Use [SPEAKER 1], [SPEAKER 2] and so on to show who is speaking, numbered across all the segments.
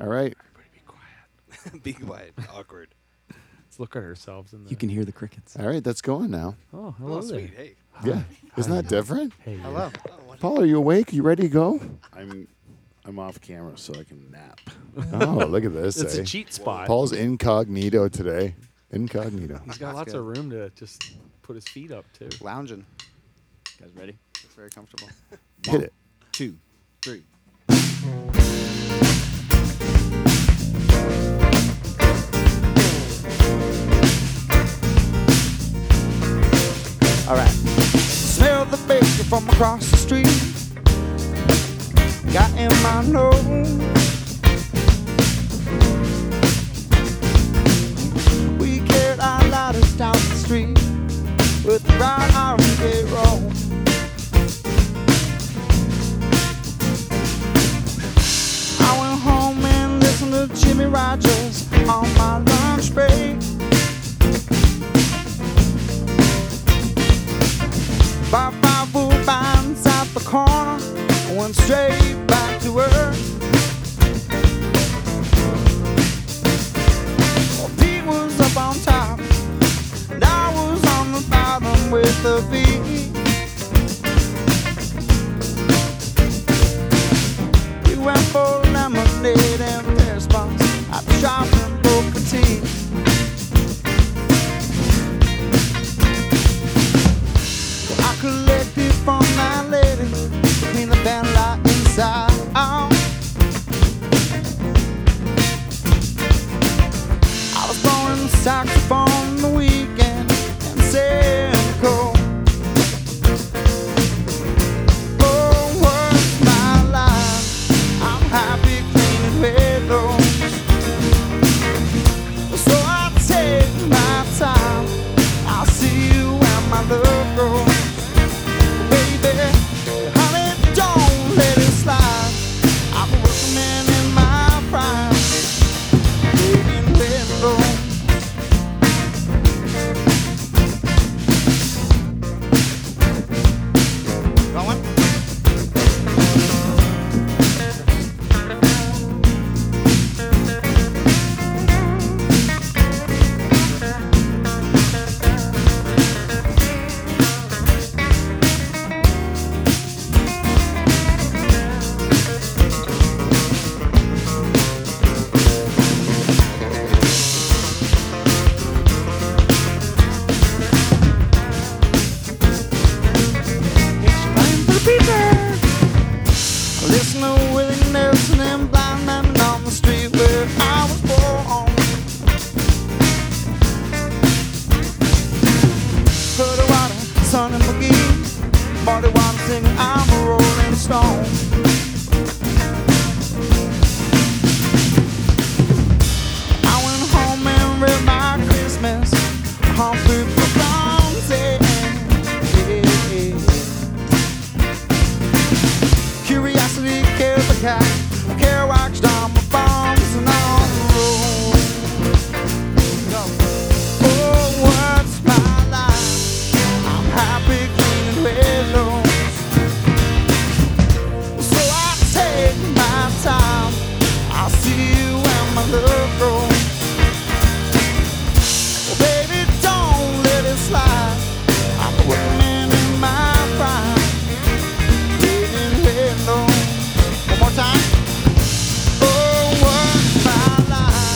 [SPEAKER 1] All right.
[SPEAKER 2] Be quiet. Awkward.
[SPEAKER 3] Let's look at ourselves in the.
[SPEAKER 4] You can hear the crickets.
[SPEAKER 1] All right. That's going now.
[SPEAKER 3] Oh, hello
[SPEAKER 2] Oh,
[SPEAKER 3] there.
[SPEAKER 2] sweet. Hey.
[SPEAKER 1] Yeah. Isn't that different?
[SPEAKER 3] Hey, you.
[SPEAKER 2] Hello. Oh, what-
[SPEAKER 1] Paul, are you awake? You ready to go?
[SPEAKER 5] I'm I'm off camera so I can nap.
[SPEAKER 1] Oh, look at this.
[SPEAKER 3] It's
[SPEAKER 1] eh?
[SPEAKER 3] a cheat spot.
[SPEAKER 1] Paul's incognito today. Incognito.
[SPEAKER 3] He's got
[SPEAKER 2] That's
[SPEAKER 3] lots
[SPEAKER 2] good.
[SPEAKER 3] of room to just put his feet up too.
[SPEAKER 2] Lounging.
[SPEAKER 4] guys ready?
[SPEAKER 2] It's very comfortable.
[SPEAKER 1] Hit it.
[SPEAKER 2] Two, three.
[SPEAKER 6] All right. Smell the baker from across the street. Got in my nose. We carried our ladders down the street with the brown iron gate roll. I went home and listened to Jimmy Rogers on my lunch break. Bought my wood vines out oh the corner and went straight back to her. Pete was up on top, and I was on the bottom with the V. We went for lemonade and beer spots at the shop in Booker T. I collected from my lady between the van light inside out. I was blowing saxophone on the weekend and saying cool. Oh, what's my life? I'm happy clean and mellow. So I take my time. I'll see you when my love grows. Baby, honey, don't let it slide. I'm a working in my prime. Baby, let it go. Going? Listen to Willie Nelson and Blind Mammon on the street where I was born. Cody Water, Sonny McGee, Marty Water singing I'm a Rolling Stone. I went home and read my Christmas, Humphrey Bonzi. Yeah, yeah. Curiosity killed the cat. Care watched on my bombs and on the road. Oh, what's my life? I'm happy, clean and well. So I take my time. I'll see you when my love grows. Well, baby, don't let it slide. I'm a woman in my prime. One more time. Oh, what's my life?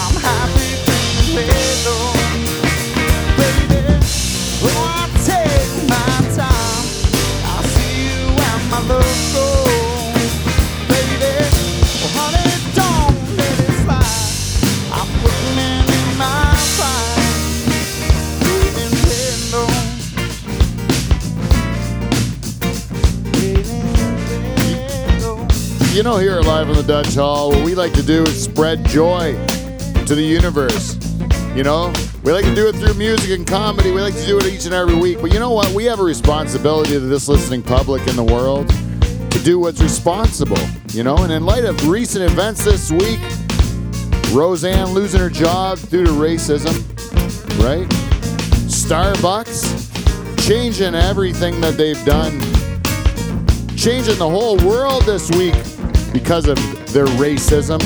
[SPEAKER 6] I'm happy being alone. Baby, oh, I take my time. I'll see you when my love goes. Baby, oh, honey, don't let it slide. I'm putting it in my pride. Being alone.
[SPEAKER 1] You know, here at Live on the Dutch Hall, what we like to do is spread joy to the universe. You know, we like to do it through music and comedy. We like to do it each and every week. But you know what? We have a responsibility to this listening public in the world to do what's responsible. You know, and in light of recent events this week, Roseanne losing her job due to racism, right? Starbucks changing everything that they've done changing the whole world this week because of their racism.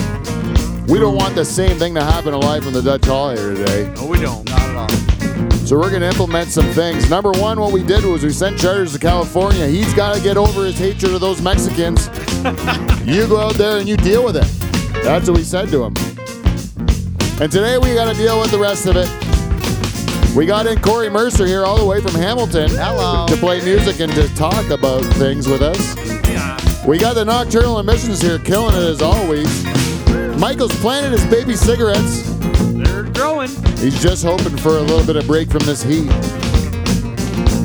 [SPEAKER 1] We don't want the same thing to happen to life in the Dutch Hall here today.
[SPEAKER 2] No, we don't. Not at all.
[SPEAKER 1] So we're going to implement some things. Number one, what we did was we sent charters to California. He's got to get over his hatred of those Mexicans. you go out there and you deal with it. That's what we said to him. And today we got to deal with the rest of it. We got in Corey Mercer here all the way from Hamilton
[SPEAKER 6] Hello.
[SPEAKER 1] to play music and to talk about things with us. We got the Nocturnal Emissions here killing it as always. Michael's planted his baby cigarettes.
[SPEAKER 3] They're growing.
[SPEAKER 1] He's just hoping for a little bit of break from this heat.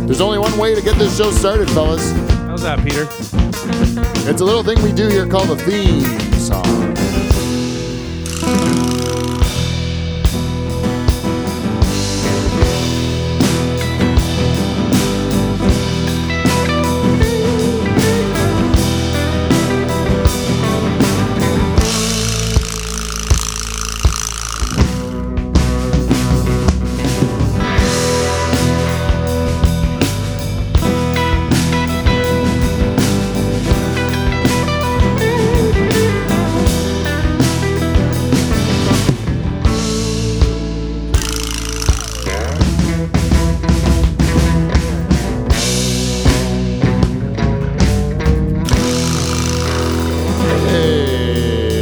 [SPEAKER 1] There's only one way to get this show started, fellas.
[SPEAKER 3] How's that, Peter?
[SPEAKER 1] It's a little thing we do here called the theme song.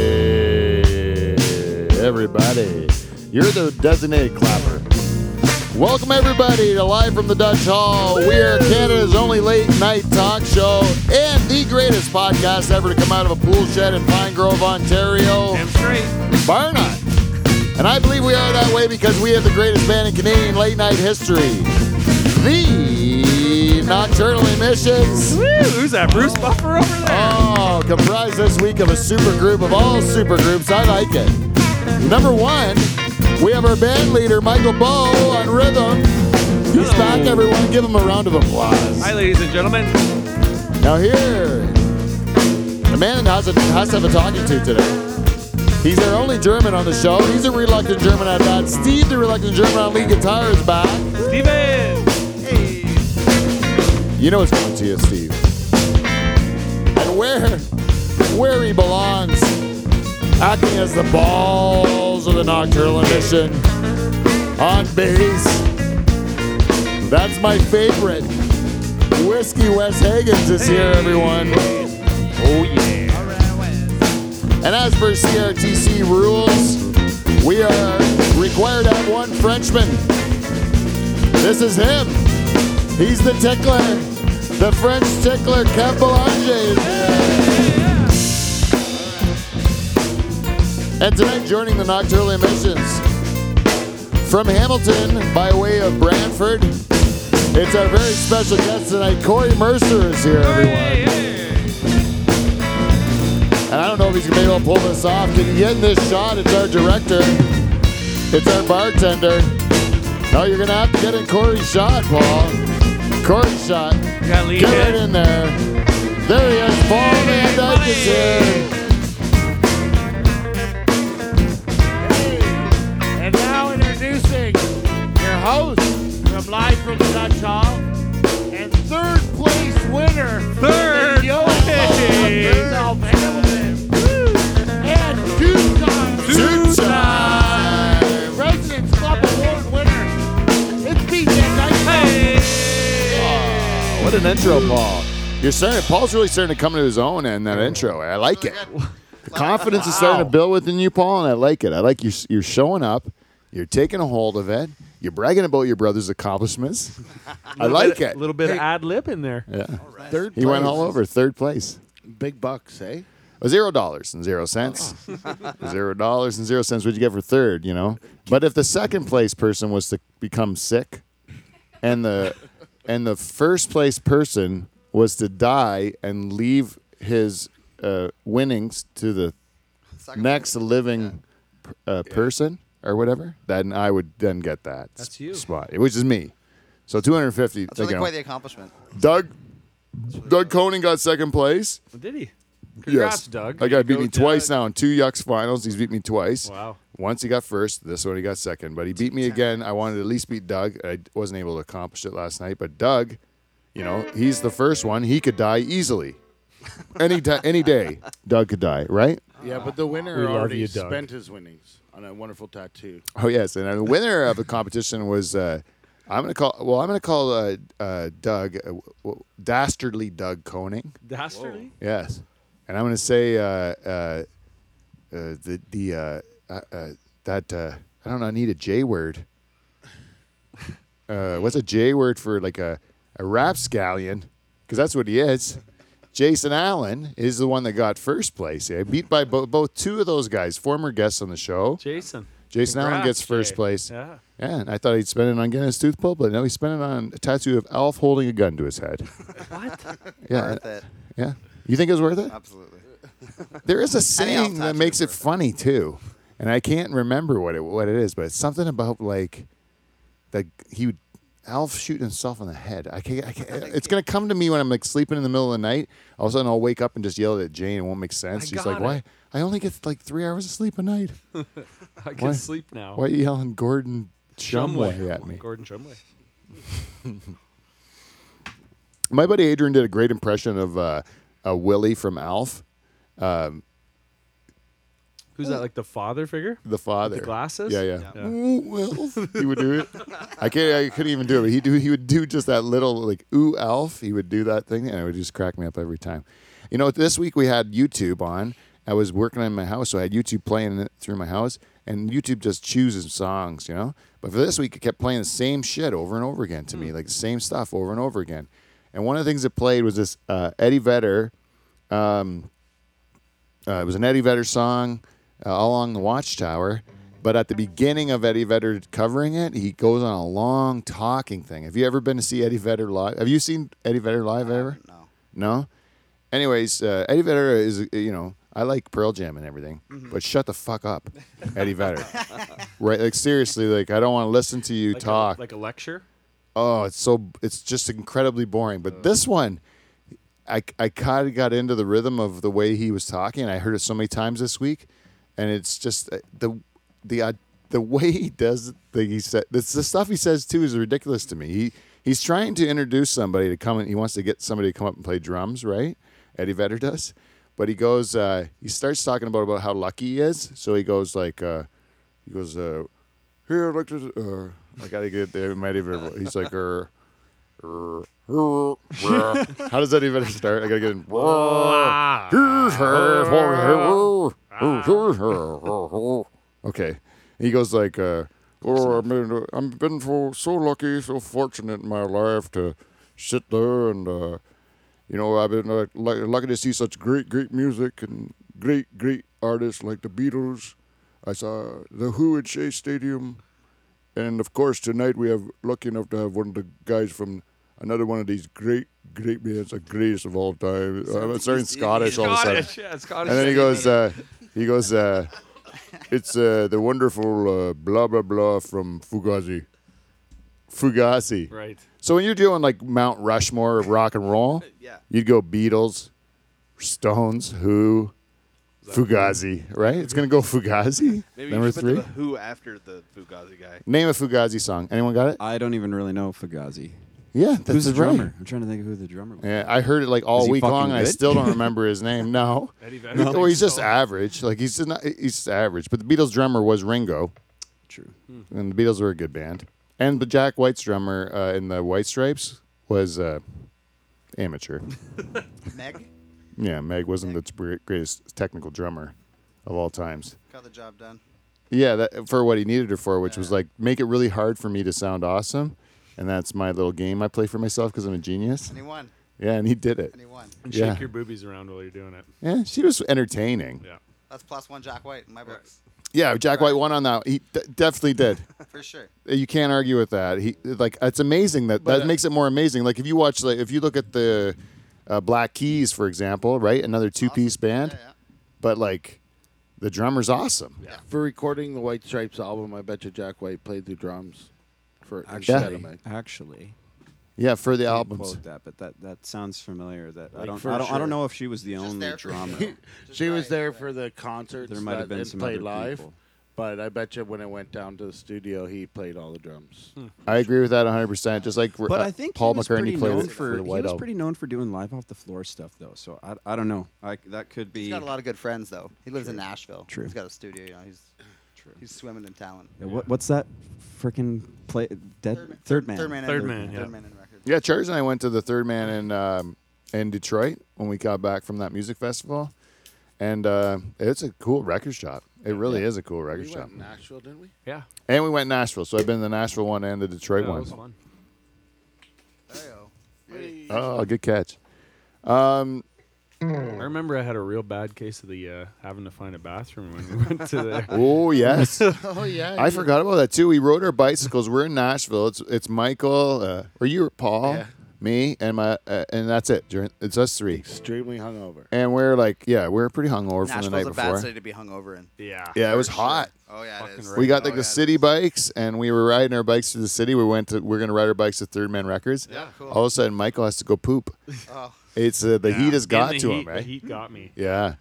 [SPEAKER 1] Hey, everybody. You're the designated clapper. Welcome, everybody, to Live from the Dutch Hall. We are Canada's only late night talk show and the greatest podcast ever to come out of a pool shed in Pine Grove, Ontario.
[SPEAKER 3] straight.
[SPEAKER 1] Bar none. And I believe we are that way because we have the greatest band in Canadian late night history. The Nocturnal Emissions.
[SPEAKER 3] who's that? Bruce Buffer over there?
[SPEAKER 1] Oh, comprised this week of a super group of all super groups. I like it. Number one, we have our band leader, Michael Bow, on rhythm. He's
[SPEAKER 3] Hello.
[SPEAKER 1] back, everyone. Give him a round of applause.
[SPEAKER 3] Hi, ladies and gentlemen.
[SPEAKER 1] Now here, the man has a has to have a talking to today. He's our only German on the show. He's a reluctant German at that. Steve, the reluctant German on lead guitar, is back.
[SPEAKER 3] Steven!
[SPEAKER 1] You know it's coming to you, Steve. And where, where he belongs, acting as the balls of the Nocturnal Edition on bass. That's my favorite. Whiskey Wes Hagens is here, everyone.
[SPEAKER 3] Oh, yeah.
[SPEAKER 1] And as per CRTC rules, we are required to have one Frenchman. This is him. He's the tickler. The French tickler, Kev Belanger is here. And tonight, joining the Nocturnal Emissions from Hamilton by way of Brantford, it's our very special guest tonight, Corey Mercer is here, everyone. And I don't know if he's gonna be able to pull this off. Can you get in this shot? It's our director. It's our bartender. No, you're gonna have to get in Corey's shot, Paul. Corey's shot.
[SPEAKER 3] Gotta leave
[SPEAKER 1] Get right
[SPEAKER 3] it.
[SPEAKER 1] in there. There he is. Paul Van Dyke is here.
[SPEAKER 7] And now introducing your host from Live from the Dutch Hall and third place winner,
[SPEAKER 3] Third
[SPEAKER 7] Yo
[SPEAKER 3] place.
[SPEAKER 7] and two-time
[SPEAKER 1] Two time.
[SPEAKER 7] President's Club Award winner, it's BJ Dykstra.
[SPEAKER 1] What an intro, Paul. You're starting. Paul's really starting to come to his own in that intro. I like it. The confidence is starting to build within you, Paul, and I like it. I like you. You're showing up. You're taking a hold of it. You're bragging about your brother's accomplishments. I like it.
[SPEAKER 3] A little bit of ad lib in there.
[SPEAKER 1] Yeah.
[SPEAKER 5] Third
[SPEAKER 1] He went
[SPEAKER 5] place.
[SPEAKER 1] all over third place.
[SPEAKER 5] Big bucks, eh?
[SPEAKER 1] Zero dollars and zero cents.
[SPEAKER 6] Uh-uh.
[SPEAKER 1] zero dollars and zero cents would you get for third, you know? But if the second place person was to become sick and the and the first place person was to die and leave his uh, winnings to the
[SPEAKER 6] Second
[SPEAKER 1] next living p- uh, person or whatever, then I would then get that
[SPEAKER 3] That's
[SPEAKER 1] s-
[SPEAKER 3] you.
[SPEAKER 1] spot, which is me. So 250.
[SPEAKER 6] That's really
[SPEAKER 1] taken
[SPEAKER 6] quite
[SPEAKER 1] off.
[SPEAKER 6] the accomplishment.
[SPEAKER 1] Doug Doug Conan got second place.
[SPEAKER 3] Well, did he? Congrats, Doug.
[SPEAKER 1] I got beat
[SPEAKER 3] Go,
[SPEAKER 1] me twice
[SPEAKER 3] Doug.
[SPEAKER 1] now in two Yucks finals. He's beat me twice.
[SPEAKER 3] Wow.
[SPEAKER 1] Once he got first, this one he got second. But he beat me again. I wanted to at least beat Doug. I wasn't able to accomplish it last night. But Doug, you know, he's the first one. He could die easily. Any di- any day, Doug could die, right?
[SPEAKER 5] Yeah, but the winner
[SPEAKER 3] Ah, We love
[SPEAKER 5] already
[SPEAKER 3] you, Doug.
[SPEAKER 5] spent his winnings on a wonderful tattoo.
[SPEAKER 1] Oh yes, and the winner of the competition was uh, I'm gonna call well I'm gonna call uh, uh, Doug uh, w- w- dastardly Doug Koning.
[SPEAKER 3] Dastardly?
[SPEAKER 1] Yes, and I'm gonna say uh, uh, uh, the the uh, uh, uh, that uh, I don't know. I need a J word. Uh, what's a J word for like a a rapscallion? Because that's what he is. Jason Allen is the one that got first place. Yeah, beat by bo- both two of those guys, former guests on the show.
[SPEAKER 3] Jason.
[SPEAKER 1] Jason Allen
[SPEAKER 3] Congrats,
[SPEAKER 1] gets first
[SPEAKER 3] Jay.
[SPEAKER 1] place.
[SPEAKER 3] Yeah.
[SPEAKER 1] Yeah, and I thought he'd spend it on getting his tooth pulled, but no, he spent it on a tattoo of Alf holding a gun to his head.
[SPEAKER 4] What?
[SPEAKER 1] Yeah,
[SPEAKER 2] Worth it.
[SPEAKER 1] yeah. You think it was worth it?
[SPEAKER 2] Absolutely.
[SPEAKER 1] There is a
[SPEAKER 2] Alf
[SPEAKER 1] saying that
[SPEAKER 2] tattoo
[SPEAKER 1] makes
[SPEAKER 2] is
[SPEAKER 1] it
[SPEAKER 2] worth it.
[SPEAKER 1] funny too, and I can't remember what it what it is, but it's something about like that he would Alf shooting himself in the head. I can't, I can't. It's gonna come to me when I'm like sleeping in the middle of the night. All of a sudden, I'll wake up and just yell it at Jane. It won't make sense.
[SPEAKER 3] I
[SPEAKER 1] She's like,
[SPEAKER 3] got it.
[SPEAKER 1] "Why? I only get like three hours of sleep a night.
[SPEAKER 3] I can
[SPEAKER 1] Why-
[SPEAKER 3] sleep now.
[SPEAKER 1] Why are you yelling Gordon Shumway at me?"
[SPEAKER 3] Gordon Shumway.
[SPEAKER 1] My buddy Adrian did a great impression of uh, uh, Willie from Alf,
[SPEAKER 3] Who's that? Like the father figure?
[SPEAKER 1] the father.
[SPEAKER 3] The glasses?
[SPEAKER 1] Yeah, yeah.
[SPEAKER 3] Yeah.
[SPEAKER 1] Ooh, Wilf. he would do it. I can't. I couldn't even do it. But he do. He would do just that little like ooh Alf. He would do that thing, and it would just crack me up every time. You know, this week we had YouTube on. I was working on my house, so I had YouTube playing it through my house, and YouTube just chooses songs, you know. But for this week, it kept playing the same shit over and over again to
[SPEAKER 3] Hmm.
[SPEAKER 1] me, like the same stuff over and over again. And one of the things it played was this uh, Eddie Vedder. Uh, it was an Eddie Vedder song, uh, All Along the Watchtower. But at the beginning of Eddie Vedder covering it, he goes on a long talking thing. Have you ever been to see Eddie Vedder live? Have you seen Eddie Vedder live ever?
[SPEAKER 2] No.
[SPEAKER 1] No. Anyways, uh, Eddie Vedder is you know I like Pearl Jam and everything,
[SPEAKER 3] Mm-hmm.
[SPEAKER 1] but shut the fuck up, Eddie Vedder. right? Like seriously, like I don't want to listen to you
[SPEAKER 3] Like
[SPEAKER 1] talk.
[SPEAKER 3] A, like a lecture?
[SPEAKER 1] oh, it's so it's just incredibly boring. But this one, I I kind of got into the rhythm of the way he was talking. I heard it so many times this week, and it's just uh, the the uh, the way he does the he said this the stuff he says too is ridiculous to me. He he's trying to introduce somebody to come and he wants to get somebody to come up and play drums, right? Eddie Vedder does. But he goes, uh, he starts talking about, about how lucky he is. So he goes like, uh, he goes, uh, here, I'd like to, uh, I gotta get there. My Eddie Vedder. vo- He's like, uh, uh, uh, uh. how does that even start? I gotta get in. Er, Okay. He goes like, uh, "Oh, I mean, I've been for so lucky, so fortunate in my life to sit there and, uh, you know, I've been like, lu- lucky to see such great, great music and great, great artists like the Beatles. I saw the Who at Shea Stadium, and of course tonight we have lucky enough to have one of the guys from another one of these great, great bands, the greatest of all time. I'm starting Scottish all of a sudden.
[SPEAKER 3] Scottish. Yeah, Scottish.
[SPEAKER 1] And then he goes, uh, he goes, uh, it's uh, the wonderful uh, blah blah blah from Fugazi. Fugazi.
[SPEAKER 3] Right.
[SPEAKER 1] So when you're doing like Mount Rushmore of rock and roll,
[SPEAKER 2] Yeah.
[SPEAKER 1] you'd go Beatles, Stones, Who, Fugazi, right? It's gonna go Fugazi.
[SPEAKER 2] Maybe
[SPEAKER 1] number
[SPEAKER 2] you should put
[SPEAKER 1] three.
[SPEAKER 2] the Who after the Fugazi guy. Uh,
[SPEAKER 1] Name a Fugazi song. Anyone got it?
[SPEAKER 4] I don't even really know Fugazi.
[SPEAKER 1] Yeah, that's
[SPEAKER 4] Who's the
[SPEAKER 1] right.
[SPEAKER 4] drummer? I'm trying to think of who the drummer was.
[SPEAKER 1] Yeah, I heard it like all
[SPEAKER 4] Is he
[SPEAKER 1] week
[SPEAKER 4] fucking
[SPEAKER 1] long, and I
[SPEAKER 4] good?
[SPEAKER 1] still don't remember his name. No,
[SPEAKER 3] Eddie Vedder?
[SPEAKER 1] or he's just average. Like he's just not, he's just average. But the Beatles drummer was Ringo,
[SPEAKER 4] True.
[SPEAKER 2] Hmm.
[SPEAKER 1] and the Beatles were a good band. And but Jack White's drummer uh, in the White Stripes was uh, amateur.
[SPEAKER 6] Meg,
[SPEAKER 1] yeah, Meg wasn't the t- greatest technical drummer of all times.
[SPEAKER 6] got the job done.
[SPEAKER 1] Yeah, that, for what he needed her for, which was like make it really hard for me to sound awesome, and that's my little game I play for myself because I'm a genius.
[SPEAKER 6] And he won.
[SPEAKER 1] Yeah, and he did it.
[SPEAKER 6] And he won.
[SPEAKER 3] And
[SPEAKER 1] Yeah.
[SPEAKER 3] shake your boobies around while you're doing it.
[SPEAKER 1] Yeah, she was entertaining.
[SPEAKER 3] Yeah.
[SPEAKER 6] That's plus one Jack White in my books.
[SPEAKER 1] Yeah, Jack White won on that. He d- definitely did.
[SPEAKER 6] For sure.
[SPEAKER 1] You can't argue with that. He like it's amazing that
[SPEAKER 6] uh,
[SPEAKER 1] that makes it more amazing. Like if you watch like if you look at the uh, Black Keys for example, right? Another two-piece band,
[SPEAKER 6] Yeah, yeah.
[SPEAKER 1] but like the drummer's awesome.
[SPEAKER 5] For recording the White Stripes album, I bet you Jack White played the drums for instead of Meg.
[SPEAKER 4] actually,
[SPEAKER 1] Yeah, for the
[SPEAKER 4] can't
[SPEAKER 1] albums.
[SPEAKER 4] quote that, but that, that sounds familiar. That I
[SPEAKER 5] Like,
[SPEAKER 4] don't,
[SPEAKER 5] for
[SPEAKER 4] I don't, I
[SPEAKER 5] sure.
[SPEAKER 4] don't know if she was the only
[SPEAKER 6] there for-
[SPEAKER 4] drummer.
[SPEAKER 5] She was
[SPEAKER 6] right,
[SPEAKER 5] there
[SPEAKER 6] right.
[SPEAKER 5] for the concerts
[SPEAKER 4] There might have
[SPEAKER 5] that-
[SPEAKER 4] been
[SPEAKER 5] and
[SPEAKER 4] some
[SPEAKER 5] played
[SPEAKER 4] other
[SPEAKER 5] live,
[SPEAKER 4] people.
[SPEAKER 5] but I bet you when it went down to the studio, he played all the drums.
[SPEAKER 1] I agree with that 100. percent Just like
[SPEAKER 4] But I think
[SPEAKER 1] uh, Paul
[SPEAKER 4] he was
[SPEAKER 1] McCartney
[SPEAKER 4] pretty
[SPEAKER 1] played
[SPEAKER 4] known
[SPEAKER 1] it for the White
[SPEAKER 4] he was
[SPEAKER 1] Album.
[SPEAKER 4] pretty known for doing live off the floor stuff though. So I, I don't know. I, that could be
[SPEAKER 6] He's got a lot of good friends though. He lives in Nashville.
[SPEAKER 4] True.
[SPEAKER 6] He's got a studio. You know, he's he's swimming in talent.
[SPEAKER 4] Yeah, what, what's that freaking play? Dead third man.
[SPEAKER 6] Third man.
[SPEAKER 3] Third
[SPEAKER 6] in,
[SPEAKER 3] man, yeah.
[SPEAKER 6] Third man in records.
[SPEAKER 1] Yeah, Charles and I went to the Third Man in um, in Detroit when we got back from that music festival, and uh, it's a cool record shop. It really is a cool record
[SPEAKER 5] We
[SPEAKER 1] shop.
[SPEAKER 5] went to Nashville, didn't we?
[SPEAKER 3] Yeah.
[SPEAKER 1] And we went Nashville, so I've been to the Nashville one and the Detroit
[SPEAKER 3] That
[SPEAKER 1] one.
[SPEAKER 3] was fun.
[SPEAKER 6] There
[SPEAKER 1] Oh, good catch.
[SPEAKER 3] I remember I had a real bad case of the uh, having to find a bathroom when we went to there.
[SPEAKER 1] Oh yes,
[SPEAKER 5] Oh yeah.
[SPEAKER 1] I forgot about that too. We rode our bicycles. We're in Nashville. It's it's Michael uh, or you, or Paul,
[SPEAKER 5] Yeah.
[SPEAKER 1] me, and my uh, and that's it. During- It's us three,
[SPEAKER 5] Extremely hungover.
[SPEAKER 1] and we're like, yeah, we're pretty hungover
[SPEAKER 6] you go.
[SPEAKER 1] from the
[SPEAKER 6] Nashville's
[SPEAKER 1] night
[SPEAKER 6] a bad
[SPEAKER 1] before.
[SPEAKER 6] city to be hungover in.
[SPEAKER 3] Yeah.
[SPEAKER 1] Yeah, it was hot.
[SPEAKER 6] Oh yeah, it
[SPEAKER 3] Fucking
[SPEAKER 6] is.
[SPEAKER 3] right.
[SPEAKER 1] We got
[SPEAKER 6] Oh,
[SPEAKER 1] like
[SPEAKER 6] yeah,
[SPEAKER 1] the city bikes, and we were riding our bikes through the city. We went to we're gonna ride our bikes to Third Man Records.
[SPEAKER 6] Yeah, cool.
[SPEAKER 1] All of a sudden, Michael has to go poop.
[SPEAKER 6] Oh.
[SPEAKER 1] It's uh, the
[SPEAKER 3] Yeah.
[SPEAKER 1] heat has
[SPEAKER 3] And
[SPEAKER 1] got
[SPEAKER 3] the
[SPEAKER 1] to
[SPEAKER 3] heat,
[SPEAKER 1] him,
[SPEAKER 3] The
[SPEAKER 1] right?
[SPEAKER 3] heat got me.
[SPEAKER 1] Yeah.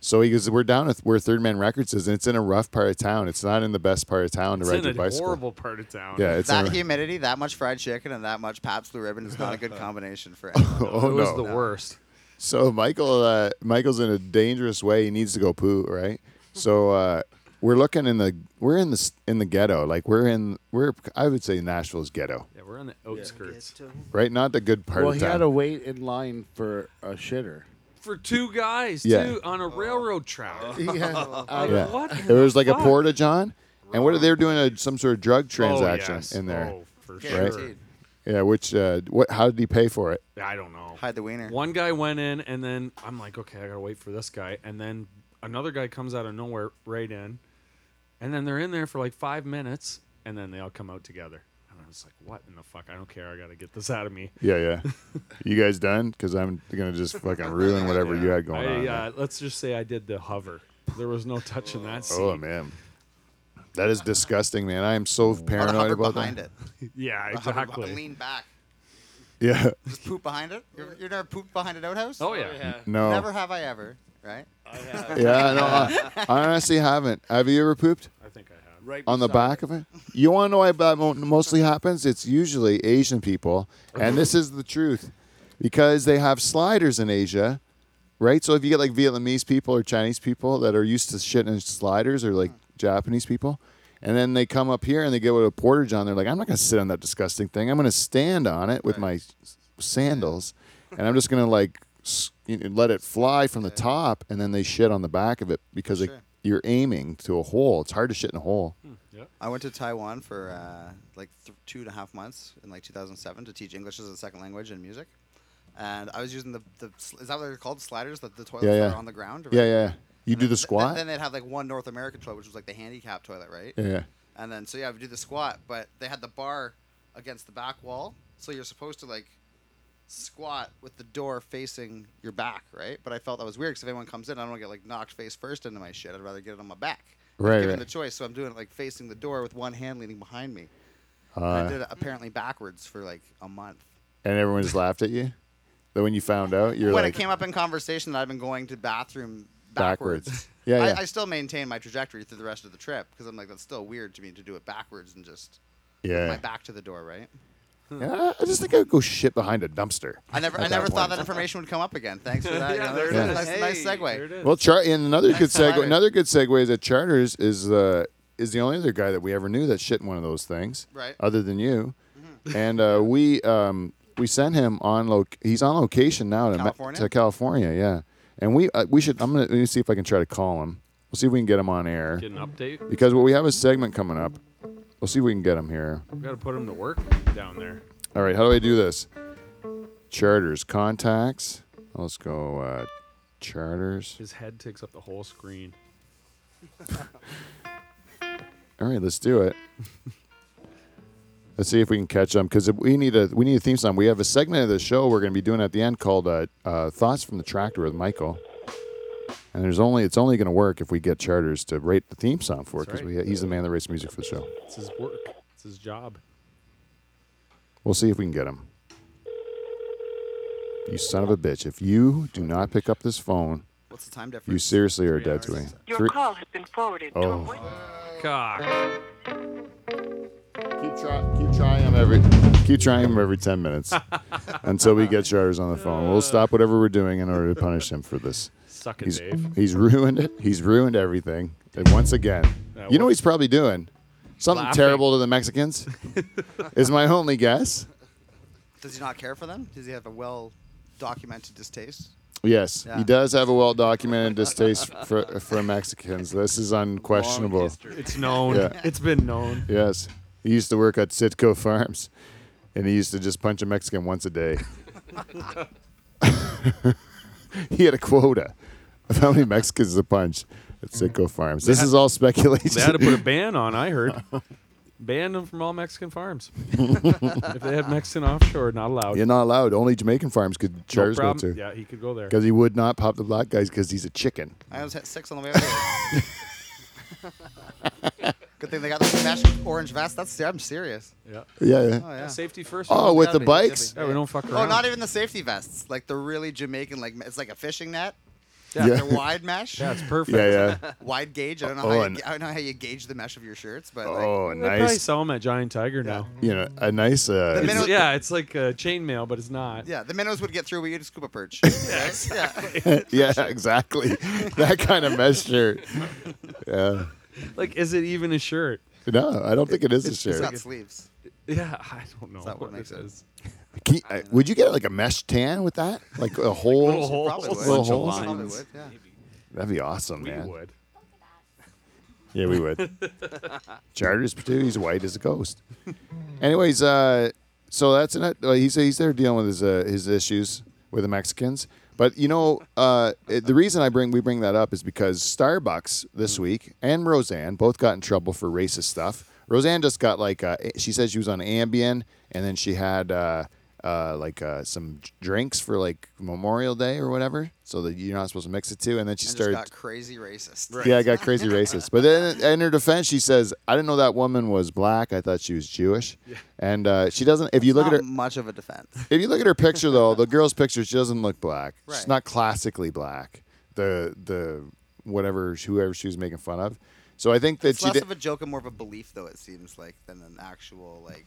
[SPEAKER 1] So he goes, we're down at where Third Man Records is, and it's in a rough part of town. It's not in the best part of town to
[SPEAKER 3] It's
[SPEAKER 1] ride
[SPEAKER 3] in
[SPEAKER 1] your
[SPEAKER 3] a
[SPEAKER 1] bicycle.
[SPEAKER 3] horrible part of town.
[SPEAKER 1] Yeah, it's
[SPEAKER 6] That
[SPEAKER 1] in a-
[SPEAKER 6] humidity, that much fried chicken, and that much Pabst Blue Ribbon is not a good combination for anyone.
[SPEAKER 1] oh
[SPEAKER 3] it was
[SPEAKER 1] no.
[SPEAKER 3] the worst.
[SPEAKER 1] So Michael, uh, Michael's in a dangerous way. He needs to go poo, right? So uh, we're looking in the we're in the s- in the ghetto. Like we're in we're I would say Nashville's ghetto,
[SPEAKER 3] Yeah, we're on the outskirts.
[SPEAKER 1] right? Not the good part
[SPEAKER 5] Well,
[SPEAKER 1] of
[SPEAKER 5] he
[SPEAKER 1] town.
[SPEAKER 5] had to wait in line for a shitter.
[SPEAKER 3] For two guys,
[SPEAKER 1] Yeah.
[SPEAKER 3] too, on a railroad track.
[SPEAKER 5] Oh. Yeah.
[SPEAKER 3] Like,
[SPEAKER 1] Yeah.
[SPEAKER 3] What? in
[SPEAKER 1] There
[SPEAKER 3] the
[SPEAKER 1] was like a
[SPEAKER 3] fuck?
[SPEAKER 1] porta john, and what they were doing a, some sort of drug transaction
[SPEAKER 3] Oh, yes.
[SPEAKER 1] in there.
[SPEAKER 3] Oh, for
[SPEAKER 1] Right.
[SPEAKER 3] sure.
[SPEAKER 6] Guaranteed.
[SPEAKER 1] Yeah, which uh, what? How did he pay for it?
[SPEAKER 3] I don't know.
[SPEAKER 6] Hide the wiener.
[SPEAKER 3] One guy went in, and then I'm like, okay, I gotta wait for this guy, and then another guy comes out of nowhere right in, and then they're in there for like five minutes, and then they all come out together, and I was like, what in the fuck? I don't care. I gotta get this out of me.
[SPEAKER 1] Yeah, yeah. you guys done? Because I'm gonna just fucking ruin whatever you had going
[SPEAKER 3] I,
[SPEAKER 1] on.
[SPEAKER 3] uh, let's just say I did the hover. There was no touching that scene.
[SPEAKER 1] oh man, that is disgusting, man. I am so
[SPEAKER 6] Or to
[SPEAKER 1] paranoid
[SPEAKER 6] hover
[SPEAKER 1] about
[SPEAKER 6] behind
[SPEAKER 1] that.
[SPEAKER 6] it.
[SPEAKER 3] Yeah,
[SPEAKER 6] Hover beh-
[SPEAKER 3] exactly.
[SPEAKER 6] Lean back.
[SPEAKER 1] Yeah.
[SPEAKER 6] Just poop behind it. You're, you're never pooped behind an outhouse.
[SPEAKER 3] Oh yeah.
[SPEAKER 1] No.
[SPEAKER 6] Never have I ever. Right.
[SPEAKER 1] Yeah, no, I, I honestly haven't. Have you ever pooped
[SPEAKER 3] I think I have.
[SPEAKER 5] Right
[SPEAKER 1] on the
[SPEAKER 5] beside-
[SPEAKER 1] back of it? You want to know why that mo- mostly happens? It's usually Asian people, and this is the truth, because they have sliders in Asia, right? So if you get like Vietnamese people or Chinese people that are used to shitting in sliders, or like Japanese people, and then they come up here and they get with a porter john, they're like, I'm not gonna sit on that disgusting thing. I'm gonna stand on it with my s- sandals, and I'm just gonna like s- you know, let it fly from the top, and then they shit on the back of it because it,
[SPEAKER 6] Sure.
[SPEAKER 1] you're aiming to a hole. It's hard to shit in a hole.
[SPEAKER 6] I went to Taiwan for uh, like th- two and a half months in like 2007 to teach English as a second language and music. And I was using the, the sl- is that what they're called sliders that the toilets
[SPEAKER 1] Yeah,
[SPEAKER 6] that
[SPEAKER 1] yeah.
[SPEAKER 6] are on the ground.
[SPEAKER 1] Yeah,
[SPEAKER 6] right?
[SPEAKER 1] yeah. You do the
[SPEAKER 6] Th-
[SPEAKER 1] squat.
[SPEAKER 6] Then, they'd have like one North American toilet, which was like the handicap toilet, right?
[SPEAKER 1] yeah, yeah.
[SPEAKER 6] And then so yeah, I would do the squat, but they had the bar against the back wall, so you're supposed to like squat with the door facing your back, right? But I felt that was weird because if anyone comes in, I don't want to get like knocked face first into my shit. I'd rather get it on my back. I'm
[SPEAKER 1] Right,
[SPEAKER 6] Given
[SPEAKER 1] right.
[SPEAKER 6] the choice, so I'm doing it like facing the door with one hand leaning behind me.
[SPEAKER 1] Uh.
[SPEAKER 6] And I did it apparently backwards for like a month.
[SPEAKER 1] And everyone just laughed at you. Then when you found out, you're
[SPEAKER 6] When
[SPEAKER 1] like
[SPEAKER 6] it came up in conversation that I've been going to bathroom
[SPEAKER 1] backwards.
[SPEAKER 6] backwards.
[SPEAKER 1] Yeah,
[SPEAKER 6] I,
[SPEAKER 1] yeah.
[SPEAKER 6] I still maintain my trajectory through the rest of the trip because I'm like that's still weird to me to do it backwards and just my
[SPEAKER 1] yeah.
[SPEAKER 6] back to the door, right?
[SPEAKER 1] yeah. I just think I would go shit behind a dumpster.
[SPEAKER 6] I never,
[SPEAKER 1] at
[SPEAKER 6] I never
[SPEAKER 1] that
[SPEAKER 6] thought
[SPEAKER 1] point.
[SPEAKER 6] that information would come up again. Thanks for that.
[SPEAKER 3] Yeah,
[SPEAKER 6] you know,
[SPEAKER 3] there it
[SPEAKER 6] that's a
[SPEAKER 3] is.
[SPEAKER 6] Nice, nice
[SPEAKER 2] Hey,
[SPEAKER 6] segue.
[SPEAKER 3] There it is.
[SPEAKER 1] Well, Char- and another good segue.
[SPEAKER 6] Tyler.
[SPEAKER 1] Another good segue is that Charters is uh, is the only other guy that we ever knew that shit in one of those things,
[SPEAKER 6] Right. Mm-hmm.
[SPEAKER 1] Other than you, and uh, we um, we sent him on loc. He's on location now to Ma-
[SPEAKER 6] California?
[SPEAKER 1] to California, yeah. And we uh, we should. I'm gonna let me see if I can try to call him. We'll see if we can get him on air
[SPEAKER 3] Get an update.
[SPEAKER 1] because what we have is a segment coming up. We'll see if we can get him here.
[SPEAKER 3] We gotta put him to work down there.
[SPEAKER 1] All right, how do I do this? Charters contacts. Let's go. Uh, charters.
[SPEAKER 3] His head takes up the whole screen.
[SPEAKER 1] All right, let's do it. let's see if we can catch them because we need a we need a theme song. We have a segment of the show we're going to be doing at the end called uh, uh, "Thoughts from the Tractor" with Michael. And there's only it's only going to work if we get charters to rate the theme song for it
[SPEAKER 3] That's
[SPEAKER 1] because
[SPEAKER 3] right.
[SPEAKER 1] he's the man that rates music for the show.
[SPEAKER 3] It's his work. It's his job.
[SPEAKER 1] We'll see if we can get him. You son of a bitch! If you do not pick up this phone,
[SPEAKER 6] What's the time difference?
[SPEAKER 1] you seriously are dead to me.
[SPEAKER 8] Your
[SPEAKER 1] Three-
[SPEAKER 8] call has been forwarded to
[SPEAKER 1] Oh.
[SPEAKER 8] a voice.
[SPEAKER 3] Hitchcock.
[SPEAKER 1] Keep, try, keep trying them every keep trying him every ten minutes until we get Charters on the phone. We'll stop whatever we're doing in order to punish him for this.
[SPEAKER 3] Suck it,
[SPEAKER 1] He's
[SPEAKER 3] Dave.
[SPEAKER 1] he's ruined it. He's ruined everything. And once again,
[SPEAKER 3] Yeah,
[SPEAKER 1] you know
[SPEAKER 3] well-
[SPEAKER 1] what he's probably doing something
[SPEAKER 3] Uh, Laughing.
[SPEAKER 1] terrible to the Mexicans. is my only guess.
[SPEAKER 9] Does he not care for them? Does he have a well documented distaste?
[SPEAKER 1] Yes,
[SPEAKER 9] Yeah.
[SPEAKER 1] he does have a well documented distaste for for Mexicans. This is unquestionable.
[SPEAKER 3] It's known.
[SPEAKER 1] Yeah.
[SPEAKER 3] It's been known.
[SPEAKER 1] Yes. He used to work at Sitco Farms and he used to just punch a Mexican once a day. he had a quota of how many Mexicans to punch at Sitco Farms. This is all speculation.
[SPEAKER 3] They had to put a ban on. I heard. Ban them from all Mexican farms. if they had Mexican offshore, not allowed.
[SPEAKER 1] You're not allowed. Only Jamaican farms could
[SPEAKER 3] no
[SPEAKER 1] charge go
[SPEAKER 3] problem.
[SPEAKER 1] to.
[SPEAKER 3] Yeah, he could go there.
[SPEAKER 1] Because he would not pop the black guys because he's a chicken.
[SPEAKER 9] I almost hit six on the way over here. Good thing they got the mesh orange vest. That's I'm serious.
[SPEAKER 3] Yeah.
[SPEAKER 1] Yeah. yeah.
[SPEAKER 9] Oh
[SPEAKER 1] Oh,
[SPEAKER 9] yeah.
[SPEAKER 3] Yeah, Safety first.
[SPEAKER 9] yeah.
[SPEAKER 1] with the
[SPEAKER 9] Gotta be,
[SPEAKER 1] bikes?
[SPEAKER 3] yeah, we don't fuck around.
[SPEAKER 9] Oh, not even the safety vests. Like the really Jamaican, like it's like a fishing net.
[SPEAKER 1] Yeah.
[SPEAKER 9] They're wide mesh,
[SPEAKER 3] Yeah, it's perfect.
[SPEAKER 1] Yeah, yeah.
[SPEAKER 9] wide gauge. I don't know.
[SPEAKER 1] Oh,
[SPEAKER 9] how you,
[SPEAKER 1] and-
[SPEAKER 9] I don't know how you gauge the mesh of your shirts, but like,
[SPEAKER 1] Oh,
[SPEAKER 3] They probably
[SPEAKER 1] nice.
[SPEAKER 3] sell them at Giant Tiger now.
[SPEAKER 1] You know, a nice. Uh,
[SPEAKER 9] The minute-
[SPEAKER 3] It's- yeah, it's like uh, chainmail, but it's not.
[SPEAKER 9] yeah, the minnows would get through. We could scoop a perch. yeah,
[SPEAKER 1] yeah, exactly. that kind of mesh shirt. Yeah.
[SPEAKER 3] Like, is it even a shirt?
[SPEAKER 1] No, I don't think it is a
[SPEAKER 3] It's-
[SPEAKER 1] shirt.
[SPEAKER 9] it's got sleeves.
[SPEAKER 3] Yeah, I don't know.
[SPEAKER 9] not what makes it.
[SPEAKER 3] is.
[SPEAKER 1] Can you- uh, would you get like a mesh tan with that? Like a whole?
[SPEAKER 3] Little holes.
[SPEAKER 9] Probably would.
[SPEAKER 1] Little holes?
[SPEAKER 9] Probably would. Yeah.
[SPEAKER 1] That'd be awesome,
[SPEAKER 3] We
[SPEAKER 1] man.
[SPEAKER 3] would.
[SPEAKER 1] Yeah, we would. Charters, too. He's white as a ghost. Anyways, uh, so that's it. Uh, he's he's there dealing with his uh, his issues with the Mexicans. But you know, uh, it- the reason I bring we bring that up is because Starbucks this week and Roseanne both got in trouble for racist stuff. Roseanne just got like uh, she said she was on Ambien, and then she had uh, uh, like uh, some d- drinks for like Memorial Day or whatever, so that you're not supposed to mix it too. And then she
[SPEAKER 9] And just
[SPEAKER 1] started
[SPEAKER 9] got crazy racist.
[SPEAKER 1] yeah, I got crazy racist. But then in her defense, she says, "I didn't know that woman was black. I thought she was Jewish." And uh, she doesn't. If you look
[SPEAKER 9] Not
[SPEAKER 1] at her,
[SPEAKER 9] much of a defense.
[SPEAKER 1] if you look at her picture though, the girl's picture, she doesn't look black. She's
[SPEAKER 9] Right.
[SPEAKER 1] not classically black. The the whatever whoever she was making fun of. So I think that
[SPEAKER 9] It's
[SPEAKER 1] she
[SPEAKER 9] less
[SPEAKER 1] did.
[SPEAKER 9] of a joke and more of a belief, though it seems like, than an actual like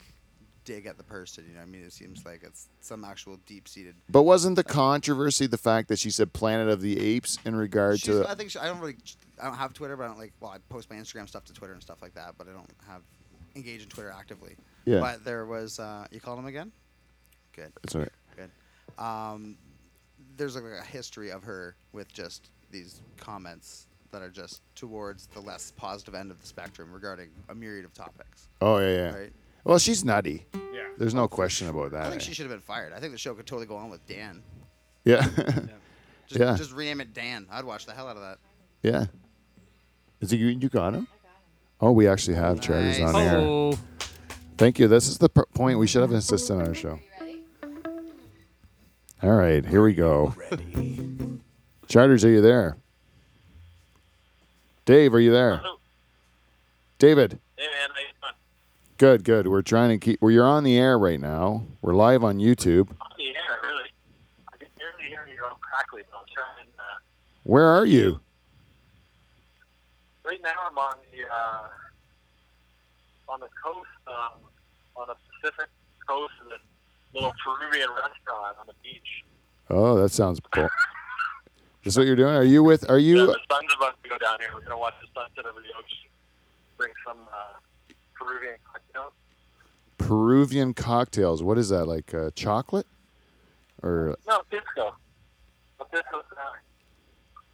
[SPEAKER 9] dig at the person. You know, what I mean, it seems like it's some actual deep-seated.
[SPEAKER 1] But wasn't the controversy the fact that she said Planet of the Apes in regard
[SPEAKER 9] She's,
[SPEAKER 1] to?
[SPEAKER 9] I think she, I don't really, I don't have Twitter, but I don't like. Well, I post my Instagram stuff to Twitter and stuff like that, but I don't have engage in Twitter actively.
[SPEAKER 1] Yeah.
[SPEAKER 9] But there was, uh, you called him again. Good.
[SPEAKER 1] Sorry.
[SPEAKER 9] Good. Um, there's like a history of her with just these comments that are just towards the less positive end of the spectrum regarding a myriad of topics.
[SPEAKER 1] Oh yeah, yeah.
[SPEAKER 9] Right.
[SPEAKER 1] Well, she's nutty. Yeah. There's no question about that.
[SPEAKER 9] I think
[SPEAKER 1] eh?
[SPEAKER 9] she should have been fired. I think the show could totally go on with Dan.
[SPEAKER 1] yeah.
[SPEAKER 9] Just,
[SPEAKER 1] Yeah.
[SPEAKER 9] just rename it Dan. I'd watch the hell out of that.
[SPEAKER 1] Yeah. Is it you? You got him? Oh, we actually have charters on
[SPEAKER 9] Nice.
[SPEAKER 1] air.
[SPEAKER 3] Oh,
[SPEAKER 1] Thank you. This is the p- point. We should have an assistant on our show. All right, here we go. Charters, are you there? Dave, are you there? David.
[SPEAKER 8] Hey man, how you doing?
[SPEAKER 1] Good, good. We're trying to keep. Well, you're on the air right now. We're live on YouTube.
[SPEAKER 8] On the air, really. I can barely hear your own crackly, but I'm trying. Uh,
[SPEAKER 1] Where are you?
[SPEAKER 8] right now, I'm on the uh, on the coast, um, on the Pacific coast, of this little Peruvian restaurant on the beach.
[SPEAKER 1] Oh, that sounds cool. That's what you're doing. Are you with? Are you?
[SPEAKER 8] yeah, the sun's about to go down here. We're gonna watch the sunset over the ocean. Bring some uh, Peruvian cocktails.
[SPEAKER 1] Peruvian cocktails. What is that like? Uh, chocolate, or
[SPEAKER 8] No, pisco. A pisco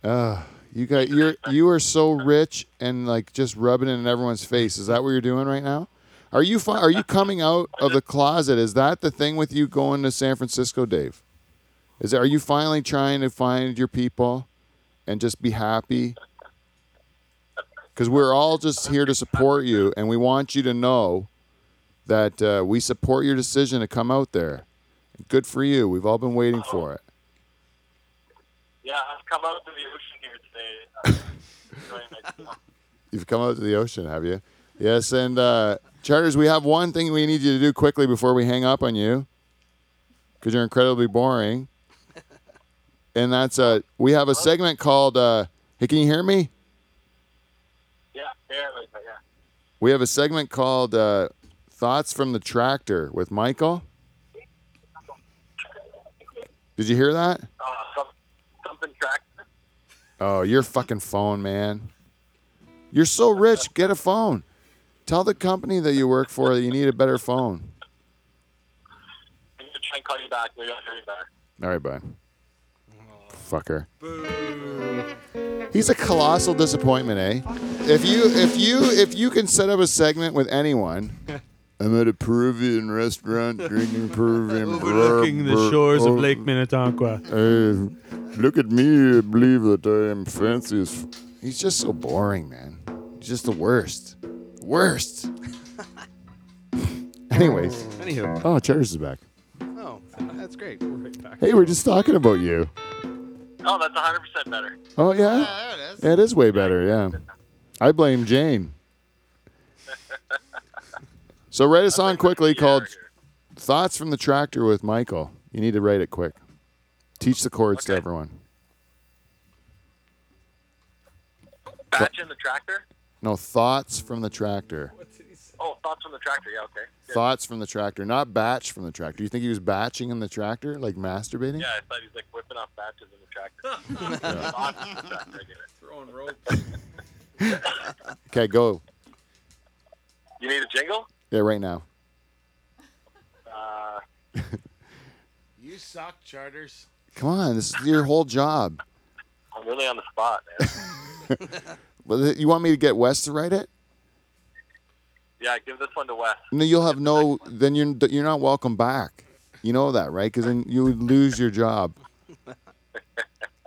[SPEAKER 8] sour.
[SPEAKER 1] uh, you got you're you are so rich and like just rubbing it in everyone's face. Is that what you're doing right now? Are you fi- are you coming out of the closet? Is that the thing with you going to San Francisco, Dave? Is are you finally trying to find your people and just be happy? Because we're all just here to support you, and we want you to know that uh, we support your decision to come out there. Good for you. We've all been waiting for it.
[SPEAKER 8] Yeah, I've come out to the ocean here today. Uh, enjoying myself.
[SPEAKER 1] You've come out to the ocean, have you? Yes, and uh, Charters, we have one thing we need you to do quickly before we hang up on you because you're incredibly boring. And that's uh, we have a segment called uh, Hey, can you hear me?
[SPEAKER 8] yeah, barely, but yeah.
[SPEAKER 1] We have a segment called uh, Thoughts from the Tractor with Michael. Did you hear that?
[SPEAKER 8] Uh, some, something tractor.
[SPEAKER 1] Oh, your fucking phone, man. You're so rich. Get a phone. Tell the company that you work for that you need a better phone.
[SPEAKER 8] I'm gonna try and call you back. Maybe I'll hear you back.
[SPEAKER 1] All right, bye. Fucker. He's a colossal disappointment, eh? If you if you if you can set up a segment with anyone, I'm at a Peruvian restaurant drinking Peruvian
[SPEAKER 7] Overlooking the shores
[SPEAKER 1] oh.
[SPEAKER 7] of Lake Minnetonka.
[SPEAKER 1] Uh, look at me, I believe that I am fancy as. F- He's just so boring, man. He's just the worst. Worst. Anyways.
[SPEAKER 2] Anywho,
[SPEAKER 1] Oh, Cherish is back.
[SPEAKER 2] oh, that's great.
[SPEAKER 1] Hey, we're just talking about you.
[SPEAKER 8] Oh, that's 100% better.
[SPEAKER 1] Oh, yeah?
[SPEAKER 2] Yeah, there it is.
[SPEAKER 1] It is way better, yeah. I blame Jane. So write a song quickly called Thoughts from the Tractor with Michael. You need to write it quick. Teach the chords to
[SPEAKER 8] Okay.
[SPEAKER 1] everyone.
[SPEAKER 8] Batch in the tractor?
[SPEAKER 1] No, Thoughts from the Tractor.
[SPEAKER 8] Oh, thoughts on the tractor. Yeah, okay. Good.
[SPEAKER 1] Thoughts from the tractor, not batch from the tractor. You think he was batching in the tractor, like masturbating?
[SPEAKER 8] Yeah, I thought he was like whipping off batches in the tractor. Thoughts in the tractor. I get it.
[SPEAKER 3] Throwing ropes.
[SPEAKER 1] Okay, go.
[SPEAKER 8] You need a jingle?
[SPEAKER 1] Yeah, right now.
[SPEAKER 8] Uh,
[SPEAKER 7] You suck, charters.
[SPEAKER 1] Come on, this is your whole job.
[SPEAKER 8] I'm really on the spot, man.
[SPEAKER 1] But You want me to get Wes to write it?
[SPEAKER 8] yeah, give this one to Wes.
[SPEAKER 1] No, you'll have no. Then you're you're not welcome back. You know that, right? Because then you would lose your job.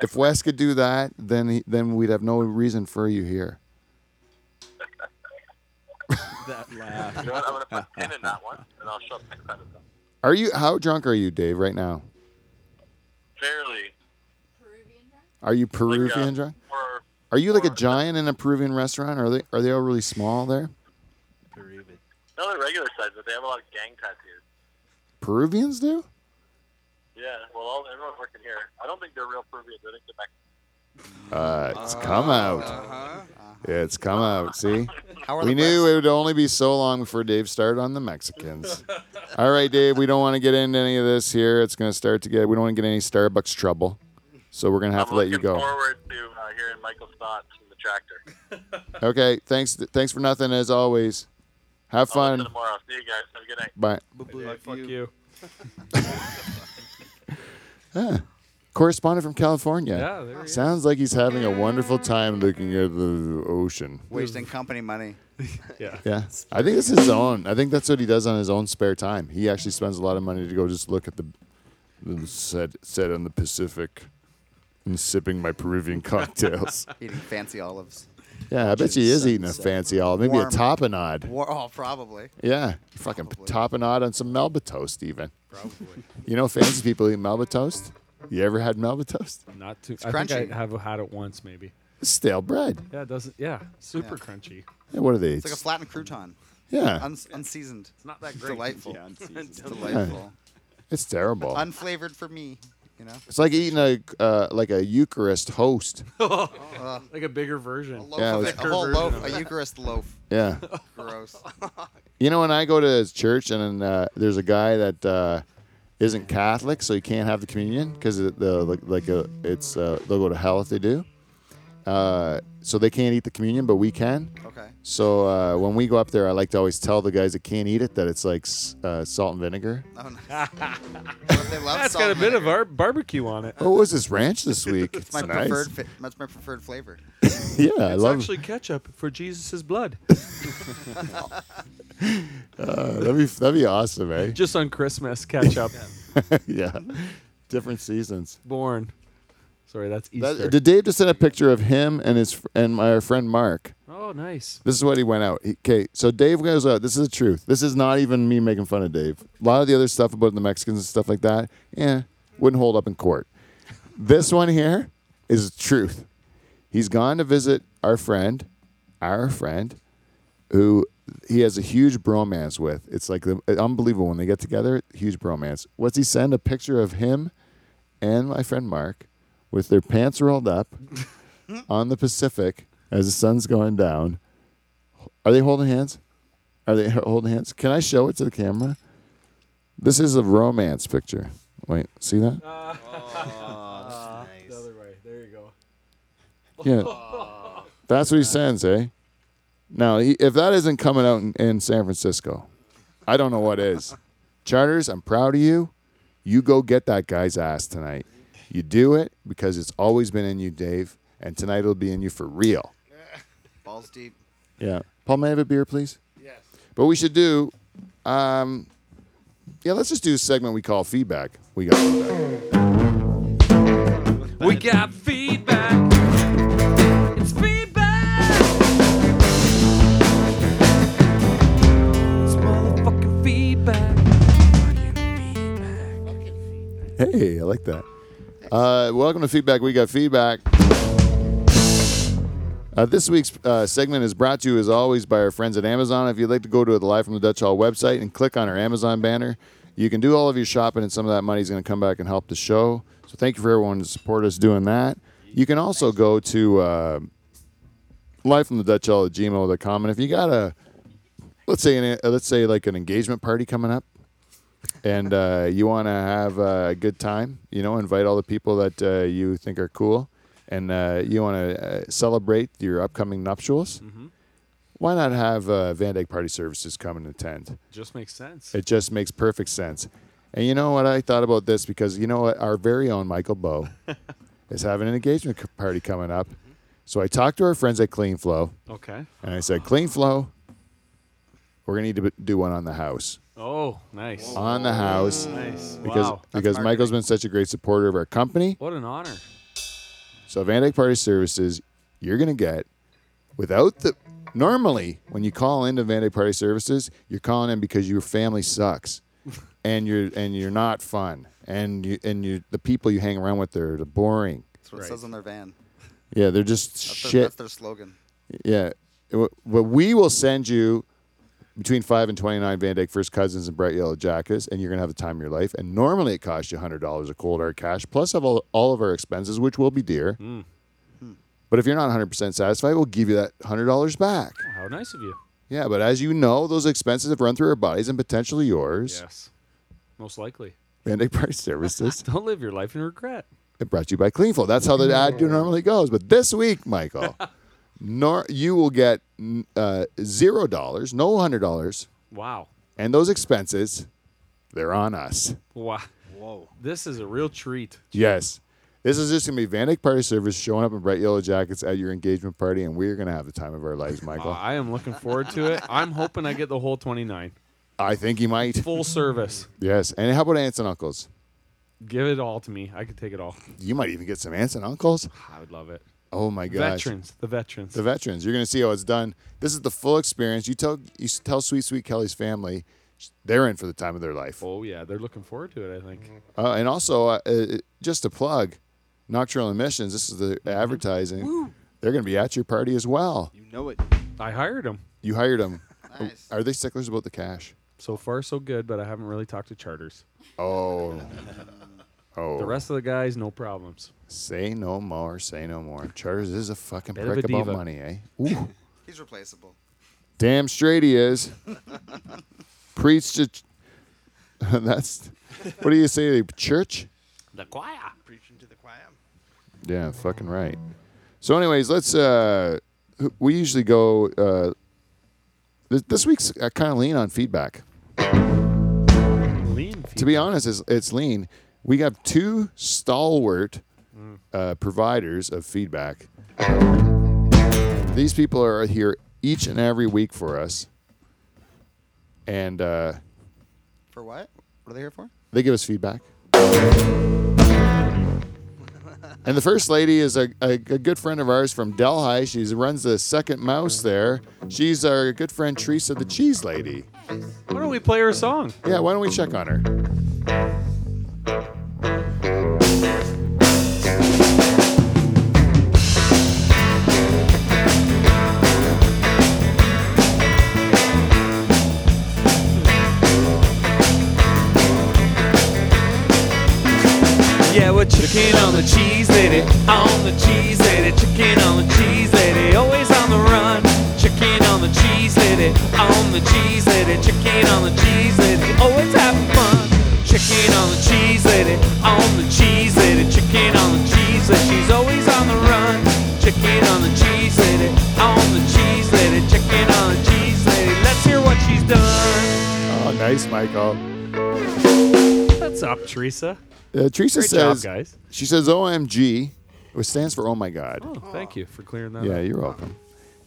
[SPEAKER 1] If Wes could do that, then he, then we'd have no reason for you here.
[SPEAKER 4] That laugh.
[SPEAKER 8] You know what? I'm going to put a pin in that one, and I'll show up next time. it's up.
[SPEAKER 1] Are you? How drunk are you, Dave? Right now?
[SPEAKER 8] Fairly.
[SPEAKER 9] Peruvian dress?
[SPEAKER 1] Are you Peruvian
[SPEAKER 8] like, uh,
[SPEAKER 1] drunk?
[SPEAKER 8] Or,
[SPEAKER 1] Are you like a
[SPEAKER 8] or-
[SPEAKER 1] giant in a Peruvian restaurant? Are they are they all really small there?
[SPEAKER 8] no, they're regular size, but they have a lot of gang tattoos.
[SPEAKER 1] Peruvians do?
[SPEAKER 8] Yeah, well, all, everyone working here. I don't think they're real Peruvians. I think they're Mexican.
[SPEAKER 1] Uh, it's come out.
[SPEAKER 6] Uh-huh.
[SPEAKER 1] It's come out. See,
[SPEAKER 6] How are
[SPEAKER 1] we
[SPEAKER 6] the
[SPEAKER 1] knew it would only be so long before Dave started on the Mexicans. All right, Dave, we don't want to get into any of this here. It's going to start to get. We don't want to get any Starbucks trouble, so we're going to have
[SPEAKER 8] I'm
[SPEAKER 1] to let you
[SPEAKER 8] looking
[SPEAKER 1] go.
[SPEAKER 8] forward to uh, hearing Michael's thoughts from the tractor.
[SPEAKER 1] Okay, thanks. Thanks for nothing as always. Have
[SPEAKER 8] I'll listen
[SPEAKER 1] fun.
[SPEAKER 8] Tomorrow. See you guys. Have a good night.
[SPEAKER 1] Bye.
[SPEAKER 3] Like, fuck you.
[SPEAKER 1] Correspondent from California.
[SPEAKER 3] Yeah, there he is.
[SPEAKER 1] Sounds like he's having a wonderful time looking at the ocean.
[SPEAKER 6] Wasting company money.
[SPEAKER 3] Yeah.
[SPEAKER 1] Yeah, I think it's his own. I think that's what he does on his own spare time. He actually spends a lot of money to go just look at the, the set set on the Pacific, and sipping my Peruvian cocktails.
[SPEAKER 6] Eating fancy olives.
[SPEAKER 1] yeah, I bet he is eating a fancy olive, maybe a
[SPEAKER 6] Warm.
[SPEAKER 1] tapenade.
[SPEAKER 6] War- oh, probably.
[SPEAKER 1] Yeah, fucking
[SPEAKER 6] Probably.
[SPEAKER 1] tapenade on some Melba toast even. Probably. You know, fancy people eat Melba toast. You ever had Melba toast?
[SPEAKER 3] Not too.
[SPEAKER 6] It's
[SPEAKER 3] I think
[SPEAKER 6] crunchy.
[SPEAKER 3] I have had it once maybe.
[SPEAKER 1] It's stale bread.
[SPEAKER 3] Yeah, it doesn't. Yeah, super crunchy.
[SPEAKER 1] Yeah, what are they?
[SPEAKER 6] It's like a flattened crouton.
[SPEAKER 1] yeah,
[SPEAKER 6] Un- unseasoned.
[SPEAKER 3] It's not that great.
[SPEAKER 6] Delightful.
[SPEAKER 4] It's
[SPEAKER 6] Delightful.
[SPEAKER 1] it's terrible.
[SPEAKER 6] Unflavored for me. You know?
[SPEAKER 1] it's like eating a uh, like a Eucharist host.
[SPEAKER 3] Like a bigger
[SPEAKER 6] A
[SPEAKER 3] version.
[SPEAKER 6] loaf
[SPEAKER 1] Yeah,
[SPEAKER 6] of
[SPEAKER 1] it's-
[SPEAKER 6] it. A whole loaf. A Eucharist loaf.
[SPEAKER 1] Yeah.
[SPEAKER 6] Gross.
[SPEAKER 1] You know, when I go to his church and uh, there's a guy that uh, isn't Catholic, so he can't have the communion because the like, like uh, it's uh, they'll go to hell if they do. Uh, so they can't eat the communion, but we can.
[SPEAKER 6] Okay.
[SPEAKER 1] So uh, when we go up there, I like to always tell the guys that can't eat it that it's like s- uh, salt and vinegar.
[SPEAKER 6] Oh, nice. Well, if they love
[SPEAKER 3] That's
[SPEAKER 6] salt
[SPEAKER 3] got a
[SPEAKER 6] and
[SPEAKER 3] bit of
[SPEAKER 6] vinegar,
[SPEAKER 3] our barbecue on it.
[SPEAKER 1] Oh, what was this ranch this week? It's
[SPEAKER 6] My
[SPEAKER 1] nice.
[SPEAKER 6] preferred. Fi- that's my preferred flavor.
[SPEAKER 1] yeah, I
[SPEAKER 3] It's
[SPEAKER 1] love.
[SPEAKER 3] actually ketchup for Jesus' blood.
[SPEAKER 1] uh, that'd be that'd be awesome, eh?
[SPEAKER 3] Just on Christmas, ketchup.
[SPEAKER 1] yeah, different seasons.
[SPEAKER 3] Born. Sorry, that's Easter.
[SPEAKER 1] That, did Dave just send a picture of him and his fr- and my our friend Mark?
[SPEAKER 3] oh, nice.
[SPEAKER 1] This is what he went out. Okay, so Dave goes out. This is the truth. This is not even me making fun of Dave. A lot of the other stuff about the Mexicans and stuff like that, yeah, wouldn't hold up in court. This one here is the truth. He's gone to visit our friend, our friend, who he has a huge bromance with. It's like the, unbelievable when they get together. Huge bromance. What's he send? A picture of him and my friend Mark with their pants rolled up on the Pacific as the sun's going down. Are they holding hands? Are they holding hands? Can I show it to the camera? This is a romance picture. Wait, see that?
[SPEAKER 3] The other way. There you go.
[SPEAKER 1] Yeah. That's what he sends, eh? Now, he, if that isn't coming out in, in San Francisco, I don't know what is. Charters, I'm proud of you. You go get that guy's ass tonight. You do it because it's always been in you, Dave, and tonight it'll be in you for real.
[SPEAKER 9] Balls deep.
[SPEAKER 1] Yeah. Paul, may I have a beer, please? Yes. But we should do, um, yeah, let's just do a segment we call feedback. We got feedback.
[SPEAKER 3] We got feedback. It's feedback. It's motherfucking feedback.
[SPEAKER 1] Hey, I like that. Uh, welcome to Feedback. We got feedback. Uh, this week's uh, segment is brought to you, as always, by our friends at Amazon. If you'd like to go to the Live from the Dutch Hall website and click on our Amazon banner, you can do all of your shopping, and some of that money is going to come back and help the show. So thank you for everyone to support us doing that. You can also go to uh, lifefromthedutchhall at gmail.com. And if you got a, let's say, an, uh, let's say like an engagement party coming up, and uh, you want to have uh, a good time, you know, invite all the people that uh, you think are cool, and uh, you want to uh, celebrate your upcoming nuptials, why not have uh, Van Dyke Party Services come and attend?
[SPEAKER 3] Just makes sense.
[SPEAKER 1] It just makes perfect sense. And you know what? I thought about this because you know what? Our very own Michael Bow is having an engagement c- party coming up. So I talked to our friends at Clean Flow,
[SPEAKER 3] Okay.
[SPEAKER 1] and I said, Clean Flow, we're going to need to b- do one on the house.
[SPEAKER 3] Oh, nice.
[SPEAKER 1] On the house
[SPEAKER 3] Nice.
[SPEAKER 1] because
[SPEAKER 3] wow.
[SPEAKER 1] because Michael's been such a great supporter of our company.
[SPEAKER 3] What an honor.
[SPEAKER 1] So Van Dyke Party Services, you're gonna get without the normally when you call into Van Dyke Party Services, you're calling in because your family sucks, and you're and you're not fun, and you and you the people you hang around with are boring.
[SPEAKER 9] That's what it says on their van.
[SPEAKER 1] Yeah, they're just
[SPEAKER 9] That's
[SPEAKER 1] shit.
[SPEAKER 9] Their, that's their slogan.
[SPEAKER 1] Yeah. W- But we will send you between 5 and 29 Van Dyke First Cousins and Bright Yellow Jackets, and you're going to have the time of your life. And normally it costs you $100 a cold hard cash, plus have all, all of our expenses, which will be dear. But if you're not 100% satisfied, we'll give you that $100 back.
[SPEAKER 3] How nice of you.
[SPEAKER 1] Yeah, but as you know, those expenses have run through our bodies and potentially yours.
[SPEAKER 3] Yes. Most likely.
[SPEAKER 1] Van Dyke Price Services.
[SPEAKER 3] Don't live your life in regret.
[SPEAKER 1] It brought to you by CleanFlow. That's how the ad normally goes. But this week, Michael, nor, you will get n- uh, zero dollars, no hundred dollars,
[SPEAKER 3] Wow.
[SPEAKER 1] and those expenses, they're on us.
[SPEAKER 3] Wow. Whoa. This is a real treat.
[SPEAKER 1] Yes. This is just gonna be Van Dyke Party Service showing up in bright yellow jackets at your engagement party, and we're gonna have the time of our lives,
[SPEAKER 3] Uh,
[SPEAKER 1] Michael.
[SPEAKER 3] I am looking forward to it. I'm hoping I get the whole 29.
[SPEAKER 1] I think you might.
[SPEAKER 3] Full service.
[SPEAKER 1] Yes. And how about aunts and uncles?
[SPEAKER 3] Give it all to me. I could take it all.
[SPEAKER 1] You might even get some aunts and uncles.
[SPEAKER 3] I would love it.
[SPEAKER 1] Oh my gosh.
[SPEAKER 3] Veterans. The veterans.
[SPEAKER 1] the veterans. You're going to see how it's done. This is the full experience. You tell you s- tell Sweet Sweet Kelly's family, sh- they're in for the time of their life.
[SPEAKER 3] oh, yeah. They're looking forward to it, I think.
[SPEAKER 1] Uh, and also, uh, uh, just a plug, Nocturnal Emissions. This is
[SPEAKER 3] Mm-hmm.
[SPEAKER 1] the advertising. They're going to be at your party as well.
[SPEAKER 9] You know it.
[SPEAKER 3] I hired them.
[SPEAKER 1] You hired them.
[SPEAKER 9] Nice.
[SPEAKER 1] Are they sticklers about the cash?
[SPEAKER 3] So far, so good, but I haven't really talked to charters.
[SPEAKER 1] Oh,
[SPEAKER 3] The rest of the guys, no problems.
[SPEAKER 1] say no more. Say no more. Charters is a fucking
[SPEAKER 3] Bit of
[SPEAKER 1] prick
[SPEAKER 3] a
[SPEAKER 1] about
[SPEAKER 3] diva.
[SPEAKER 1] money, eh? Ooh.
[SPEAKER 9] He's replaceable.
[SPEAKER 1] Damn straight he is. Preach to. Ch- That's. What do you say? Church?
[SPEAKER 3] The choir.
[SPEAKER 2] Preaching to the choir.
[SPEAKER 1] Yeah, fucking right. So, anyways, let's. uh h- We usually go. uh This, this week's uh, kind of lean on feedback.
[SPEAKER 3] Lean.
[SPEAKER 1] To be honest, it's, it's lean. We have two stalwart uh, providers of feedback. These people are here each and every week for us, and uh,
[SPEAKER 9] For what? What are they here for?
[SPEAKER 1] they give us feedback. And the first lady is a, a, a good friend of ours from Delhi. She runs the second mouse there. She's our good friend Teresa, the cheese lady.
[SPEAKER 3] Why don't we play her song?
[SPEAKER 1] Yeah, why don't we check on her?
[SPEAKER 6] Yeah, we're chicken on the cheese lady, on the cheese lady, chicken on the cheese lady, always on the run. Chicken on the cheese lady,
[SPEAKER 10] Lady on the cheese lady, chicken on the cheese lady, always having fun. Chicken on the cheese lady, on the cheese lady, chicken on the cheese lady, she's always on the run. Chicken on the cheese lady, on the cheese lady, chicken on the cheese lady. Let's hear what she's done.
[SPEAKER 1] Oh, nice, Michael.
[SPEAKER 3] What's up, Teresa?
[SPEAKER 1] Uh, Teresa
[SPEAKER 3] Great job,
[SPEAKER 1] says,
[SPEAKER 3] guys.
[SPEAKER 1] she says OMG, which stands for Oh My God.
[SPEAKER 3] Oh, thank you for clearing that
[SPEAKER 1] yeah,
[SPEAKER 3] up.
[SPEAKER 1] you're welcome.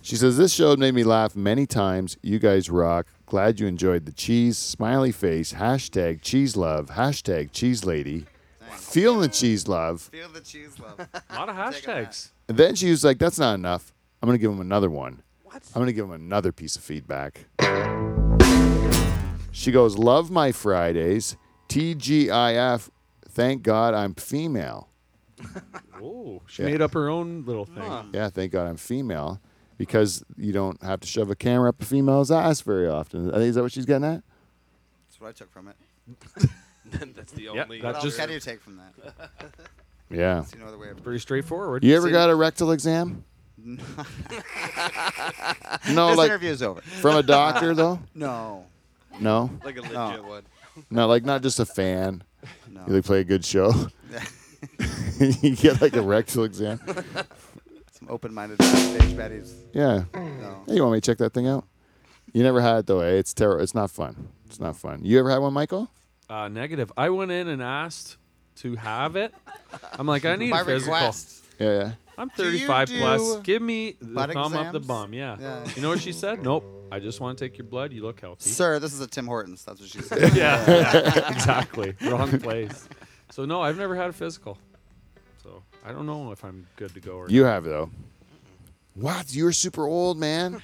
[SPEAKER 1] She says, This show made me laugh many times. You guys rock. Glad you enjoyed the cheese. Smiley face. Hashtag cheese love. Hashtag cheese lady. Feeling the cheese love.
[SPEAKER 9] Feel the cheese love.
[SPEAKER 3] A lot of hashtags.
[SPEAKER 1] And then she was like, That's not enough. I'm going to give him another one. What? I'm going to give him another piece of feedback. She goes, Love my Fridays. TGIF. Thank God I'm female.
[SPEAKER 3] Oh, she
[SPEAKER 1] Yeah.
[SPEAKER 3] made up her own little thing.
[SPEAKER 1] Yeah, thank God I'm female because you don't have to shove a camera up a female's ass very often. Is that what she's getting at?
[SPEAKER 9] That's what I took from it.
[SPEAKER 11] That's the
[SPEAKER 3] Yep,
[SPEAKER 11] only.
[SPEAKER 3] that
[SPEAKER 9] What else
[SPEAKER 3] just
[SPEAKER 9] can you take from that?
[SPEAKER 1] Yeah.
[SPEAKER 9] It's another way of.
[SPEAKER 3] pretty straightforward.
[SPEAKER 1] You ever got a rectal exam? No,
[SPEAKER 9] this
[SPEAKER 1] like-
[SPEAKER 9] interview's over.
[SPEAKER 1] From a doctor, though?
[SPEAKER 9] No.
[SPEAKER 1] No?
[SPEAKER 11] Like a legit
[SPEAKER 9] No.
[SPEAKER 11] one.
[SPEAKER 1] No, like not just a fan.
[SPEAKER 9] No.
[SPEAKER 1] You like, play a good show. you get like a rectal exam.
[SPEAKER 9] Some open-minded backstage baddies.
[SPEAKER 1] Yeah.
[SPEAKER 9] No.
[SPEAKER 1] Hey, you want me to check that thing out? You never had it though, eh? It's terrible. It's not fun. It's not fun. You ever had one, Michael?
[SPEAKER 3] uh, negative. I went in and asked to have it. I'm like, I need
[SPEAKER 9] By
[SPEAKER 3] a physical.
[SPEAKER 9] request.
[SPEAKER 1] Yeah, yeah.
[SPEAKER 3] I'm
[SPEAKER 9] Do you
[SPEAKER 3] 35 plus.
[SPEAKER 9] do
[SPEAKER 3] Give me the
[SPEAKER 9] butt
[SPEAKER 3] thumb up the
[SPEAKER 9] exams?
[SPEAKER 3] bum. Yeah.
[SPEAKER 9] Yeah.
[SPEAKER 3] You know what she said? Nope. I just want to take your blood. You look healthy.
[SPEAKER 9] Sir, this is a Tim Hortons. That's what she said.
[SPEAKER 3] Yeah. yeah, exactly. Wrong place. So no, I've never had a physical. So I don't know if I'm good to go or
[SPEAKER 1] You have though. What? You're super old, man.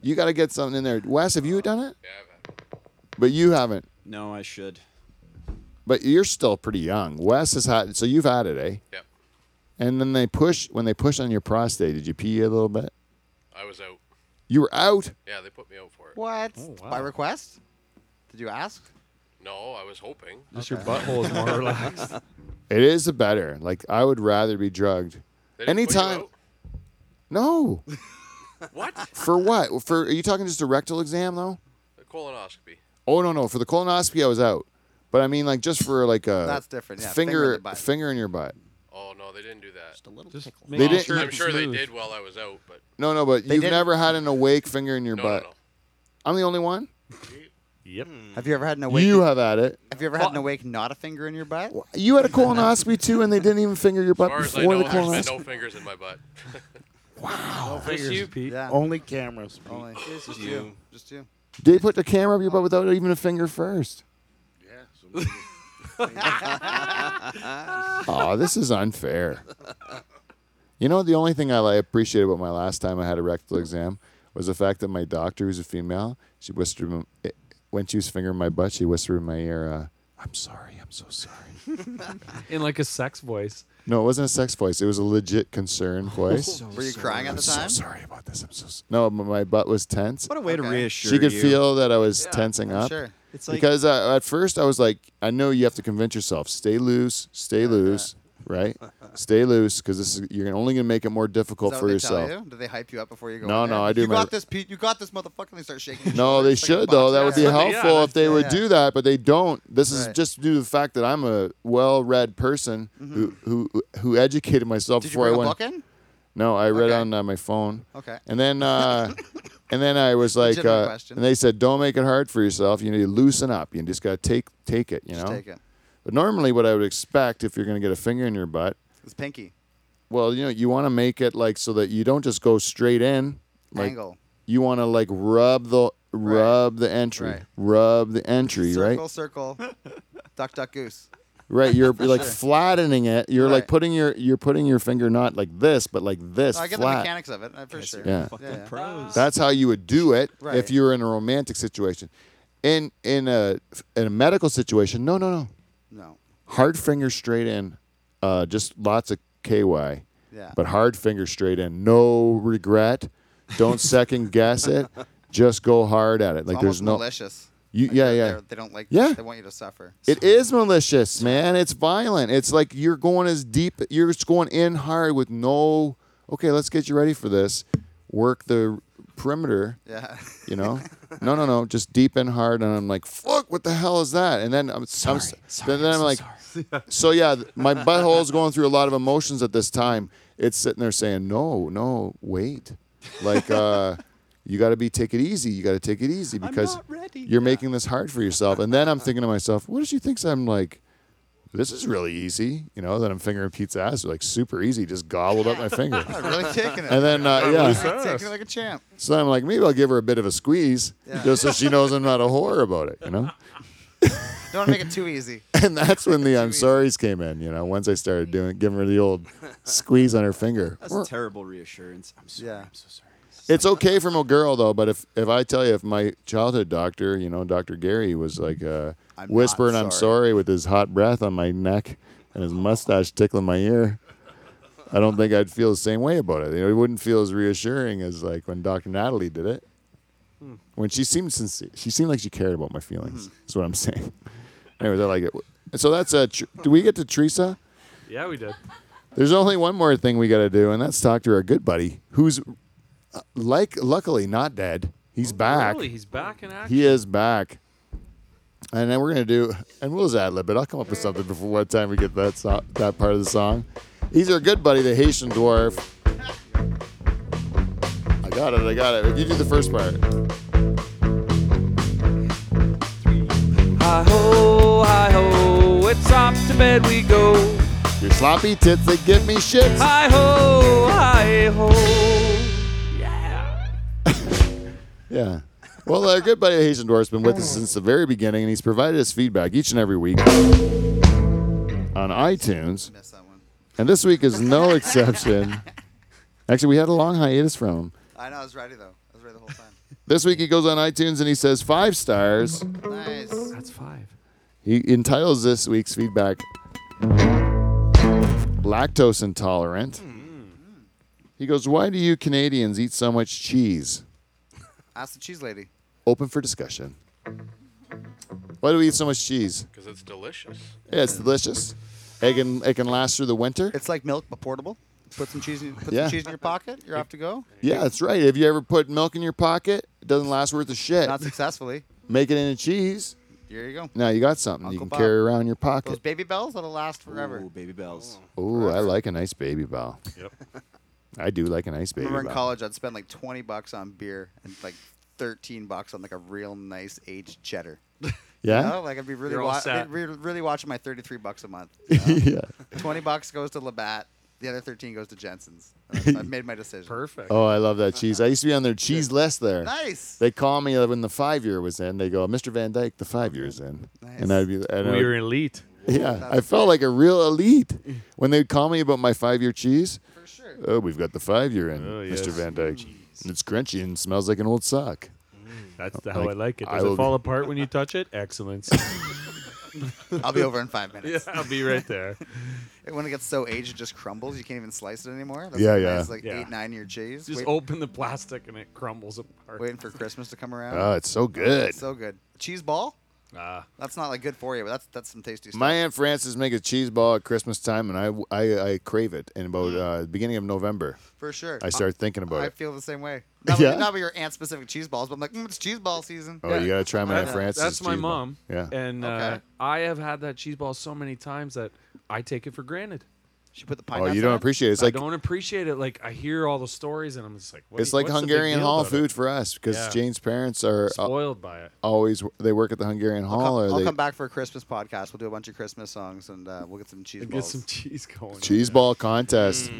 [SPEAKER 1] you got to get something in there. Wes, have
[SPEAKER 9] Uh,
[SPEAKER 1] you done it? Yeah, But you haven't.
[SPEAKER 4] No, I should.
[SPEAKER 1] But you're still pretty young. Wes has had. So you've had it, eh?
[SPEAKER 11] Yep.
[SPEAKER 1] And then they push when they push on your prostate. Did you pee a little bit?
[SPEAKER 11] I was out.
[SPEAKER 1] You were out.
[SPEAKER 11] Yeah, they put me out for it.
[SPEAKER 9] what?
[SPEAKER 3] Oh, wow.
[SPEAKER 9] By request? Did you ask?
[SPEAKER 11] No, I was hoping.
[SPEAKER 3] just your butthole is more relaxed.
[SPEAKER 1] It is a better. Like I would rather be drugged.
[SPEAKER 11] They didn't put you
[SPEAKER 1] Anytime.
[SPEAKER 11] out?
[SPEAKER 1] No.
[SPEAKER 11] What?
[SPEAKER 1] For what? For are you talking just a rectal exam though?
[SPEAKER 11] A colonoscopy.
[SPEAKER 1] Oh no no. For the colonoscopy, I was out. But I mean, like just for like a
[SPEAKER 9] That's different, yeah,
[SPEAKER 1] finger
[SPEAKER 9] finger in the butt.
[SPEAKER 1] finger in your butt.
[SPEAKER 11] Oh no, they didn't do that.
[SPEAKER 9] Just a little
[SPEAKER 3] Just
[SPEAKER 1] They
[SPEAKER 3] making
[SPEAKER 1] didn't-
[SPEAKER 3] sure
[SPEAKER 11] I'm
[SPEAKER 3] it's
[SPEAKER 11] sure they
[SPEAKER 3] smooth.
[SPEAKER 11] did while I was out, but
[SPEAKER 1] No, no, but you've
[SPEAKER 9] didn't-
[SPEAKER 1] never had an awake finger in your
[SPEAKER 11] no,
[SPEAKER 1] butt.
[SPEAKER 11] no, no.
[SPEAKER 1] I'm the only one.
[SPEAKER 3] Yep.
[SPEAKER 9] Have you ever had an awake?
[SPEAKER 1] You have had it.
[SPEAKER 9] have you ever had an awake not a finger in your butt?
[SPEAKER 1] You had a colonoscopy too, and they didn't even finger your
[SPEAKER 11] As
[SPEAKER 1] butt
[SPEAKER 11] far as I
[SPEAKER 1] before
[SPEAKER 11] know,
[SPEAKER 1] the
[SPEAKER 11] there's been
[SPEAKER 1] colonoscopy.
[SPEAKER 11] no fingers in my butt.
[SPEAKER 7] No
[SPEAKER 3] Just you,
[SPEAKER 7] fingers.
[SPEAKER 3] Pete.
[SPEAKER 9] Yeah.
[SPEAKER 5] Only cameras. Pete.
[SPEAKER 9] Only. Just
[SPEAKER 11] you.
[SPEAKER 9] you. Just you.
[SPEAKER 1] Did they put the camera up your butt without even a finger first?
[SPEAKER 5] Yeah. so-
[SPEAKER 1] Oh, this is unfair. You know, the only thing I like, appreciate about my last time I had a rectal exam was the fact that my doctor, who's a female, she whispered in- it- when she was fingering my butt, she whispered in my ear, uh, "I'm sorry, I'm so sorry."
[SPEAKER 3] In like a sex voice.
[SPEAKER 1] No, it wasn't a sex voice; it was a legit concerned voice.
[SPEAKER 9] Were you crying at
[SPEAKER 1] I'm
[SPEAKER 9] the
[SPEAKER 1] so
[SPEAKER 9] time?
[SPEAKER 1] sorry about this. I'm so s- no. m- My butt was tense.
[SPEAKER 4] What a way to
[SPEAKER 9] Okay.
[SPEAKER 4] reassure
[SPEAKER 1] she could
[SPEAKER 4] you.
[SPEAKER 1] feel that I was tensing
[SPEAKER 9] I'm
[SPEAKER 1] up.
[SPEAKER 9] sure.
[SPEAKER 4] It's like
[SPEAKER 1] because uh, at first I was like, I know you have to convince yourself, stay loose, stay loose, right? Stay loose, because this is you're only gonna make it more difficult
[SPEAKER 9] Is that
[SPEAKER 1] for
[SPEAKER 9] what they
[SPEAKER 1] yourself.
[SPEAKER 9] Tell you? Do they hype you up before you go?
[SPEAKER 1] No,
[SPEAKER 9] in
[SPEAKER 1] no,
[SPEAKER 9] there?
[SPEAKER 1] I do
[SPEAKER 9] You
[SPEAKER 1] my-
[SPEAKER 9] got this, Pete. You got this, motherfucker. And they start shaking.
[SPEAKER 1] No, they should though. That would be
[SPEAKER 9] helpful.
[SPEAKER 1] helpful if they
[SPEAKER 9] Yeah,
[SPEAKER 1] would
[SPEAKER 9] yeah.
[SPEAKER 1] do that, but they don't. This is
[SPEAKER 9] Right. Mm-hmm.
[SPEAKER 1] just due to the fact that I'm a well-read person who, who who educated myself
[SPEAKER 9] Did you
[SPEAKER 1] before
[SPEAKER 9] bring
[SPEAKER 1] I
[SPEAKER 9] a
[SPEAKER 1] went.
[SPEAKER 9] book in?
[SPEAKER 1] No, I read
[SPEAKER 9] Okay.
[SPEAKER 1] on uh, my phone.
[SPEAKER 9] Okay.
[SPEAKER 1] And then uh, and then I was like,
[SPEAKER 9] Legitimate
[SPEAKER 1] uh,
[SPEAKER 9] question.
[SPEAKER 1] and they said, don't make it hard for yourself. You need to loosen up. You just gotta take take it. You
[SPEAKER 9] Just
[SPEAKER 1] know.
[SPEAKER 9] take it.
[SPEAKER 1] But normally, what I would expect if you're going to get a finger in your butt,
[SPEAKER 9] It's pinky.
[SPEAKER 1] well, you know, you want to make it like so that you don't just go straight in. Like
[SPEAKER 9] Angle.
[SPEAKER 1] you want to like rub the rub the entry,
[SPEAKER 9] Right.
[SPEAKER 1] rub the entry,
[SPEAKER 9] Circle,
[SPEAKER 1] right?
[SPEAKER 9] circle. duck, duck, goose.
[SPEAKER 1] Right. You're you're, like flattening it. You're like
[SPEAKER 9] Right.
[SPEAKER 1] putting your you're putting your finger not like this, but like this
[SPEAKER 9] No, I get the
[SPEAKER 1] flat.
[SPEAKER 9] mechanics of it uh, for sure.
[SPEAKER 1] Yeah.
[SPEAKER 9] yeah, yeah.
[SPEAKER 4] pros.
[SPEAKER 1] That's how you would do it if
[SPEAKER 9] Right.
[SPEAKER 1] you were in a romantic situation. In in a in a medical situation, no, no, no.
[SPEAKER 9] No.
[SPEAKER 1] Hard finger straight in, uh, just lots of KY.
[SPEAKER 9] Yeah.
[SPEAKER 1] but hard finger straight in. No regret. Don't second guess it. Just go hard at it. Like
[SPEAKER 9] Almost
[SPEAKER 1] there's no.
[SPEAKER 9] malicious.
[SPEAKER 1] You-
[SPEAKER 9] Like,
[SPEAKER 1] yeah,
[SPEAKER 9] they're-
[SPEAKER 1] yeah.
[SPEAKER 9] they're- They don't like.
[SPEAKER 1] Yeah.
[SPEAKER 9] They want you to suffer.
[SPEAKER 1] It is malicious, man. It's violent. It's like you're going as deep. You're just going in hard with no. Okay, let's get you ready for this. Work the perimeter.
[SPEAKER 9] Yeah.
[SPEAKER 1] You know? No, no, no. Just deep and hard. And I'm like, fuck, what the hell is that? And then I'm, I'm, then I'm like, so yeah, th- my butthole's going through a lot of emotions at this time. It's sitting there saying, no, no, wait. Like, uh, you got to be, take it easy. You got to take it easy because you're making this hard for yourself. And then I'm thinking to myself, what if she thinks I'm like, this is really easy, you know. Then I'm fingering Pete's ass like super easy, just gobbled up my finger.
[SPEAKER 9] I'm really taking it.
[SPEAKER 1] And then uh,
[SPEAKER 9] I'm
[SPEAKER 1] yeah,
[SPEAKER 9] really taking it like a champ.
[SPEAKER 1] so then I'm like, maybe I'll give her a bit of a squeeze
[SPEAKER 9] Yeah.
[SPEAKER 1] just so she knows I'm not a whore about it, you know?
[SPEAKER 9] Don't make it too easy.
[SPEAKER 1] And that's when the I'm sorry's came in, you know, once I started doing giving her the old squeeze on her finger.
[SPEAKER 4] That's a terrible reassurance. I'm sorry. I'm so sorry.
[SPEAKER 1] It's okay from a girl though, but if if I tell you if my childhood doctor, you know, Dr. Gary was like uh
[SPEAKER 9] I'm not
[SPEAKER 1] whispering I'm
[SPEAKER 9] sorry."
[SPEAKER 1] sorry with his hot breath on my neck and his mustache tickling my ear. I don't think I'd feel the same way about it. You know, it wouldn't feel as reassuring as like when Dr. Natalie did it.
[SPEAKER 9] Hmm.
[SPEAKER 1] When she seemed sincere, she seemed like she cared about my feelings. That's what I'm saying. Anyways, I like it. So that's a. Tr- do we get to Teresa?
[SPEAKER 3] Yeah, we did.
[SPEAKER 1] There's only one more thing we got to do, and that's talk to our good buddy, who's uh, like luckily not dead. He's back.
[SPEAKER 3] Oh, Really, he's back in action.
[SPEAKER 1] He is back. And then we're gonna do, and we'll just ad lib it. I'll come up with something before what time we get that so- that part of the song. He's our good buddy, the Haitian dwarf. I got it. I got it. You do the first part.
[SPEAKER 10] Hi ho, hi ho, it's off to bed we go.
[SPEAKER 1] Your sloppy tits that give me shits.
[SPEAKER 10] Hi ho, hi ho.
[SPEAKER 1] Yeah. Well, our good buddy Haitian Dwarf's been with us since the very beginning, and he's provided us feedback each and every week on iTunes. And this week is no exception. Actually, we had a long hiatus from him.
[SPEAKER 9] I know. I was ready though. I was ready the whole time.
[SPEAKER 1] This week he goes on iTunes and he says five stars.
[SPEAKER 9] Nice.
[SPEAKER 3] That's five.
[SPEAKER 1] He entitles this week's feedback Lactose Intolerant. He goes, Why do you Canadians eat so much cheese?
[SPEAKER 9] Ask the cheese lady.
[SPEAKER 1] Open for discussion. Why do we eat so much cheese?
[SPEAKER 11] Because it's delicious.
[SPEAKER 1] Yeah, it's delicious. It can it can last through the winter.
[SPEAKER 9] It's like milk, but portable. Put some cheese. In, put
[SPEAKER 1] Yeah.
[SPEAKER 9] some cheese in your pocket. You're off to go.
[SPEAKER 1] Yeah, that's right. Have you ever put milk in your pocket? It doesn't last worth a shit.
[SPEAKER 9] Not successfully.
[SPEAKER 1] Make it into cheese.
[SPEAKER 9] Here you go.
[SPEAKER 1] Now you got something you
[SPEAKER 9] Uncle
[SPEAKER 1] can
[SPEAKER 9] Bob.
[SPEAKER 1] carry around in your
[SPEAKER 9] Those
[SPEAKER 1] pocket.
[SPEAKER 9] baby bells that'll last forever.
[SPEAKER 4] Ooh, baby bells.
[SPEAKER 1] Oh, I like a nice baby bell.
[SPEAKER 3] Yep.
[SPEAKER 1] I do like a nice
[SPEAKER 9] I
[SPEAKER 1] baby
[SPEAKER 9] remember in
[SPEAKER 1] bell.
[SPEAKER 9] college, I'd spend like 20 bucks on beer and like 13 bucks on like a real nice aged cheddar.
[SPEAKER 1] Yeah?
[SPEAKER 9] You know, like I'd be really
[SPEAKER 3] You're all
[SPEAKER 9] wa-
[SPEAKER 3] set.
[SPEAKER 9] re- really watching my 33 bucks a month.
[SPEAKER 1] yeah.
[SPEAKER 9] 20 bucks goes to Labatt. The other 13 goes to Jensen's. I've I've made my decision.
[SPEAKER 3] Perfect.
[SPEAKER 1] Oh, I love that cheese. I used to be on their cheese list there.
[SPEAKER 9] Nice.
[SPEAKER 1] They call me when the five year was in. They go, Mr. Van Dyke, the five year's in. And I'd be, and I
[SPEAKER 3] we
[SPEAKER 1] would-
[SPEAKER 3] are elite.
[SPEAKER 1] Yeah, I felt like a real elite when they'd call me about my five-year cheese. For
[SPEAKER 9] sure.
[SPEAKER 1] Oh, we've got the five-year in,
[SPEAKER 3] Oh, yes.
[SPEAKER 1] Mr. Van Dyke. And It's crunchy and smells like an old sock.
[SPEAKER 3] That's how I
[SPEAKER 1] Like,
[SPEAKER 3] like it.
[SPEAKER 1] Oh, I
[SPEAKER 3] Does
[SPEAKER 1] will
[SPEAKER 3] it
[SPEAKER 1] be-
[SPEAKER 3] fall apart when you touch it? Excellence.
[SPEAKER 9] I'll be over in five minutes.
[SPEAKER 3] I'll be right there.
[SPEAKER 9] When it gets so aged, it just crumbles. You can't even slice it anymore. That's
[SPEAKER 1] Yeah,
[SPEAKER 9] like
[SPEAKER 1] yeah.
[SPEAKER 9] Nice, like
[SPEAKER 3] Yeah.
[SPEAKER 9] eight, nine year cheese.
[SPEAKER 3] Just
[SPEAKER 9] Wait-
[SPEAKER 3] open the plastic and it crumbles apart.
[SPEAKER 9] waiting for Christmas to come around.
[SPEAKER 1] Oh, it's so good.
[SPEAKER 9] So good. Cheese ball?
[SPEAKER 3] Ah,
[SPEAKER 9] That's not like good for you, but that's that's some tasty stuff.
[SPEAKER 1] My aunt Frances makes a cheese ball at Christmas time, and I, I, I crave it. In about
[SPEAKER 3] Mm.
[SPEAKER 1] uh, the beginning of November,
[SPEAKER 9] for sure.
[SPEAKER 1] I start thinking about
[SPEAKER 9] I
[SPEAKER 1] it.
[SPEAKER 9] feel the same way. Not,
[SPEAKER 1] Yeah?
[SPEAKER 9] with, not with your aunt specific cheese balls, but I'm like, mm, it's cheese ball season.
[SPEAKER 1] Oh, you gotta try my aunt Frances.
[SPEAKER 3] that's my
[SPEAKER 1] cheese ball.
[SPEAKER 3] mom.
[SPEAKER 1] Yeah.
[SPEAKER 3] And uh,
[SPEAKER 9] Okay.
[SPEAKER 3] I have had that cheese ball so many times that I take it for granted.
[SPEAKER 9] She put the pine
[SPEAKER 1] Oh,
[SPEAKER 9] nuts
[SPEAKER 1] you don't
[SPEAKER 9] on it?
[SPEAKER 1] appreciate it. It's
[SPEAKER 3] I
[SPEAKER 1] like
[SPEAKER 3] don't appreciate it. Like I hear all the stories and I'm just like, what
[SPEAKER 1] it's
[SPEAKER 3] do you-
[SPEAKER 1] like
[SPEAKER 3] what's the big
[SPEAKER 1] Hungarian
[SPEAKER 3] deal
[SPEAKER 1] Hall
[SPEAKER 3] about it?
[SPEAKER 1] food for us because
[SPEAKER 3] Yeah.
[SPEAKER 1] Jane's parents are uh,
[SPEAKER 3] Spoiled by it.
[SPEAKER 1] always they work at the Hungarian
[SPEAKER 9] I'll,
[SPEAKER 1] Hall
[SPEAKER 9] come,
[SPEAKER 1] or
[SPEAKER 9] I'll
[SPEAKER 1] they
[SPEAKER 9] come back for a Christmas podcast. We'll do a bunch of Christmas songs and uh, we'll get some cheese
[SPEAKER 3] And get
[SPEAKER 9] balls.
[SPEAKER 3] some cheese going.
[SPEAKER 1] cheese ball
[SPEAKER 3] Mm.
[SPEAKER 1] contest.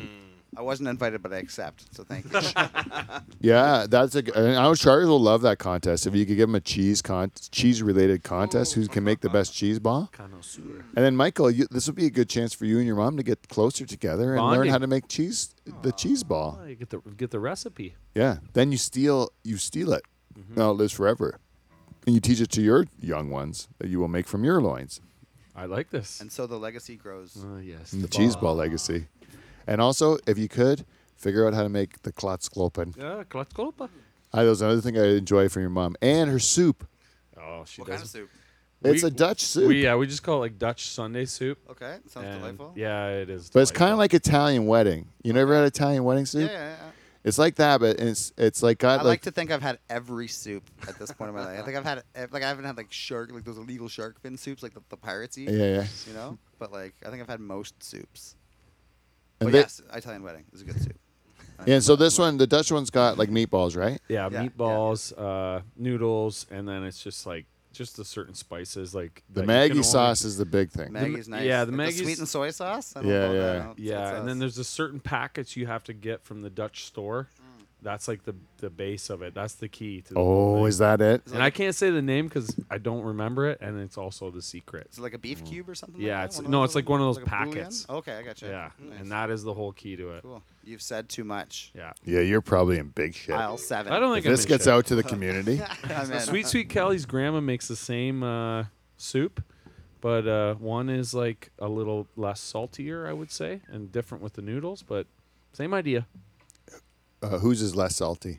[SPEAKER 9] I wasn't invited, but I accept. So thank you.
[SPEAKER 1] Yeah, that's a. g- And I know Charters will love that contest. If you could give him a cheese con cheese related contest, who can make the best cheese ball?
[SPEAKER 3] Connoisseur.
[SPEAKER 1] And then Michael, you, this would be a good chance for you and your mom to get closer together and learn
[SPEAKER 3] Bonding.
[SPEAKER 1] how to make cheese, the cheese ball.
[SPEAKER 3] Oh, you get the get the recipe.
[SPEAKER 1] Yeah. Then you steal, you steal it.
[SPEAKER 3] Mm-hmm.
[SPEAKER 1] Now it lives forever, and you teach it to your young ones that you will make from your loins.
[SPEAKER 3] I like this.
[SPEAKER 9] and so the legacy grows.
[SPEAKER 3] Oh, yes.
[SPEAKER 1] The, Mm, cheese ball legacy, and also if you could figure out how to make the klotzklopen.
[SPEAKER 3] Yeah, klatkopa.
[SPEAKER 1] I, that was another thing I enjoy from your mom and her soup.
[SPEAKER 3] Oh, she
[SPEAKER 9] What
[SPEAKER 3] does.
[SPEAKER 9] kind of soup?
[SPEAKER 1] it's a Dutch soup.
[SPEAKER 3] We, yeah, we just call it like Dutch Sunday soup.
[SPEAKER 9] Okay, Oh, sounds
[SPEAKER 3] and-
[SPEAKER 9] delightful.
[SPEAKER 3] Yeah, it is.
[SPEAKER 1] But it's kind of like Italian wedding. You never had Italian wedding
[SPEAKER 9] Yeah,
[SPEAKER 1] soup?
[SPEAKER 9] yeah, yeah.
[SPEAKER 1] It's like that, but it's it's like
[SPEAKER 9] I
[SPEAKER 1] got
[SPEAKER 9] like,
[SPEAKER 1] like
[SPEAKER 9] to think I've had every soup at this point in my life. I think I've had ev- like I haven't had like shark like those illegal shark fin soups like the, the pirates eat.
[SPEAKER 1] Yeah, yeah.
[SPEAKER 9] You know, but like I think I've had most soups.
[SPEAKER 1] And
[SPEAKER 9] But
[SPEAKER 1] they-
[SPEAKER 9] yes, Italian wedding is a good soup.
[SPEAKER 1] Yeah, and so this one, the Dutch one's got like meatballs, right?
[SPEAKER 3] Yeah, meatballs, Uh, noodles, and then it's just like just the certain spices like
[SPEAKER 1] The
[SPEAKER 3] that you
[SPEAKER 1] Maggie
[SPEAKER 3] can only-
[SPEAKER 1] sauce is the big
[SPEAKER 9] The
[SPEAKER 1] thing.
[SPEAKER 9] Maggie's nice.
[SPEAKER 3] Yeah, the
[SPEAKER 9] Like
[SPEAKER 3] Maggie's
[SPEAKER 9] sweet and soy sauce. I don't
[SPEAKER 1] Yeah,
[SPEAKER 9] know
[SPEAKER 1] yeah.
[SPEAKER 9] that. I don't-
[SPEAKER 3] Yeah,
[SPEAKER 9] it's,
[SPEAKER 3] and then there's a certain packets you have to get from the Dutch store.
[SPEAKER 9] Mm.
[SPEAKER 3] That's like the the base of it. That's the key to. The whole
[SPEAKER 1] Oh,
[SPEAKER 3] thing.
[SPEAKER 1] is that it?
[SPEAKER 3] And I can't say the name because I don't remember it, and it's also the secret.
[SPEAKER 9] Is it like a beef cube or something?
[SPEAKER 3] yeah,
[SPEAKER 9] like
[SPEAKER 3] it's
[SPEAKER 9] that?
[SPEAKER 3] no, it's like one of those
[SPEAKER 9] like a bouillon?
[SPEAKER 3] packets.
[SPEAKER 9] Okay, I gotcha.
[SPEAKER 3] Yeah,
[SPEAKER 9] Nice.
[SPEAKER 3] and that is the whole key to it.
[SPEAKER 9] Cool. You've said too much.
[SPEAKER 3] Yeah.
[SPEAKER 1] Yeah, you're probably in big shit.
[SPEAKER 9] Aisle seven.
[SPEAKER 3] I don't
[SPEAKER 1] If
[SPEAKER 3] think I'm
[SPEAKER 1] this
[SPEAKER 3] in
[SPEAKER 1] gets
[SPEAKER 3] shape.
[SPEAKER 1] out to the community,
[SPEAKER 9] I'm in.
[SPEAKER 3] Sweet Sweet Kelly's grandma makes the same uh, soup, but uh, one is like a little less saltier, I would say, and different with the noodles, but same idea.
[SPEAKER 1] uh, whose is less salty?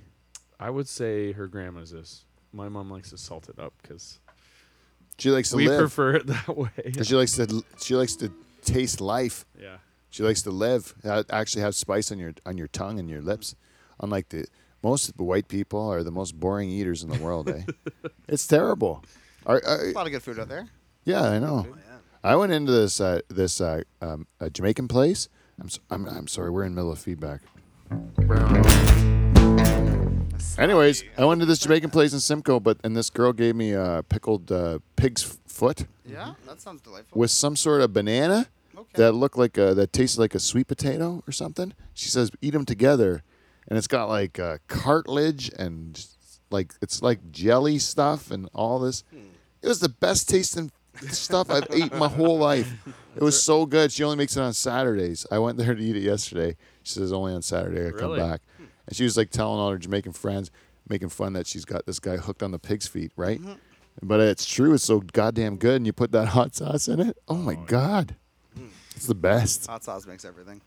[SPEAKER 3] I would say her grandma's is. My mom likes to salt it up because
[SPEAKER 1] She likes to
[SPEAKER 3] we
[SPEAKER 1] live.
[SPEAKER 3] prefer it that way.
[SPEAKER 1] 'Cause She likes to. She likes to taste life.
[SPEAKER 3] Yeah.
[SPEAKER 1] She likes to live. ha- Actually, have spice on your on your tongue and your lips. Unlike the most white people are the most boring eaters in the world. Eh? it's terrible. Are, are,
[SPEAKER 9] a lot of good food out there.
[SPEAKER 1] Yeah, I know. I went into this uh, this uh, um, a Jamaican place. I'm, s am I'm sorry, we're in the middle of feedback. Anyways, I went to this Jamaican place in Simcoe, but and this girl gave me a pickled uh, pig's f- foot
[SPEAKER 9] Yeah, that sounds delightful.
[SPEAKER 1] with some sort of banana that looked like a, that tasted like a sweet potato or something. She says eat them together, and it's got like uh, cartilage and s- like it's like jelly stuff and all this. It was the best tasting stuff I've eaten my whole life. It was so good. She only makes it on Saturdays. I went there to eat it yesterday. She says only on Saturday I come
[SPEAKER 3] Really?
[SPEAKER 1] back, and she was like telling all her Jamaican friends, making fun that she's got this guy hooked on the pig's feet, right? But it's true. It's so goddamn good, and you put that hot sauce in it. Oh my god,
[SPEAKER 3] Hmm.
[SPEAKER 1] it's the best.
[SPEAKER 9] Hot sauce makes everything.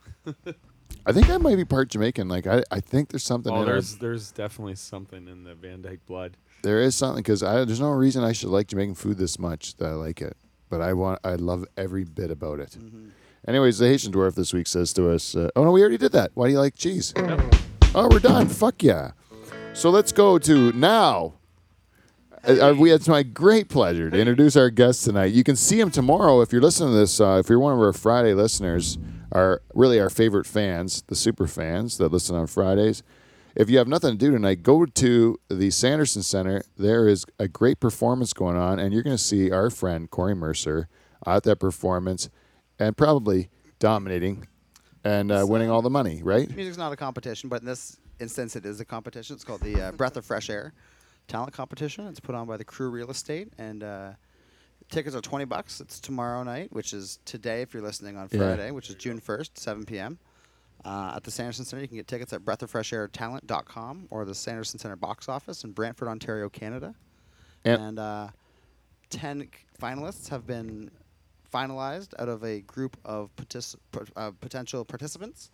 [SPEAKER 1] I think I might be part Jamaican. Like I, I think there's something.
[SPEAKER 3] Oh,
[SPEAKER 1] in our-
[SPEAKER 3] there's there's definitely something in the Van Dyke blood.
[SPEAKER 1] there is something because there's no reason I should like Jamaican food this much that I like it, but I want I love every bit about it.
[SPEAKER 3] Mm-hmm.
[SPEAKER 1] Anyways, the Haitian dwarf this week says to us, uh, "Oh no, we already did that. Why do you like cheese? Oh, we're done. Fuck yeah." So let's go to now. Uh, uh, we, it's my great pleasure to introduce our guest tonight. You can see him tomorrow if you're listening to this. Uh, if you're one of our Friday listeners, our really our favorite fans, the super fans that listen on Fridays. If you have nothing to do tonight, go to the Sanderson Center. There is a great performance going on, and you're going to see our friend Corey Mercer at that performance, and probably dominating and uh, winning all the money. Right?
[SPEAKER 9] Music's not a competition, but in this instance, it is a competition. It's called the uh, Breath of Fresh Air Talent Competition. It's put on by the Crew Real Estate, and uh, tickets are twenty bucks. It's tomorrow night, which is today if you're listening on
[SPEAKER 1] Yeah.
[SPEAKER 9] Friday, which is June first, seven p.m. Uh, at the Sanderson Center, you can get tickets at breathoffreshairtalent.com or the Sanderson Center box office in Brantford, Ontario, Canada.
[SPEAKER 1] And-
[SPEAKER 9] And uh, 10 c- finalists have been finalized out of a group of partic- pot- uh, potential participants.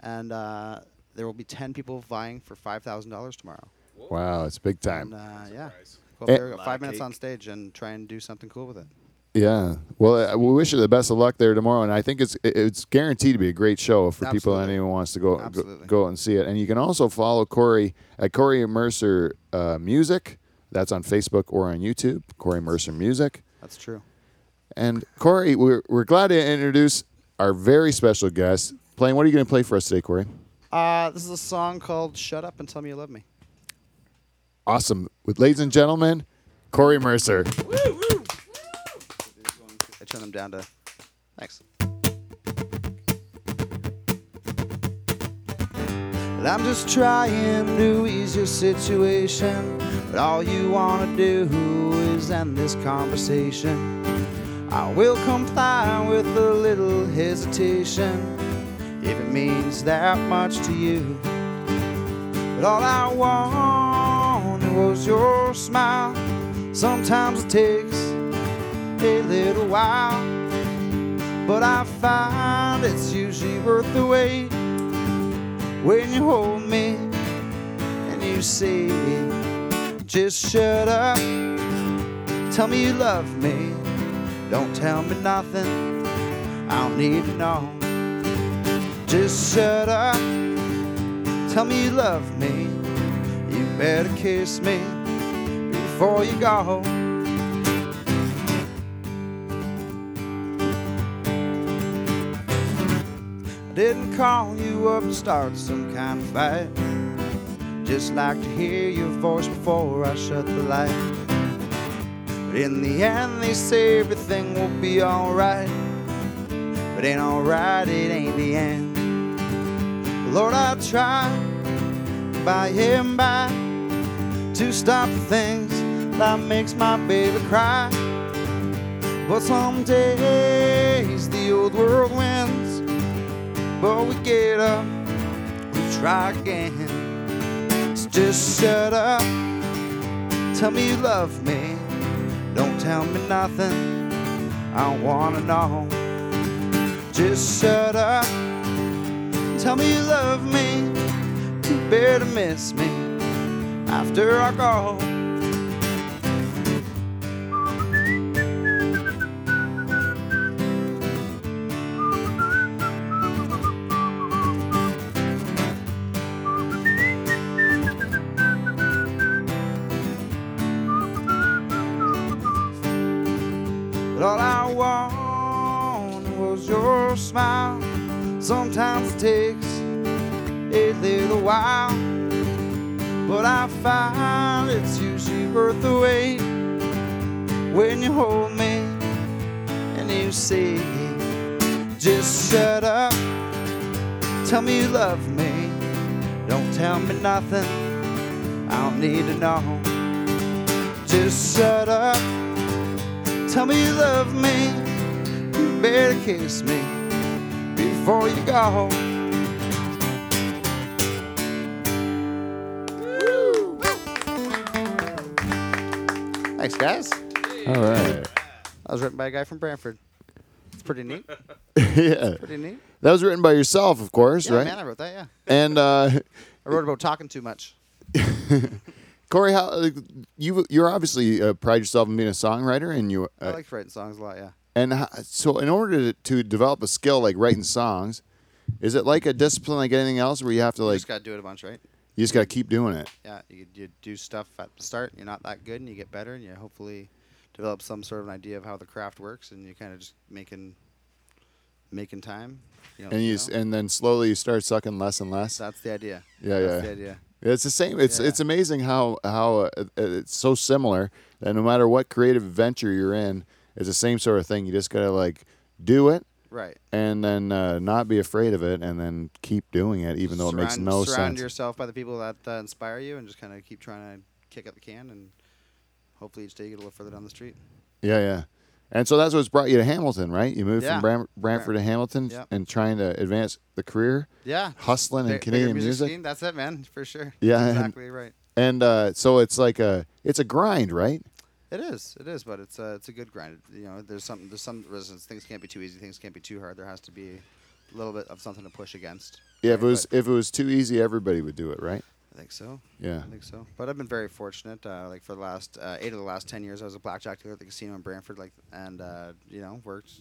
[SPEAKER 9] And uh, there will be 10 people vying for $5,000 tomorrow.
[SPEAKER 1] Wow, it's big time.
[SPEAKER 9] And uh, yeah, go up
[SPEAKER 1] Eh.
[SPEAKER 9] there,
[SPEAKER 1] Lot
[SPEAKER 9] got
[SPEAKER 1] of
[SPEAKER 9] five minutes
[SPEAKER 1] cake.
[SPEAKER 9] on stage and try and do something cool with it.
[SPEAKER 1] Yeah. Well, uh, we wish you the best of luck there tomorrow, and I think it's it- it's guaranteed to be a great show for people that anyone wants to go go, go and see it. And you can also follow Corey at Corey Mercer uh, Music. That's on Facebook or on YouTube. Corey Mercer Music.
[SPEAKER 9] That's true.
[SPEAKER 1] And Corey, we're we're glad to introduce our very special guest. Playing, what are you going to play for us today, Corey?
[SPEAKER 9] Uh, this is a song called Shut Up and Tell Me You Love Me.
[SPEAKER 1] Awesome, with ladies and gentlemen, Corey Mercer.
[SPEAKER 9] I turn them down to. Thanks.
[SPEAKER 6] But I'm just trying to ease your situation. But all you wanna do is end this conversation. I will comply with a little hesitation if it means that much to you. But all I wanted was your smile. Sometimes it takes a little while, but I find it's usually worth the wait when you hold me and you say, Just shut up. Tell me you love me. Don't tell me nothing. I don't need to know. Just shut up. Tell me you love me. You better kiss me before you go. I didn't call you up to start some kind of fight. Just like to hear your voice before I shut the light. But in the end, they say everything will be alright. But ain't alright, it ain't the end. Lord, I try by and by to stop the things that makes my baby cry. But some days the old world wins. But we get up, we try again. So just shut up. Tell me you love me. Don't tell me nothing. I don't wanna know. Just shut up. Tell me you love me. You better miss me after I go. But all I want was your smile. Sometimes it takes a little while, but I find it's usually worth the wait when you hold me and you say, Just shut up, tell me you love me, don't tell me nothing, I don't need to know. Just shut up, tell me you love me, you better kiss me before you go.
[SPEAKER 9] Thanks, guys.
[SPEAKER 4] All right.
[SPEAKER 9] That was written by a guy from Brantford. It's pretty neat.
[SPEAKER 1] yeah.
[SPEAKER 9] Pretty neat.
[SPEAKER 1] That was written by yourself, of course,
[SPEAKER 9] Yeah,
[SPEAKER 1] right?
[SPEAKER 9] man, I wrote that, yeah.
[SPEAKER 1] And uh,
[SPEAKER 9] I wrote about talking too much.
[SPEAKER 1] Corey, how like, you you obviously uh, pride yourself on being a songwriter, and you
[SPEAKER 9] I
[SPEAKER 1] uh,
[SPEAKER 9] like writing songs a lot, yeah.
[SPEAKER 1] and how, so in order to, to develop a skill like writing songs, is it like a discipline like anything else where you have to
[SPEAKER 9] you
[SPEAKER 1] like
[SPEAKER 9] just got to do it a bunch, right?
[SPEAKER 1] you just got to keep doing it?
[SPEAKER 9] Yeah, you, you do stuff at the start. You're not that good, and you get better, and you hopefully develop some sort of an idea of how the craft works, and you kind of just making making time. You know,
[SPEAKER 1] and you, s and then slowly you start sucking less and less.
[SPEAKER 9] That's the idea.
[SPEAKER 1] Yeah,
[SPEAKER 9] That's
[SPEAKER 1] yeah.
[SPEAKER 9] the idea.
[SPEAKER 1] It's the same. It's it's amazing how how uh, it's so similar that no matter what creative venture you're in, it's the same sort of thing. You just gotta like do it,
[SPEAKER 9] Right.
[SPEAKER 1] and then uh, not be afraid of it, and then keep doing it, even though it makes
[SPEAKER 9] Surround-
[SPEAKER 1] no
[SPEAKER 9] surround
[SPEAKER 1] sense.
[SPEAKER 9] yourself by the people that uh, inspire you, and just kind of keep trying to kick up the can, and hopefully each day you get a little further down the street.
[SPEAKER 1] Yeah, yeah. And so that's what's brought you to Hamilton, right? You moved
[SPEAKER 9] Yeah.
[SPEAKER 1] from Bram- Brantford to Hamilton
[SPEAKER 9] Yep.
[SPEAKER 1] and trying to advance the career.
[SPEAKER 9] Yeah.
[SPEAKER 1] hustling
[SPEAKER 9] Big-
[SPEAKER 1] and
[SPEAKER 9] bigger
[SPEAKER 1] Canadian music.
[SPEAKER 9] scene, that's it, man, for sure.
[SPEAKER 1] Yeah,
[SPEAKER 9] That's
[SPEAKER 1] and-
[SPEAKER 9] exactly right.
[SPEAKER 1] And uh, so it's like a it's a grind, right?
[SPEAKER 9] It is. It is, but it's a it's a good grind. It- You know, there's something there's some reasons things can't be too easy, things can't be too hard. There has to be a little bit of something to push against.
[SPEAKER 1] Yeah, if it was if it was too easy, everybody would do it, right?
[SPEAKER 9] I think so.
[SPEAKER 1] Yeah.
[SPEAKER 9] I think so. But I've been very fortunate. Uh, like for the last uh, eight of the last ten years, I was a blackjack dealer at the casino in Brantford. Like, and uh, you know, worked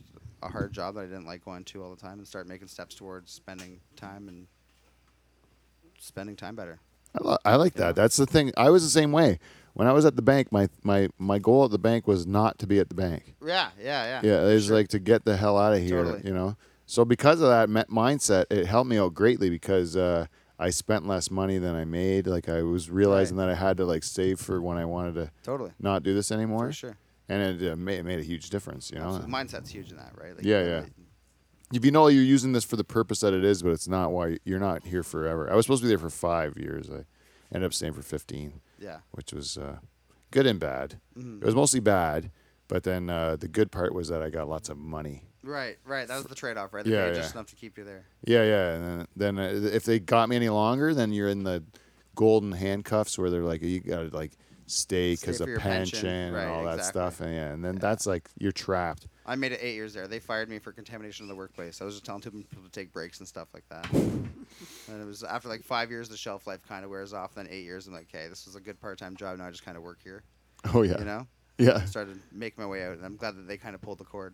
[SPEAKER 9] a hard job that I didn't like going to all the time, and started making steps towards spending time and spending time better.
[SPEAKER 1] I, li- I like that. That's the thing. I was the same way. When I was at the bank, my my my goal at the bank was not to be at the bank.
[SPEAKER 9] Yeah, yeah, yeah.
[SPEAKER 1] Yeah, it was like to get the hell out of here,
[SPEAKER 9] Totally.
[SPEAKER 1] you know. So because of that mi- mindset, it helped me out greatly because uh, I spent less money than I made. Like I was realizing that I had to like save for when I wanted to
[SPEAKER 9] Totally.
[SPEAKER 1] not do this anymore.
[SPEAKER 9] For sure.
[SPEAKER 1] And it, uh, made, it made a huge difference, you know.
[SPEAKER 9] Absolutely. Mindset's huge in that, right? Like,
[SPEAKER 1] yeah, yeah. If you know you're using this for the purpose that it is, but it's not why you're not here forever. I was supposed to be there for five years. I ended up staying for fifteen.
[SPEAKER 9] Yeah.
[SPEAKER 1] which was uh, good and bad.
[SPEAKER 9] Mhm.
[SPEAKER 1] It was mostly bad, but then uh, the good part was that I got lots of money.
[SPEAKER 9] Right, right. That was the trade-off, right? They
[SPEAKER 1] Yeah,
[SPEAKER 9] paid
[SPEAKER 1] yeah.
[SPEAKER 9] just enough to keep you there.
[SPEAKER 1] Yeah, yeah. And then, then uh, if they got me any longer, then you're in the golden handcuffs where they're like, you gotta like stay
[SPEAKER 9] Stay
[SPEAKER 1] because
[SPEAKER 9] for
[SPEAKER 1] of
[SPEAKER 9] your
[SPEAKER 1] pension,
[SPEAKER 9] pension.
[SPEAKER 1] and
[SPEAKER 9] Right,
[SPEAKER 1] all that
[SPEAKER 9] exactly.
[SPEAKER 1] stuff. And yeah, and then that's like you're trapped.
[SPEAKER 9] I made it eight years there. They fired me for contamination of the workplace. I was just telling people to take breaks and stuff like that. and it was after like five years, the shelf life kind of wears off. Then eight years, I'm like, hey, this is a good part-time job. Now I just kind of work here.
[SPEAKER 1] Oh yeah.
[SPEAKER 9] You know?
[SPEAKER 1] Yeah.
[SPEAKER 9] Started making my way out, and I'm glad that they kind of pulled the cord.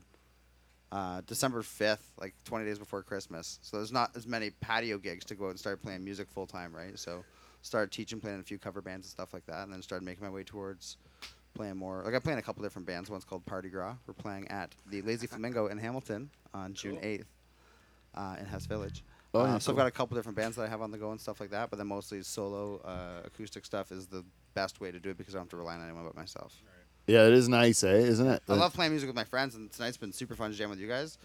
[SPEAKER 9] uh, December 5th, like 20 days before Christmas. So there's not as many patio gigs to go out and start playing music full time, right? So started teaching, playing in a few cover bands and stuff like that, and then started making my way towards playing more. Like I play in a couple different bands. One's called Party Gras. We're playing at the Lazy Flamingo in Hamilton on June 8th uh, in Hess Village.
[SPEAKER 5] Oh,
[SPEAKER 9] Uh,
[SPEAKER 5] yeah,
[SPEAKER 9] so
[SPEAKER 5] cool.
[SPEAKER 9] I've got a couple different bands that I have on the go and stuff like that, but then mostly solo uh, acoustic stuff is the best way to do it because I don't have to rely on anyone but myself.
[SPEAKER 1] Yeah, it is nice, eh? Isn't it?
[SPEAKER 9] I love playing music with my friends, and tonight's been super fun to jam with you guys.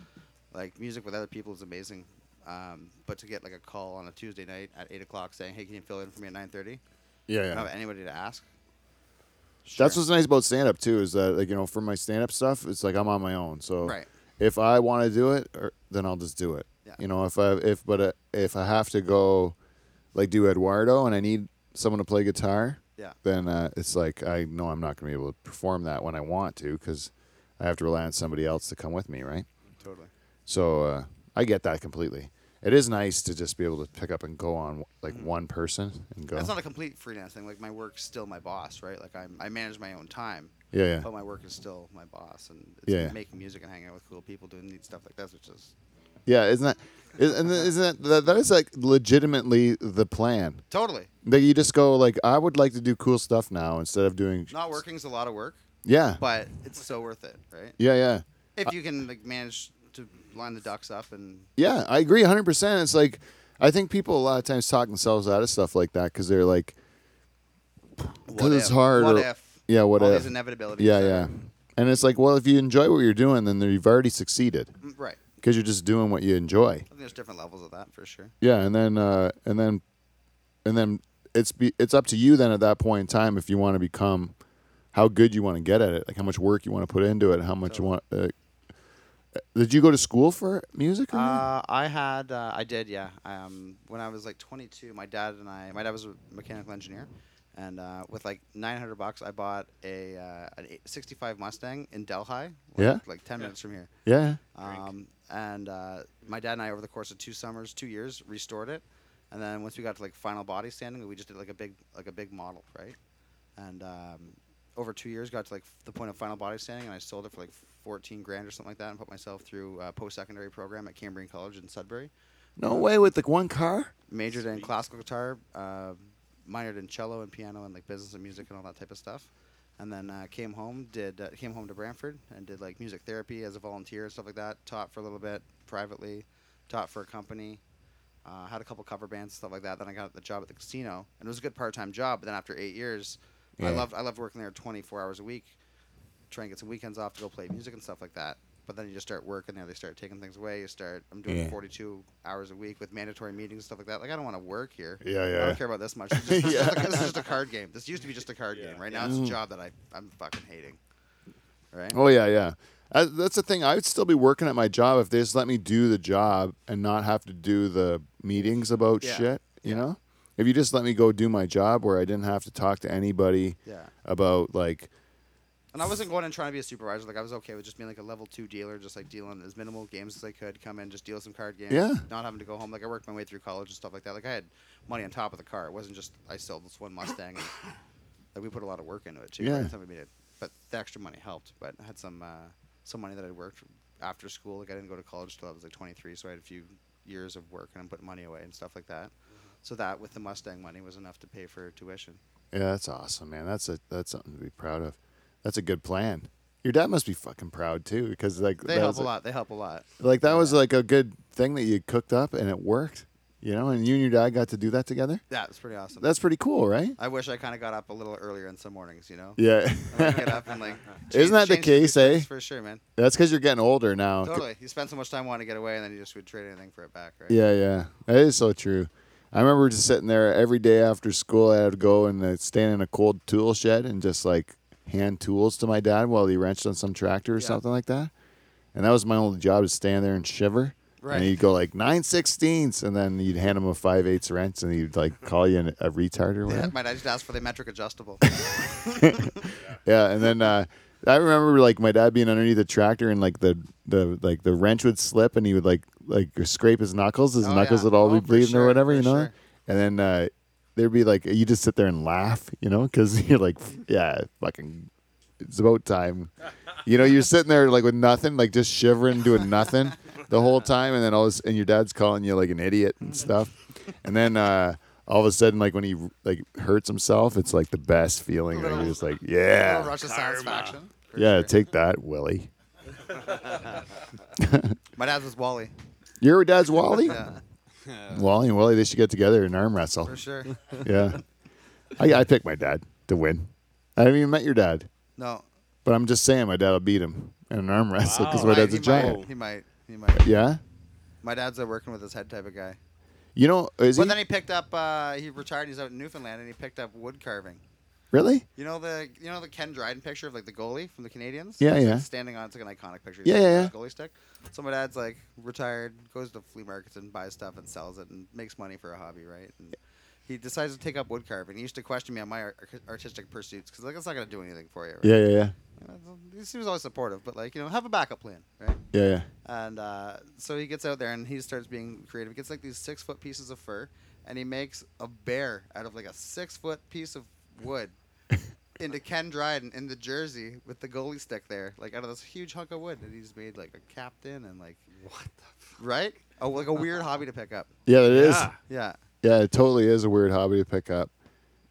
[SPEAKER 9] Like music with other people is amazing, um, but to get like a call on a Tuesday night at eight o'clock saying, "Hey, can you fill in for me at 9.30?
[SPEAKER 1] Yeah,
[SPEAKER 9] I
[SPEAKER 1] yeah.
[SPEAKER 9] don't have anybody to ask.
[SPEAKER 1] That's what's nice about stand up too is that like you know for my stand up stuff it's like I'm on my own. So
[SPEAKER 9] Right.
[SPEAKER 1] if I want to do it, or, then I'll just do it. You know if I if but uh, if I have to go like do Eduardo and I need someone to play guitar,
[SPEAKER 9] Yeah.
[SPEAKER 1] then uh, it's like I know I'm not going to be able to perform that when I want to because I have to rely on somebody else to come with me, right?
[SPEAKER 9] Totally.
[SPEAKER 1] So uh, I get that completely. It is nice to just be able to pick up and go on like one person and go.
[SPEAKER 9] Mm-hmm. That's not a complete freelance thing. Like my work's still my boss, right? Like I'm, I manage my own time.
[SPEAKER 1] Yeah, yeah.
[SPEAKER 9] But my work is still my boss, and it's
[SPEAKER 1] Yeah, yeah.
[SPEAKER 9] making music and hanging out with cool people, doing neat stuff like that, which is
[SPEAKER 1] Yeah, isn't that? is- And then isn't that, that that is like legitimately the plan?
[SPEAKER 9] Totally.
[SPEAKER 1] That you just go like, I would like to do cool stuff now instead of doing.
[SPEAKER 9] not working's a lot of work.
[SPEAKER 1] Yeah.
[SPEAKER 9] But it's so worth it, right?
[SPEAKER 1] Yeah, yeah.
[SPEAKER 9] If you can like manage to line the ducks up and
[SPEAKER 1] Yeah, I agree 100. percent It's like I think people a lot of times talk themselves out of stuff like that because they're like, because
[SPEAKER 9] What
[SPEAKER 1] it's
[SPEAKER 9] if?
[SPEAKER 1] hard.
[SPEAKER 9] What
[SPEAKER 1] or-
[SPEAKER 9] if?
[SPEAKER 1] Yeah, what
[SPEAKER 9] All
[SPEAKER 1] if?
[SPEAKER 9] these inevitabilities
[SPEAKER 1] Yeah,
[SPEAKER 9] that
[SPEAKER 1] yeah. And it's like, well, if you enjoy what you're doing, then you've already succeeded.
[SPEAKER 9] Mm, right.
[SPEAKER 1] Because you're just doing what you enjoy.
[SPEAKER 9] I think there's different levels of that for sure.
[SPEAKER 1] Yeah, and then uh, and then and then it's be, it's up to you then at that point in time if you want to become how good you want to get at it, like how much work you want to put into it, how much you want. Uh, did you go to school for music? Or anything?
[SPEAKER 9] Uh, I had, uh, I did, yeah. Um, when I was like 22, my dad and I, my dad was a mechanical engineer, and uh, with like 900 bucks, I bought a uh, an eight- 65 Mustang in Delhi, like,
[SPEAKER 1] Yeah.
[SPEAKER 9] like 10 minutes from here.
[SPEAKER 1] Yeah.
[SPEAKER 9] Um, and uh, my dad and I, over the course of two summers, two years, restored it, and then once we got to like final body standing, we just did like a big, like a big model, right? And um, over two years, got to like f- the point of final body standing, and I sold it for like 14 grand or something like that, and put myself through a post-secondary program at Cambrian College in Sudbury.
[SPEAKER 1] no way with like one car.
[SPEAKER 9] Majored in classical guitar, uh, minored in cello and piano, and like business and music and all that type of stuff. And then uh, came home, did uh, came home to Brantford and did like music therapy as a volunteer and stuff like that. Taught for a little bit privately, taught for a company. Uh, had a couple cover bands stuff like that. Then I got the job at the casino, and it was a good part time job. But then after eight years, I
[SPEAKER 1] Yeah.
[SPEAKER 9] loved I loved working there 24 hours a week, trying to get some weekends off to go play music and stuff like that. But then you just start working there. They start taking things away. You start. I'm doing
[SPEAKER 1] Yeah.
[SPEAKER 9] 42 hours a week with mandatory meetings and stuff like that. Like I don't want to work here.
[SPEAKER 1] Yeah,
[SPEAKER 9] I
[SPEAKER 1] yeah.
[SPEAKER 9] don't care about this much. This is just, this is just a card game. This used to be just a card game. Right now it's a
[SPEAKER 1] Mm.
[SPEAKER 9] job that I I'm fucking hating. Right.
[SPEAKER 1] Oh yeah, yeah. Uh, That's the thing. I would still be working at my job if they just let me do the job and not have to do the meetings about
[SPEAKER 9] Yeah.
[SPEAKER 1] shit. You know, if you just let me go do my job where I didn't have to talk to anybody
[SPEAKER 9] Yeah.
[SPEAKER 1] about like
[SPEAKER 9] And I wasn't going and trying to be a supervisor. Like I was okay with just being like a level two dealer, just like dealing as minimal games as I could. Come in, just deal some card games.
[SPEAKER 1] Yeah.
[SPEAKER 9] Not having to go home. Like I worked my way through college and stuff like that. Like I had money on top of the car. It wasn't just I sold this one Mustang. and, like we put a lot of work into it too.
[SPEAKER 1] Yeah.
[SPEAKER 9] Right? Something we did. But the extra money helped. But I had some uh, some money that I worked after school. Like I didn't go to college till I was like 23, so I had a few years of work and I'm putting money away and stuff like that.
[SPEAKER 1] Mm-hmm.
[SPEAKER 9] So that with the Mustang money was enough to pay for tuition.
[SPEAKER 1] Yeah, that's awesome, man. That's a that's something to be proud of. That's a good plan. Your dad must be fucking proud too, because like
[SPEAKER 9] They
[SPEAKER 1] that
[SPEAKER 9] help
[SPEAKER 1] was
[SPEAKER 9] a lot. They help a lot.
[SPEAKER 1] Like that was like a good thing that you cooked up and it worked, you know. And you and your dad got to do that together.
[SPEAKER 9] That was pretty awesome.
[SPEAKER 1] That's pretty cool, right?
[SPEAKER 9] I wish I kind of got up a little earlier in some mornings, you know.
[SPEAKER 1] Yeah.
[SPEAKER 9] I would get up and like. change-
[SPEAKER 1] Isn't that the
[SPEAKER 9] change some
[SPEAKER 1] case,
[SPEAKER 9] routines
[SPEAKER 1] eh?
[SPEAKER 9] For sure, man.
[SPEAKER 1] That's because you're getting older now.
[SPEAKER 9] Totally. You spend so much time wanting to get away, and then you just would trade anything for it back, right?
[SPEAKER 1] Yeah, yeah. That is so true. I remember just sitting there every day after school. I would go and uh, stand in a cold tool shed and just like hand tools to my dad while he wrenched on some tractor or something like that. And that was my only job to stand there and shiver.
[SPEAKER 9] Right.
[SPEAKER 1] And he'd go like nine sixteenths, and then you'd hand him a five eighths wrench, and he'd like call you an, a retard or whatever.
[SPEAKER 9] My dad just asked for the metric adjustable.
[SPEAKER 1] yeah, and then uh, I remember like my dad being underneath the tractor and like the the like the wrench would slip and he would like like scrape his knuckles. His knuckles would all be bleeding or whatever, you know. And then uh, there'd be like you just sit there and laugh, you know, because you're like, yeah, fucking It's about time. You know, you're sitting there like with nothing, like just shivering, doing nothing the whole time, and then all this, and your dad's calling you like an idiot and stuff, and then uh, all of a sudden, like when he like hurts himself, it's like the best feeling. Like, you're just like,
[SPEAKER 9] Little
[SPEAKER 1] yeah,
[SPEAKER 9] rush of satisfaction.
[SPEAKER 1] yeah, take that, Willie.
[SPEAKER 9] My dad was Wally.
[SPEAKER 1] Your dad's Wally.
[SPEAKER 9] Yeah.
[SPEAKER 1] Wally and Willie, they should get together and arm wrestle.
[SPEAKER 9] For sure.
[SPEAKER 1] Yeah. I, I picked my dad to win. I haven't even met your dad.
[SPEAKER 9] No.
[SPEAKER 1] But I'm just saying my dad will beat him in an arm wrestle because my
[SPEAKER 9] He
[SPEAKER 1] dad's a
[SPEAKER 9] might- he might-
[SPEAKER 1] giant.
[SPEAKER 9] He might. He might.
[SPEAKER 1] Yeah?
[SPEAKER 9] My dad's a working with his head type of guy.
[SPEAKER 1] You know, is
[SPEAKER 9] but
[SPEAKER 1] he?
[SPEAKER 9] then he picked up. Uh, he retired. He's out in Newfoundland, and he picked up wood carving.
[SPEAKER 1] Really?
[SPEAKER 9] You know the you know the Ken Dryden picture of like the goalie from the Canadians.
[SPEAKER 1] Yeah,
[SPEAKER 9] He's, like,
[SPEAKER 1] yeah.
[SPEAKER 9] Standing on it's like an iconic picture.
[SPEAKER 1] Yeah,
[SPEAKER 9] He's
[SPEAKER 1] yeah,
[SPEAKER 9] got
[SPEAKER 1] yeah.
[SPEAKER 9] a Goalie stick. So my dad's like retired, goes to flea markets and buys stuff and sells it and makes money for a hobby, right? And he decides to take up wood carving. He used to question me on my ar- artistic pursuits because like it's not gonna do anything for you. Right?
[SPEAKER 1] Yeah, yeah, yeah.
[SPEAKER 9] He was always supportive, but like you know, have a backup plan, right?
[SPEAKER 1] Yeah, yeah.
[SPEAKER 9] And uh, so he gets out there and he starts being creative. He gets like these six foot pieces of fur, and he makes a bear out of like a six foot piece of wood into Ken Dryden in the jersey with the goalie stick there, like out of this huge hunk of wood. And he's made like a captain and like what the fuck? right? Oh, like a weird hobby to pick up.
[SPEAKER 1] Yeah, it is.
[SPEAKER 9] Yeah.
[SPEAKER 1] Yeah, it totally is a weird hobby to pick up.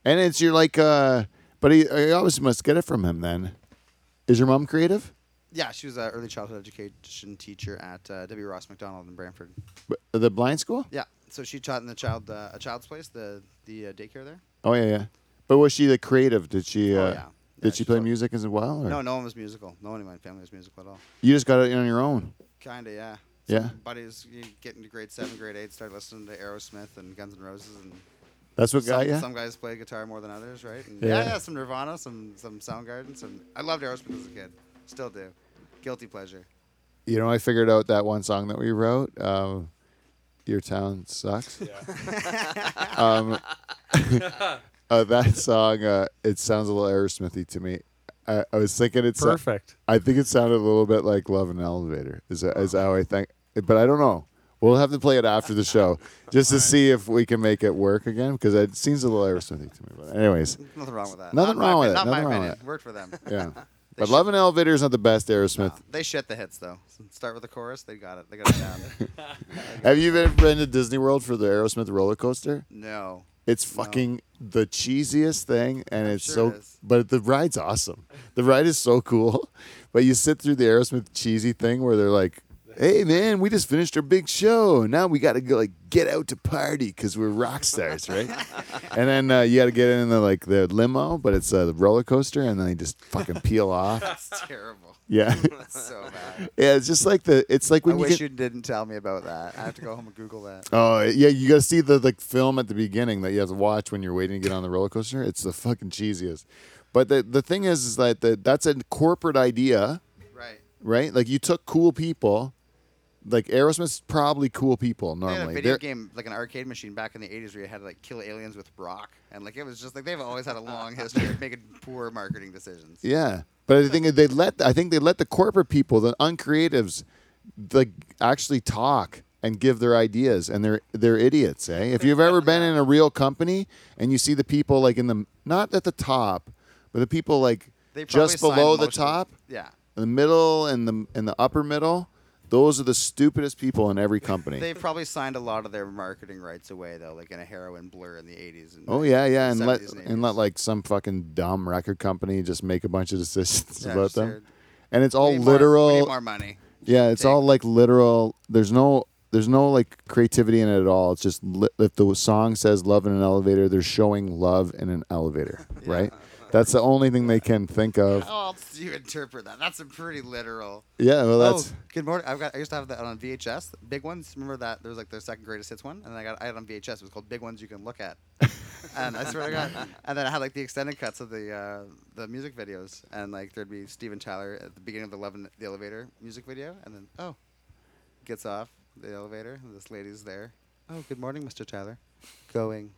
[SPEAKER 1] And it's you're like, uh, but he, I always must get it from him then. Is your mom creative?
[SPEAKER 9] Yeah, she was an early childhood education teacher at uh, W. Ross McDonald in Brantford.
[SPEAKER 1] B- The blind school?
[SPEAKER 9] Yeah, so she taught in the child uh, a child's place, the the uh, daycare there.
[SPEAKER 1] Oh, yeah, yeah. But was she the creative? Did she, uh,
[SPEAKER 9] Oh, yeah.
[SPEAKER 1] did she play music as well? Or?
[SPEAKER 9] No, no one was musical. No one in my family was musical at all.
[SPEAKER 1] You just got it on your own.
[SPEAKER 9] Kinda, yeah.
[SPEAKER 1] Yeah.
[SPEAKER 9] Buddies, you get into grade seven, grade eight, start listening to Aerosmith and Guns N' Roses, and
[SPEAKER 1] That's what
[SPEAKER 9] some,
[SPEAKER 1] got ya?
[SPEAKER 9] Some guys play guitar more than others, right? And yeah. yeah,
[SPEAKER 1] Yeah.
[SPEAKER 9] some Nirvana, some some Soundgarden, some. I loved Aerosmith as a kid, still do. Guilty pleasure.
[SPEAKER 1] You know, I figured out that one song that we wrote. Um, Your town sucks. um, uh, that song, uh, it sounds a little Aerosmithy to me. I, I was thinking it's uh,
[SPEAKER 3] Perfect.
[SPEAKER 1] I think it sounded a little bit like "Love in an Elevator." Is uh, is how I think, but I don't know. We'll have to play it after the show just to see if we can make it work again because it seems a little Aerosmithy to me. But anyways,
[SPEAKER 9] Nothing wrong with that.
[SPEAKER 1] Nothing
[SPEAKER 9] Not my
[SPEAKER 1] wrong with
[SPEAKER 9] opi-
[SPEAKER 1] it.
[SPEAKER 9] not my
[SPEAKER 1] Nothing wrong with
[SPEAKER 9] opinion.
[SPEAKER 1] it.
[SPEAKER 9] Worked for them.
[SPEAKER 1] Yeah,
[SPEAKER 9] They
[SPEAKER 1] but "Love in an Elevator" is not the best Aerosmith.
[SPEAKER 9] They shit the hits though. Start with the chorus. They got it. They got it down.
[SPEAKER 1] Have you ever been to Disney World for the Aerosmith roller coaster?
[SPEAKER 9] No.
[SPEAKER 1] It's fucking the cheesiest thing, and it's so. but the ride's awesome. The ride is so cool, but you sit through the Aerosmith cheesy thing where they're like, "Hey man, we just finished our big show, and now we got to go like get out to party because we're rock stars, right?" and then uh, you got to get in the like the limo, but it's uh, the roller coaster, and then they just fucking peel off.
[SPEAKER 9] That's terrible.
[SPEAKER 1] Yeah.
[SPEAKER 9] That's so bad.
[SPEAKER 1] Yeah, it's just like the. It's like when
[SPEAKER 9] I
[SPEAKER 1] you
[SPEAKER 9] wish
[SPEAKER 1] get,
[SPEAKER 9] you didn't tell me about that. I have to go home and Google that.
[SPEAKER 1] Oh yeah, you gotta see the like film at the beginning that you have to watch when you're waiting to get on the roller coaster. It's the fucking cheesiest. But the the thing is, is that the, that's a corporate idea,
[SPEAKER 9] Right.
[SPEAKER 1] right? Like you took cool people, like Aerosmith's probably cool people
[SPEAKER 9] They had a
[SPEAKER 1] normally.
[SPEAKER 9] video
[SPEAKER 1] They're-
[SPEAKER 9] game, like an arcade machine back in the 80s where you had to like kill aliens with rock. And like it was just like they've always had a long history of making poor marketing decisions.
[SPEAKER 1] Yeah, but I think they let I think they let the corporate people, the uncreatives, like actually talk and give their ideas, and they're they're idiots, eh? If you've ever been in a real company and you see the people like in the not at the top, but the people like
[SPEAKER 9] They probably
[SPEAKER 1] just below
[SPEAKER 9] signed
[SPEAKER 1] the
[SPEAKER 9] most of-
[SPEAKER 1] top,
[SPEAKER 9] Yeah.
[SPEAKER 1] the middle and the and the upper middle, those are the stupidest people in every company.
[SPEAKER 9] They've probably signed a lot of their marketing rights away though, like in a heroin blur in the 80s. And
[SPEAKER 1] Oh yeah, yeah, and let
[SPEAKER 9] 70s and
[SPEAKER 1] and let like some fucking dumb record company just make a bunch of decisions
[SPEAKER 9] Yeah,
[SPEAKER 1] about
[SPEAKER 9] just
[SPEAKER 1] them,
[SPEAKER 9] their-
[SPEAKER 1] and it's
[SPEAKER 9] We
[SPEAKER 1] all
[SPEAKER 9] need more- we need
[SPEAKER 1] literal.
[SPEAKER 9] more money.
[SPEAKER 1] Yeah, it's all like literal. There's no there's no like creativity in it at all. It's just li- if the song says "love in an elevator," they're showing love in an elevator, right? That's the only thing they can think of.
[SPEAKER 9] How else do you interpret that? That's a pretty literal.
[SPEAKER 1] Yeah, well, that's-
[SPEAKER 9] Oh, good morning. I've got. I used to have that on VHS, big ones. Remember that? There was like their second greatest hits one, and I got. I had it on VHS. It was called Big Ones You Can Look At. and I swear to God. And then I had like the extended cuts of the uh, the music videos, and like there'd be Steven Tyler at the beginning of the Love in the Elevator music video, and then oh, gets off the elevator, and this lady's there. Oh, good morning, Mr. Tyler. Going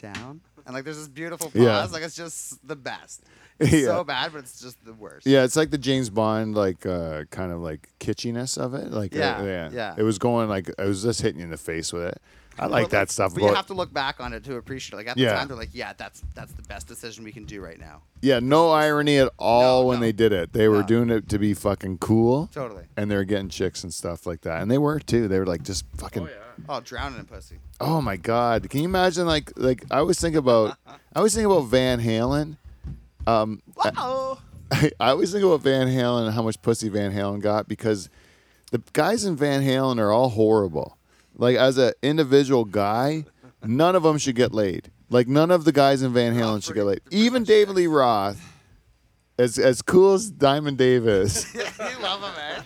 [SPEAKER 9] down, and like there's this beautiful pause.
[SPEAKER 1] Yeah.
[SPEAKER 9] Like it's just the best. It's
[SPEAKER 1] Yeah.
[SPEAKER 9] so bad, but it's just the worst.
[SPEAKER 1] Yeah, it's like the James Bond like uh, kind of like kitschiness of it. Like uh,
[SPEAKER 9] Yeah,
[SPEAKER 1] yeah,
[SPEAKER 9] yeah.
[SPEAKER 1] It was going like I was just hitting you in the face with it. I like
[SPEAKER 9] But,
[SPEAKER 1] that stuff.
[SPEAKER 9] But you
[SPEAKER 1] about-
[SPEAKER 9] have to look back on it to appreciate. it. Like at
[SPEAKER 1] Yeah.
[SPEAKER 9] the time, they're like, "Yeah, that's that's the best decision we can do right now."
[SPEAKER 1] yeah, no irony at all when they did it. They were doing it to be fucking cool.
[SPEAKER 9] Totally.
[SPEAKER 1] And they were getting chicks and stuff like that. And they were too. They were like just fucking
[SPEAKER 9] Oh, drowning in pussy.
[SPEAKER 1] Oh my God! Can you imagine? Like, like I always think about, I always think about Van Halen. Um,
[SPEAKER 9] Wow.
[SPEAKER 1] I, I always think about Van Halen and how much pussy Van Halen got because the guys in Van Halen are all horrible. Like as an individual guy, none of them should get laid. Like none of the guys in Van Halen should get laid. Even David Lee Roth, as as cool as Diamond Dave is.
[SPEAKER 9] you love him,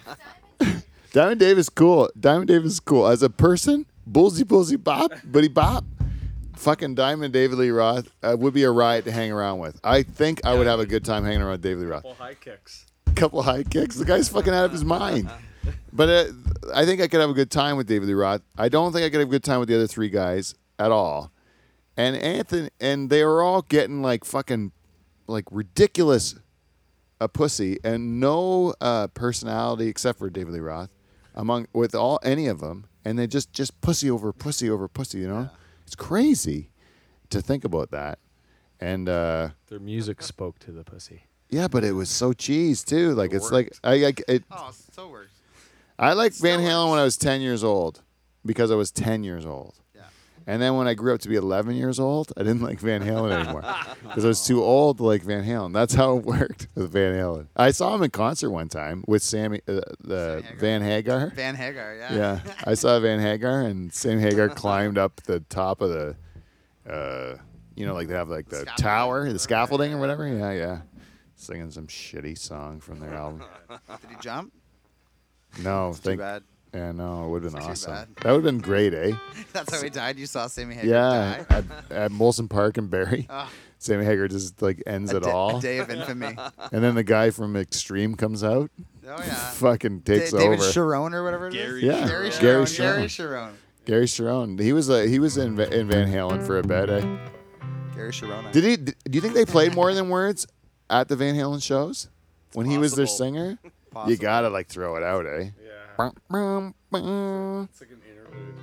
[SPEAKER 9] man.
[SPEAKER 1] Diamond Dave is cool. Diamond Dave is cool as a person. Bullsy, bullsy, bop, buddy, bop. Fucking Diamond David Lee Roth uh, would be a riot to hang around with. I think I would have a good time hanging around with David Lee Roth.
[SPEAKER 3] Well, high kicks.
[SPEAKER 1] Couple high kicks. The guy's fucking out of his mind. But uh, I think I could have a good time with David Lee Roth. I don't think I could have a good time with the other three guys at all. And Anthony and they were all getting like fucking like ridiculous a pussy and no uh, personality except for David Lee Roth among with all any of them, and they just just pussy over pussy over pussy. You know, it's crazy to think about that. And uh,
[SPEAKER 3] Their music spoke to the pussy.
[SPEAKER 1] yeah, but it was so cheese too. Like
[SPEAKER 3] It
[SPEAKER 1] it's like I, I it,
[SPEAKER 9] Oh, it still works.
[SPEAKER 1] I liked Van Halen when I was 10 years old because I was 10 years old. Yeah. And then when I grew up to be 11 years old, I didn't like Van Halen anymore because I was too old to like Van Halen. That's how it worked with Van Halen. I saw him in concert one time with Sammy, uh, the Van Hagar.
[SPEAKER 9] Van Hagar, yeah.
[SPEAKER 1] Yeah, I saw Van Hagar, and Sam Hagar climbed up the top of the, uh, you know, like they have like the tower, the scaffolding or whatever. Yeah, yeah, singing some shitty song from their album.
[SPEAKER 9] Did he jump?
[SPEAKER 1] No,
[SPEAKER 9] It's too
[SPEAKER 1] thank.
[SPEAKER 9] bad.
[SPEAKER 1] Yeah, no, it would have been
[SPEAKER 9] It's too
[SPEAKER 1] awesome.
[SPEAKER 9] bad.
[SPEAKER 1] That would have been great, eh?
[SPEAKER 9] That's how he died. You saw Sammy Hagar
[SPEAKER 1] yeah,
[SPEAKER 9] die.
[SPEAKER 1] at, at Molson Park in Barry,
[SPEAKER 9] Ah.
[SPEAKER 1] Sammy Hagar just like ends
[SPEAKER 9] A
[SPEAKER 1] it
[SPEAKER 9] da- a
[SPEAKER 1] all.
[SPEAKER 9] day of infamy.
[SPEAKER 1] And then the guy from Extreme comes out.
[SPEAKER 9] Oh, yeah.
[SPEAKER 1] fucking takes
[SPEAKER 9] Da- David
[SPEAKER 1] over.
[SPEAKER 9] Sharon or whatever it is? Gary
[SPEAKER 1] yeah,
[SPEAKER 9] Sharon.
[SPEAKER 1] Gary
[SPEAKER 9] Gary
[SPEAKER 1] Sharon.
[SPEAKER 9] Sharon.
[SPEAKER 1] Gary Sharon. He was uh, he was in Va- in Van Halen for a bit. Eh?
[SPEAKER 9] Gary Sharon.
[SPEAKER 1] Did he? d- Do you think they played more than words at the Van Halen shows when he was their singer? You
[SPEAKER 9] Possible.
[SPEAKER 1] gotta like throw it out, eh? Yeah. It's
[SPEAKER 3] like an interlude.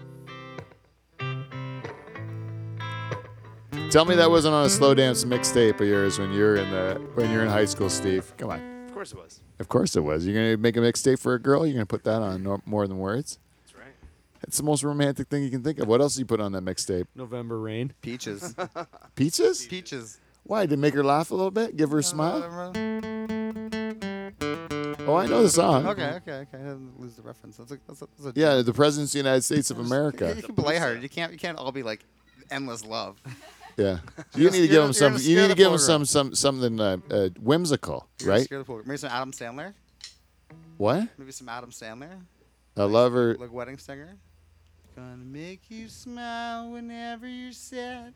[SPEAKER 1] Tell me that wasn't on a slow dance mixtape of yours when you're in the when you're in high school, Steve. Come on.
[SPEAKER 11] Of course it was.
[SPEAKER 1] Of course it was. You're gonna make a mixtape for a girl. You're gonna put that on no, more than words.
[SPEAKER 11] That's right.
[SPEAKER 1] It's the most romantic thing you can think of. What else you put on that mixtape?
[SPEAKER 3] November rain.
[SPEAKER 9] Peaches.
[SPEAKER 1] Peaches?
[SPEAKER 9] Peaches.
[SPEAKER 1] Why? To make her laugh a little bit? Give her a
[SPEAKER 9] Um,
[SPEAKER 1] smile? Oh, I know the song.
[SPEAKER 9] Okay, okay, okay. I didn't lose the reference. That's a, that's a, that's a
[SPEAKER 1] Yeah, the President's of the United States of
[SPEAKER 9] You
[SPEAKER 1] America.
[SPEAKER 9] can play hard. You can't. You can't all be like endless love.
[SPEAKER 1] Yeah.
[SPEAKER 9] You're
[SPEAKER 1] You need to
[SPEAKER 9] gonna-
[SPEAKER 1] give
[SPEAKER 9] you're
[SPEAKER 1] him
[SPEAKER 9] gonna
[SPEAKER 1] some. You
[SPEAKER 9] scare
[SPEAKER 1] need to
[SPEAKER 9] the
[SPEAKER 1] give him
[SPEAKER 9] poor
[SPEAKER 1] some some something uh, uh, whimsical, right?
[SPEAKER 9] Scare the poor- Maybe some Adam Sandler.
[SPEAKER 1] What?
[SPEAKER 9] Maybe some Adam Sandler.
[SPEAKER 1] A lover.
[SPEAKER 9] Like wedding singer. Gonna make you smile whenever you're sad.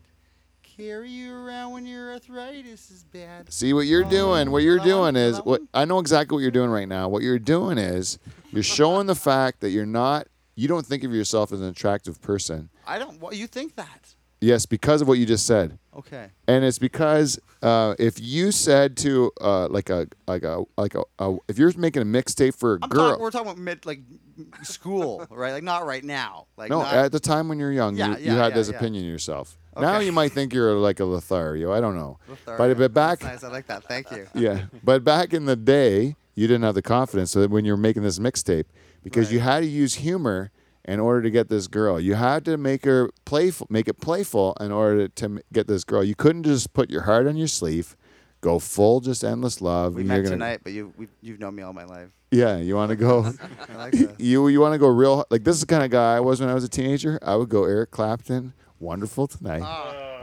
[SPEAKER 9] Carry you around when your arthritis is bad.
[SPEAKER 1] See what you're doing. What you're doing is what I know exactly what you're doing right now. What you're doing is you're showing the fact that you're not. You don't think of yourself as an attractive person.
[SPEAKER 9] I don't. What you think that?
[SPEAKER 1] Yes, because of what you just said.
[SPEAKER 9] Okay.
[SPEAKER 1] and it's because uh, if you said to uh, like a like a like a, a if you're making a mixtape for a
[SPEAKER 9] I'm
[SPEAKER 1] girl,
[SPEAKER 9] Talk, we're talking about mid like m- school, right? Like not right now. Like
[SPEAKER 1] no,
[SPEAKER 9] not,
[SPEAKER 1] at the time when you're young,
[SPEAKER 9] Yeah,
[SPEAKER 1] you, you
[SPEAKER 9] yeah,
[SPEAKER 1] had
[SPEAKER 9] yeah,
[SPEAKER 1] this
[SPEAKER 9] yeah.
[SPEAKER 1] opinion of yourself. Now you might think you're like a Lothario. I don't know,
[SPEAKER 9] Sorry,
[SPEAKER 1] but but back,
[SPEAKER 9] That's nice. I like that. Thank you.
[SPEAKER 1] yeah, but back in the day, you didn't have the confidence. So that when you're making this mixtape, because you had to use humor in order to get this girl, you had to make her playful, make it playful in order to m- get this girl. You couldn't just put your heart on your sleeve, go full, just endless love.
[SPEAKER 9] We
[SPEAKER 1] and
[SPEAKER 9] met
[SPEAKER 1] you're gonna-
[SPEAKER 9] tonight, but you we, you've known me all my life.
[SPEAKER 1] Yeah, you want to go.
[SPEAKER 9] I like that.
[SPEAKER 1] you you want to go real like this is the kind of guy I was when I was a teenager. I would go Eric Clapton, Wonderful Tonight.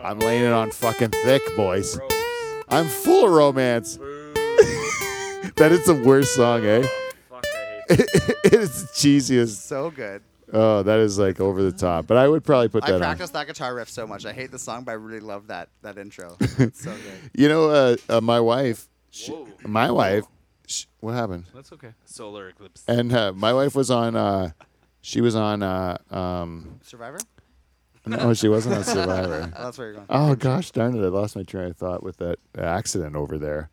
[SPEAKER 1] I'm laying it on fucking thick, boys. I'm full of romance. that is the worst song, eh? it is the cheesiest.
[SPEAKER 9] So good.
[SPEAKER 1] Oh, that is like over the top. But I would probably put
[SPEAKER 9] I
[SPEAKER 1] that on.
[SPEAKER 9] practiced that guitar riff so much. I hate the song, but I really love that that intro. It's so good.
[SPEAKER 1] You know, uh, uh, my wife, she,
[SPEAKER 11] Whoa.
[SPEAKER 1] my wife, sh what happened?
[SPEAKER 3] That's okay.
[SPEAKER 11] Solar eclipse.
[SPEAKER 1] And uh, my wife was on. Uh, she was on. Uh, um,
[SPEAKER 9] Survivor.
[SPEAKER 1] No, she wasn't on Survivor.
[SPEAKER 9] Oh, that's where you're going.
[SPEAKER 1] Oh gosh darn it! I lost my train of thought with that accident over there.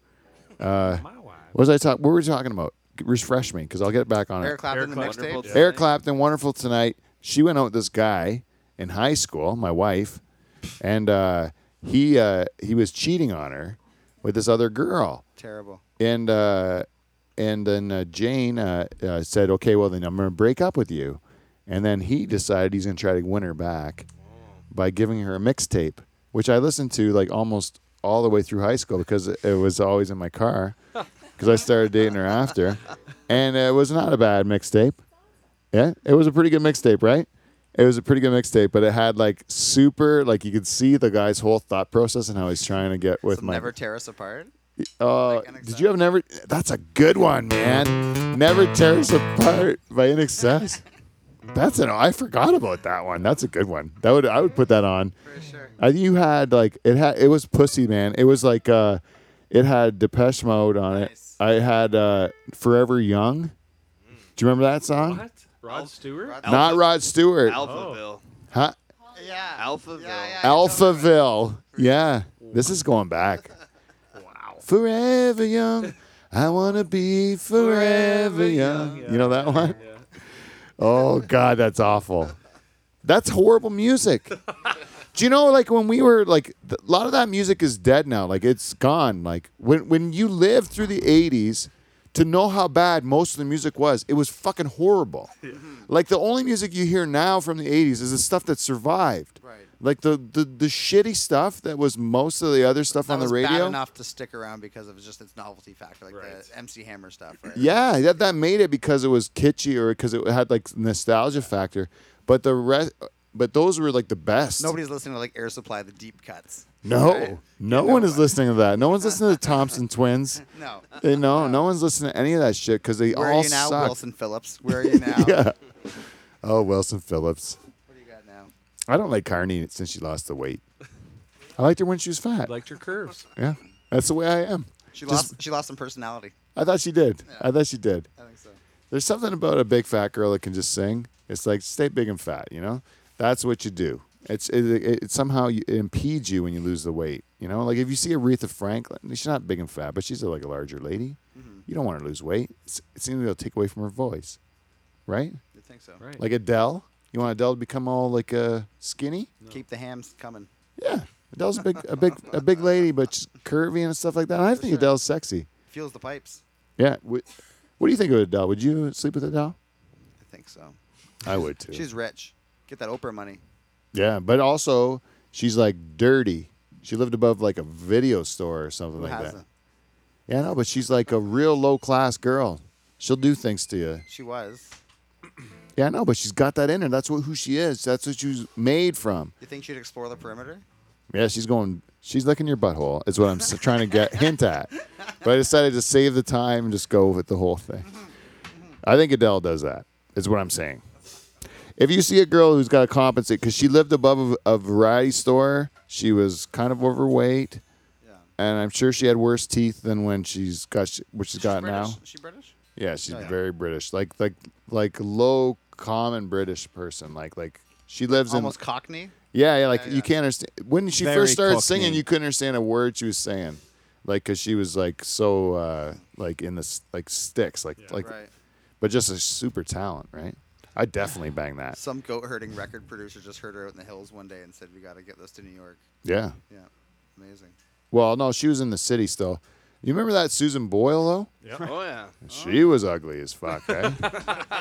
[SPEAKER 1] Uh, what was I talking? What were we talking about? Refresh me, because I'll get back on
[SPEAKER 9] Eric
[SPEAKER 1] it.
[SPEAKER 9] Clapton, the mixtape.
[SPEAKER 1] Eric Clapton, wonderful tonight. She went out with this guy, in high school, my wife, and uh, he uh, he was cheating on her with this other girl.
[SPEAKER 9] Terrible.
[SPEAKER 1] And uh, and then uh, Jane uh, uh, said, "Okay, well then I'm going to break up with you." And then he decided he's going to try to win her back by giving her a mixtape, which I listened to like almost all the way through high school because it it was always in my car because I started dating her after, and it was not a bad mixtape. Yeah, it was a pretty good mixtape, right? It was a pretty good mixtape, but it had like super, like you could see the guy's whole thought process and how he's trying to get with my.
[SPEAKER 9] Never tear us apart.
[SPEAKER 1] Uh, did you have never? That's a good one, man. Never tear us apart by In Excess. That's an. I forgot about that one. That's a good one. That would I would put that on. For sure. I, you had like it had it was pussy man. It was like uh, it had Depeche Mode on it. I had uh, Forever Young. Do you remember that song?
[SPEAKER 3] What? Rod Stewart? Oh.
[SPEAKER 1] Not Rod Stewart.
[SPEAKER 12] Alphaville.
[SPEAKER 1] Huh?
[SPEAKER 12] Yeah. Alphaville.
[SPEAKER 1] Alphaville. Yeah. This is going back. wow. Forever young. I want to be forever young. You know that one? Oh, God, that's awful. That's horrible music. Do you know, like, when we were, like, th- a lot of that music is dead now. Like, it's gone. Like, when, when you lived through the 80s, to know how bad most of the music was, it was fucking horrible. Like the only music you hear now from the 80s is the stuff that survived. Right. Like the, the the shitty stuff that was most of the other stuff
[SPEAKER 9] That
[SPEAKER 1] on the
[SPEAKER 9] was
[SPEAKER 1] radio.
[SPEAKER 9] bad enough to stick around because it was just its novelty factor, like the MC Hammer stuff. Right?
[SPEAKER 1] Yeah, that that made it because it was kitschy or because it had like nostalgia factor. But the rest, but those were like the best.
[SPEAKER 9] Nobody's listening to like Air Supply, the deep cuts.
[SPEAKER 1] No,
[SPEAKER 9] Right?
[SPEAKER 1] no one is listening to that. No one's listening to the Thompson Twins.
[SPEAKER 9] No.
[SPEAKER 1] They- no, no one's listening to any of that shit because they
[SPEAKER 9] Where
[SPEAKER 1] all
[SPEAKER 9] are you now,
[SPEAKER 1] suck.
[SPEAKER 9] Wilson Phillips? Where are you now?
[SPEAKER 1] yeah. Oh, Wilson Phillips.
[SPEAKER 9] What do you got now?
[SPEAKER 1] I don't like Carney since she lost the weight. I liked her when she was fat.
[SPEAKER 3] Liked your curves.
[SPEAKER 1] Yeah, that's the way I am.
[SPEAKER 9] She
[SPEAKER 1] Just-
[SPEAKER 9] lost. She lost some personality.
[SPEAKER 1] I thought she did. I thought she did.
[SPEAKER 9] I think so.
[SPEAKER 1] There's something about a big fat girl that can just sing. It's like stay big and fat, you know. That's what you do. It's it, it, it somehow you- it impedes you when you lose the weight, you know. Like if you see Aretha Franklin, she's not big and fat, but she's like a larger lady. You don't want her to lose weight. It's, it seems it'll take away from her voice, right?
[SPEAKER 9] I think so.
[SPEAKER 3] Right.
[SPEAKER 1] Like Adele, you want Adele to become all like uh, skinny?
[SPEAKER 9] Keep the hams coming.
[SPEAKER 1] Yeah, Adele's a big a big a big lady, but she's curvy and stuff like that. And I think Adele's sexy.
[SPEAKER 9] Fuels the pipes.
[SPEAKER 1] Yeah. What, what do you think of Adele? Would you sleep with Adele?
[SPEAKER 9] I think so.
[SPEAKER 1] I would too.
[SPEAKER 9] She's rich. Get that Oprah money.
[SPEAKER 1] yeah, but also she's like dirty. She lived above like a video store or something like that.
[SPEAKER 9] has
[SPEAKER 1] Yeah, no, but she's like a real low class girl. She'll do things to you.
[SPEAKER 9] She was.
[SPEAKER 1] Yeah, I know, but she's got that in her. That's what who she is. That's what she was made from.
[SPEAKER 9] You think she'd explore the perimeter?
[SPEAKER 1] Yeah, she's going. She's licking your butthole. Is what I'm s- trying to get hint at. But I decided to save the time and just go with the whole thing. I think Adele does that. Is what I'm saying. If you see a girl who's got to compensate because she lived above a, a variety store, she was kind of overweight, and I'm sure she had worse teeth than when she's got sh- what she's got now.
[SPEAKER 9] Is she British?
[SPEAKER 1] Yeah, she's
[SPEAKER 9] Oh, yeah.
[SPEAKER 1] very British, like like like low common British person, like like she lives
[SPEAKER 9] Almost
[SPEAKER 1] in
[SPEAKER 9] Cockney.
[SPEAKER 1] yeah, yeah, like you can't understand. When she
[SPEAKER 9] Very
[SPEAKER 1] first started singing,
[SPEAKER 9] Cockney.
[SPEAKER 1] you couldn't understand a word she was saying, like because she was like so uh like in the s- like sticks, like like,
[SPEAKER 9] Right.
[SPEAKER 1] but just a super talent, right? I definitely bang that.
[SPEAKER 9] Some goat herding record producer just heard her out in the hills one day and said, "We got to get this to New York."
[SPEAKER 1] Yeah.
[SPEAKER 9] Yeah. Amazing.
[SPEAKER 1] Well, no, she was in the city still. You remember that Susan Boyle though?
[SPEAKER 2] Yep. Oh yeah.
[SPEAKER 1] She was ugly as fuck, right?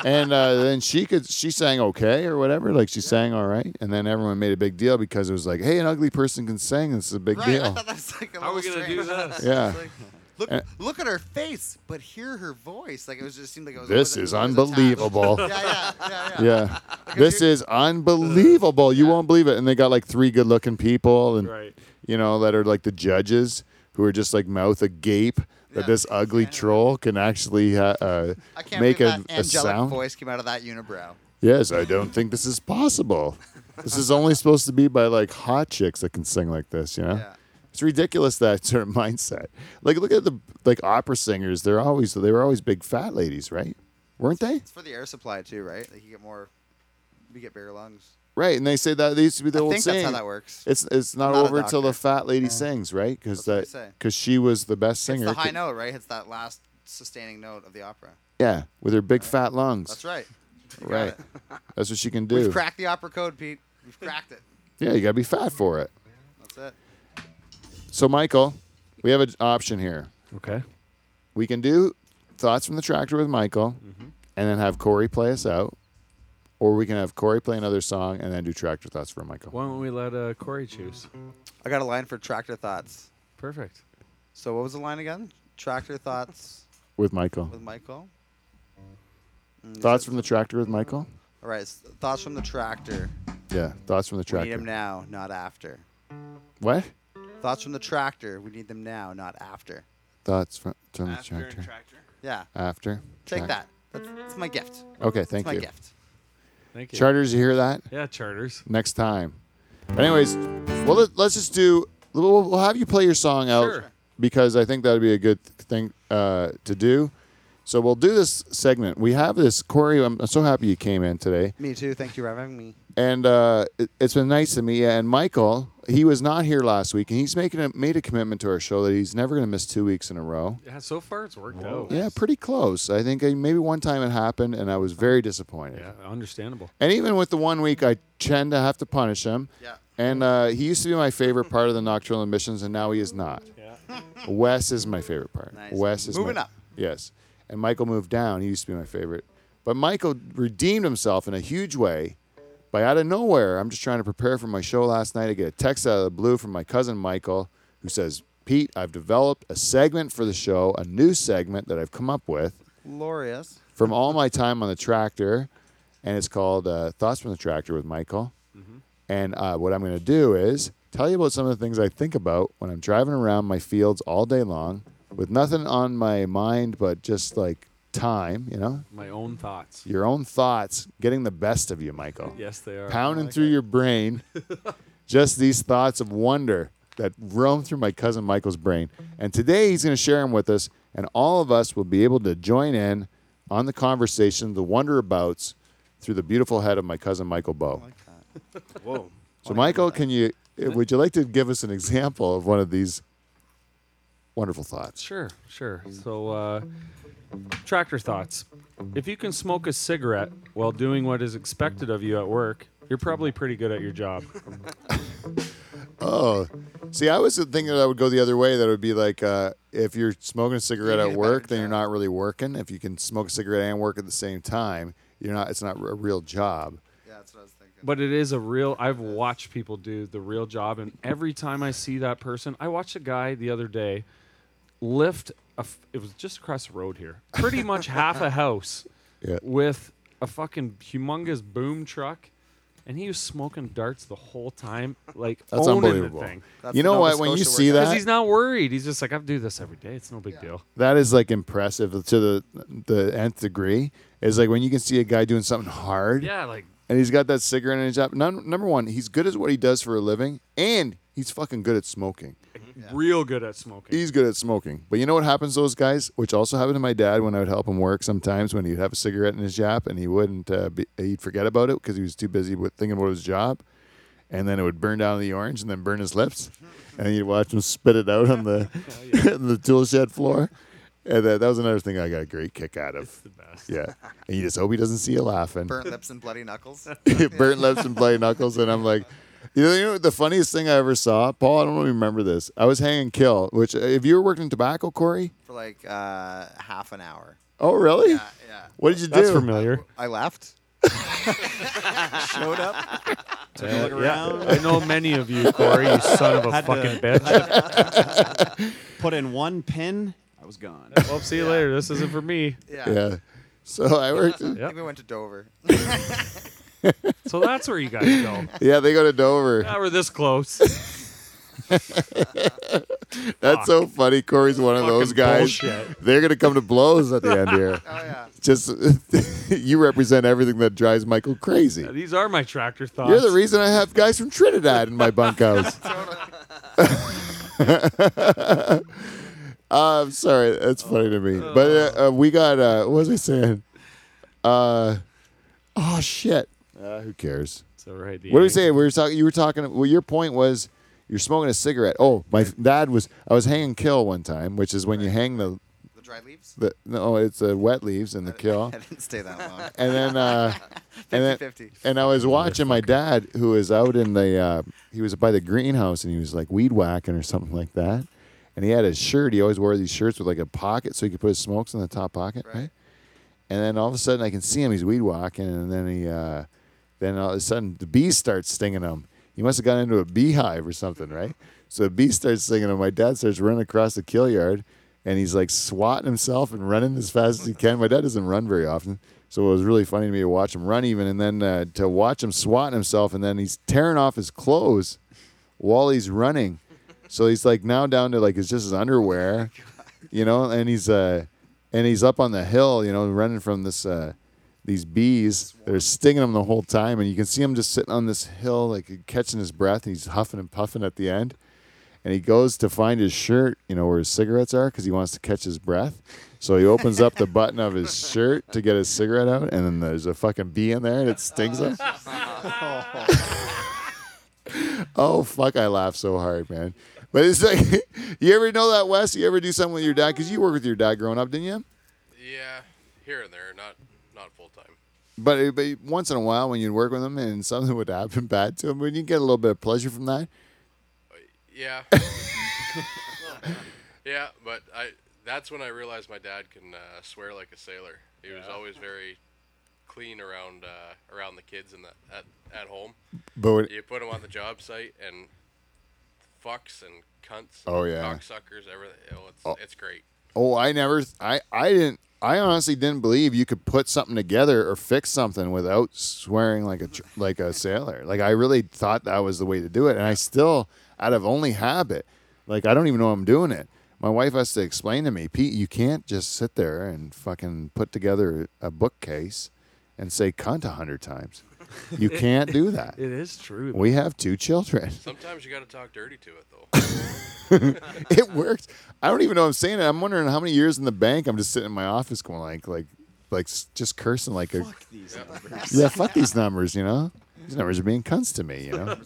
[SPEAKER 1] and uh, then she could she sang okay or whatever, like she sang all right. And then everyone made a big deal because it was like, hey, an ugly person can sing. This is a big
[SPEAKER 9] right. I
[SPEAKER 1] deal.
[SPEAKER 9] thought that was like a
[SPEAKER 3] How are we
[SPEAKER 9] little
[SPEAKER 3] gonna
[SPEAKER 9] strange.
[SPEAKER 3] do this?
[SPEAKER 1] Yeah.
[SPEAKER 9] It's like, Look,
[SPEAKER 1] And-
[SPEAKER 9] look at her face, but hear her voice. Like it was just seemed like it was.
[SPEAKER 1] This
[SPEAKER 9] it was
[SPEAKER 1] is
[SPEAKER 9] a- it was
[SPEAKER 1] unbelievable.
[SPEAKER 9] a tap. yeah, yeah, yeah, yeah.
[SPEAKER 1] Yeah. This is unbelievable. You won't believe it. And they got like three good looking people and
[SPEAKER 3] Right.
[SPEAKER 1] you know, that are like the judges who are just like mouth agape that this ugly troll can actually uh, uh,
[SPEAKER 9] I can't
[SPEAKER 1] make a,
[SPEAKER 9] believe that
[SPEAKER 1] a
[SPEAKER 9] angelic
[SPEAKER 1] sound.
[SPEAKER 9] voice came out of that unibrow.
[SPEAKER 1] Yes, I don't think this is possible. This is only supposed to be by like hot chicks that can sing like this, you know? It's ridiculous that sort of mindset. Like look at the like opera singers, they're always they were always big fat ladies, right? Weren't they?
[SPEAKER 9] It's for the air supply too, right? Like you get more, we get bigger lungs.
[SPEAKER 1] Right, and they say that they used to be the
[SPEAKER 9] I
[SPEAKER 1] old
[SPEAKER 9] think
[SPEAKER 1] saying.
[SPEAKER 9] that's how that works.
[SPEAKER 1] It's it's not,
[SPEAKER 9] I'm not a
[SPEAKER 1] over till the fat lady sings, right? Because
[SPEAKER 9] That's what they
[SPEAKER 1] that
[SPEAKER 9] say.
[SPEAKER 1] because she was the best
[SPEAKER 9] It's
[SPEAKER 1] singer.
[SPEAKER 9] the high
[SPEAKER 1] C-
[SPEAKER 9] note, right? It's that last sustaining note of the opera.
[SPEAKER 1] Yeah, with her big fat lungs.
[SPEAKER 9] That's right.
[SPEAKER 1] right. That's what she can do.
[SPEAKER 9] We've cracked the opera code, Pete. We've cracked it.
[SPEAKER 1] Yeah, you gotta be fat for it.
[SPEAKER 9] That's it.
[SPEAKER 1] So, Michael, we have an option here.
[SPEAKER 3] Okay.
[SPEAKER 1] We can do thoughts from the tractor with Michael,
[SPEAKER 9] Mm-hmm.
[SPEAKER 1] and then have Corey play us out, or we can have Corey play another song and then do tractor thoughts for Michael.
[SPEAKER 3] Why don't we let uh, Corey choose?
[SPEAKER 9] I got a line for tractor thoughts.
[SPEAKER 3] Perfect.
[SPEAKER 9] So what was the line again? Tractor thoughts
[SPEAKER 1] With Michael.
[SPEAKER 9] with Michael. Mm, you
[SPEAKER 1] Thoughts
[SPEAKER 9] said-
[SPEAKER 1] from the tractor with Michael.
[SPEAKER 9] All right. s- Thoughts from the tractor.
[SPEAKER 1] Yeah, thoughts from the
[SPEAKER 9] Mm-hmm. We need
[SPEAKER 1] tractor.
[SPEAKER 9] them now, not after.
[SPEAKER 1] What?
[SPEAKER 9] Thoughts from the tractor. We need them now, not after.
[SPEAKER 1] Thoughts from, from the tractor.
[SPEAKER 9] Yeah.
[SPEAKER 1] After.
[SPEAKER 9] Take
[SPEAKER 1] trac-
[SPEAKER 9] that. That's, that's my gift.
[SPEAKER 1] Okay,
[SPEAKER 9] That's
[SPEAKER 1] thank
[SPEAKER 9] my
[SPEAKER 1] you.
[SPEAKER 9] gift.
[SPEAKER 3] Thank you.
[SPEAKER 1] Charters, you hear that?
[SPEAKER 3] Yeah, charters.
[SPEAKER 1] Next time. But anyways, well, let, let's just do. We'll, we'll have you play your song out
[SPEAKER 3] Sure.
[SPEAKER 1] because I think that'd be a good thing uh, to do. So we'll do this segment. We have this, Corey. I'm so happy you came in today,
[SPEAKER 9] Me too. Thank you for having me.
[SPEAKER 1] and uh, it, it's been nice to meet you. And Michael, he was not here last week, and he's making a, made a commitment to our show that he's never going to miss two weeks in a row.
[SPEAKER 3] Yeah, so far it's worked out.
[SPEAKER 1] Yeah, pretty close. I think uh, maybe one time it happened, and I was very disappointed.
[SPEAKER 3] Yeah, understandable.
[SPEAKER 1] And even with the one week, I tend to have to punish him.
[SPEAKER 9] Yeah.
[SPEAKER 1] And uh, he used to be my favorite part of the nocturnal emissions, and now he is not.
[SPEAKER 9] Yeah.
[SPEAKER 1] Wes is my favorite part.
[SPEAKER 9] Nice.
[SPEAKER 1] Wes is
[SPEAKER 9] Moving
[SPEAKER 1] my-
[SPEAKER 9] up.
[SPEAKER 1] Yes. And Michael moved down. He used to be my favorite. But Michael redeemed himself in a huge way by out of nowhere. I'm just trying to prepare for my show last night. I get a text out of the blue from my cousin Michael who says, Pete, I've developed a segment for the show, a new segment that I've come up with
[SPEAKER 9] Glorious.
[SPEAKER 1] from all my time on the tractor, and it's called uh, Thoughts from the Tractor with Michael. And uh, what I'm going to do is tell you about some of the things I think about when I'm driving around my fields all day long with nothing on my mind but just like time, you know,
[SPEAKER 3] My own thoughts.
[SPEAKER 1] your own thoughts getting the best of you, Michael.
[SPEAKER 3] Yes, they are. I
[SPEAKER 1] Pounding
[SPEAKER 3] like
[SPEAKER 1] through
[SPEAKER 3] it.
[SPEAKER 1] your brain, just these thoughts of wonder that roam through my cousin Michael's brain. And today he's going to share them with us, and all of us will be able to join in on the conversation, the wonder abouts, through the beautiful head of my cousin Michael Bow.
[SPEAKER 5] Whoa.
[SPEAKER 1] so, Michael, can you? uh, Would you like to give us an example of one of these wonderful thoughts?
[SPEAKER 3] Sure, sure. So, uh, tractor thoughts. If you can smoke a cigarette while doing what is expected of you at work, you're probably pretty good at your job.
[SPEAKER 1] Oh, see, I was thinking that I would go the other way. That would be like uh, if you're smoking a cigarette at work, then you're not really working. If you can smoke a cigarette and work at the same time, you're not. It's not a real job.
[SPEAKER 3] But it is a real. I've watched people do the real job, and every time I see that person, I watched a guy the other day lift. A f- it was just across the road here. Pretty much half a house
[SPEAKER 1] Yeah.
[SPEAKER 3] with a fucking humongous boom truck, and he was smoking darts the whole time. Like
[SPEAKER 1] That's
[SPEAKER 3] owning
[SPEAKER 1] unbelievable.
[SPEAKER 3] The thing.
[SPEAKER 1] That's You know the Nova what, when you Scotia see workout. that-
[SPEAKER 3] because he's not worried. He's just like, I do this every day. It's no big deal.
[SPEAKER 1] That is like impressive to the the nth degree. Is like when you can see a guy doing something hard.
[SPEAKER 3] Yeah, like-
[SPEAKER 1] And he's got that cigarette in his job. Num- number one, he's good at what he does for a living, and he's fucking good at smoking.
[SPEAKER 3] Real good at smoking.
[SPEAKER 1] He's good at smoking. But you know what happens to those guys, which also happened to my dad when I would help him work sometimes when he'd have a cigarette in his jap and he wouldn't, uh, be, he'd forget about it because he was too busy with thinking about his job. And then it would burn down the orange and then burn his lips. And you'd watch him spit it out on the, the tool shed floor. And that, that was another thing I got a great kick out of. the
[SPEAKER 3] best.
[SPEAKER 1] Yeah. And you just hope he doesn't see you laughing.
[SPEAKER 9] Burnt lips and bloody knuckles.
[SPEAKER 1] burnt lips and bloody knuckles, and I'm like, you know, you know what the funniest thing I ever saw, Paul. I don't really remember this. I was hanging kill, which uh, if you were working in tobacco, Corey.
[SPEAKER 9] For like uh, half an hour.
[SPEAKER 1] Oh, really?
[SPEAKER 9] Yeah, yeah.
[SPEAKER 1] What did you
[SPEAKER 3] That's
[SPEAKER 1] do?
[SPEAKER 3] familiar.
[SPEAKER 9] I left. Showed up. Took a
[SPEAKER 3] Uh,
[SPEAKER 9] look
[SPEAKER 3] yeah.
[SPEAKER 9] around.
[SPEAKER 3] I know many of you, Corey, you son of a
[SPEAKER 4] Had
[SPEAKER 3] fucking
[SPEAKER 4] to-
[SPEAKER 3] bitch.
[SPEAKER 4] Put in one pin, I was gone.
[SPEAKER 3] well, see you later. This isn't for me.
[SPEAKER 9] Yeah.
[SPEAKER 1] Yeah. So I worked.
[SPEAKER 9] I think we went to Dover.
[SPEAKER 3] So that's where you guys go.
[SPEAKER 1] yeah, they go to Dover.
[SPEAKER 3] Now we're this close.
[SPEAKER 1] That's so funny. Corey's one of those guys.
[SPEAKER 3] bullshit.
[SPEAKER 1] They're gonna come to blows at the end here. oh yeah. Just you represent everything that drives Michael crazy.
[SPEAKER 3] Yeah, These are my tractor thoughts.
[SPEAKER 1] You're the reason I have guys from Trinidad in my bunkhouse. uh, I'm Um, sorry, that's funny to me. But uh, uh, we got uh, what was I saying? Uh, oh shit. Uh, who cares?
[SPEAKER 3] It's all right.
[SPEAKER 1] What are we
[SPEAKER 3] Dean.
[SPEAKER 1] saying? We were talking. You were talking. Well, your point was you're smoking a cigarette. Oh, my f- dad was. I was hanging kill one time, which is when you hang the
[SPEAKER 9] dry leaves?
[SPEAKER 1] The, no, it's uh, wet leaves in the kill.
[SPEAKER 9] I didn't stay that long.
[SPEAKER 1] And then, uh, and then,
[SPEAKER 9] 50-50.
[SPEAKER 1] and I was watching my dad, who was out in the, uh, he was by the greenhouse, and he was like weed whacking or something like that. And he had his shirt. He always wore these shirts with like a pocket, so he could put his smokes in the top pocket, right? And then all of a sudden, I can see him. He's weed whacking, and then he, uh, then all of a sudden, the bee starts stinging him. He must have got into a beehive or something, right? So the bee starts stinging him. My dad starts running across the kill yard, and he's like swatting himself and running as fast as he can. My dad doesn't run very often, so it was really funny to me to watch him run, even, and then uh, to watch him swatting himself, and then he's tearing off his clothes while he's running. So he's like now down to like it's just his underwear, you know, and he's uh and he's up on the hill, you know, running from this uh these bees. They're stinging him the whole time and you can see him just sitting on this hill like catching his breath and he's huffing and puffing at the end. And he goes to find his shirt, you know, where his cigarettes are cuz he wants to catch his breath. So he opens up the button of his shirt to get his cigarette out and then there's a fucking bee in there and it stings him. Oh fuck! I laugh so hard, man. But it's like, you ever know that Wes? You ever do something with your dad? Because you worked with your dad growing up, didn't you?
[SPEAKER 11] Yeah, here and there, not not full time.
[SPEAKER 1] But, but once in a while, when you'd work with him and something would happen bad to him, would you get a little bit of pleasure from that?
[SPEAKER 11] Yeah. yeah, but I that's when I realized my dad can uh, swear like a sailor. He was
[SPEAKER 12] Yeah.
[SPEAKER 11] always very clean around uh, around the kids in the at, at home.
[SPEAKER 1] But when-
[SPEAKER 11] you put him on the job site and fucks and cunts.
[SPEAKER 1] Oh,
[SPEAKER 11] and
[SPEAKER 1] yeah.
[SPEAKER 11] Cocksuckers, everything. Oh, it's
[SPEAKER 1] Oh.
[SPEAKER 11] it's great.
[SPEAKER 1] Oh, I never, I, I didn't, I honestly didn't believe you could put something together or fix something without swearing like a tr- like a sailor. Like I really thought that was the way to do it, and I still, out of only habit, like I don't even know I'm doing it. My wife has to explain to me, Pete, you can't just sit there and fucking put together a bookcase and say cunt a hundred times. You can't do that.
[SPEAKER 3] It is true.
[SPEAKER 1] We have two children.
[SPEAKER 11] Sometimes you got to talk dirty to it though.
[SPEAKER 1] it works. I don't even know I'm saying it. I'm wondering how many years in the bank I'm just sitting in my office going like like like s- just cursing like a
[SPEAKER 6] these
[SPEAKER 1] yeah fuck these numbers you know these numbers are being cunts to me you know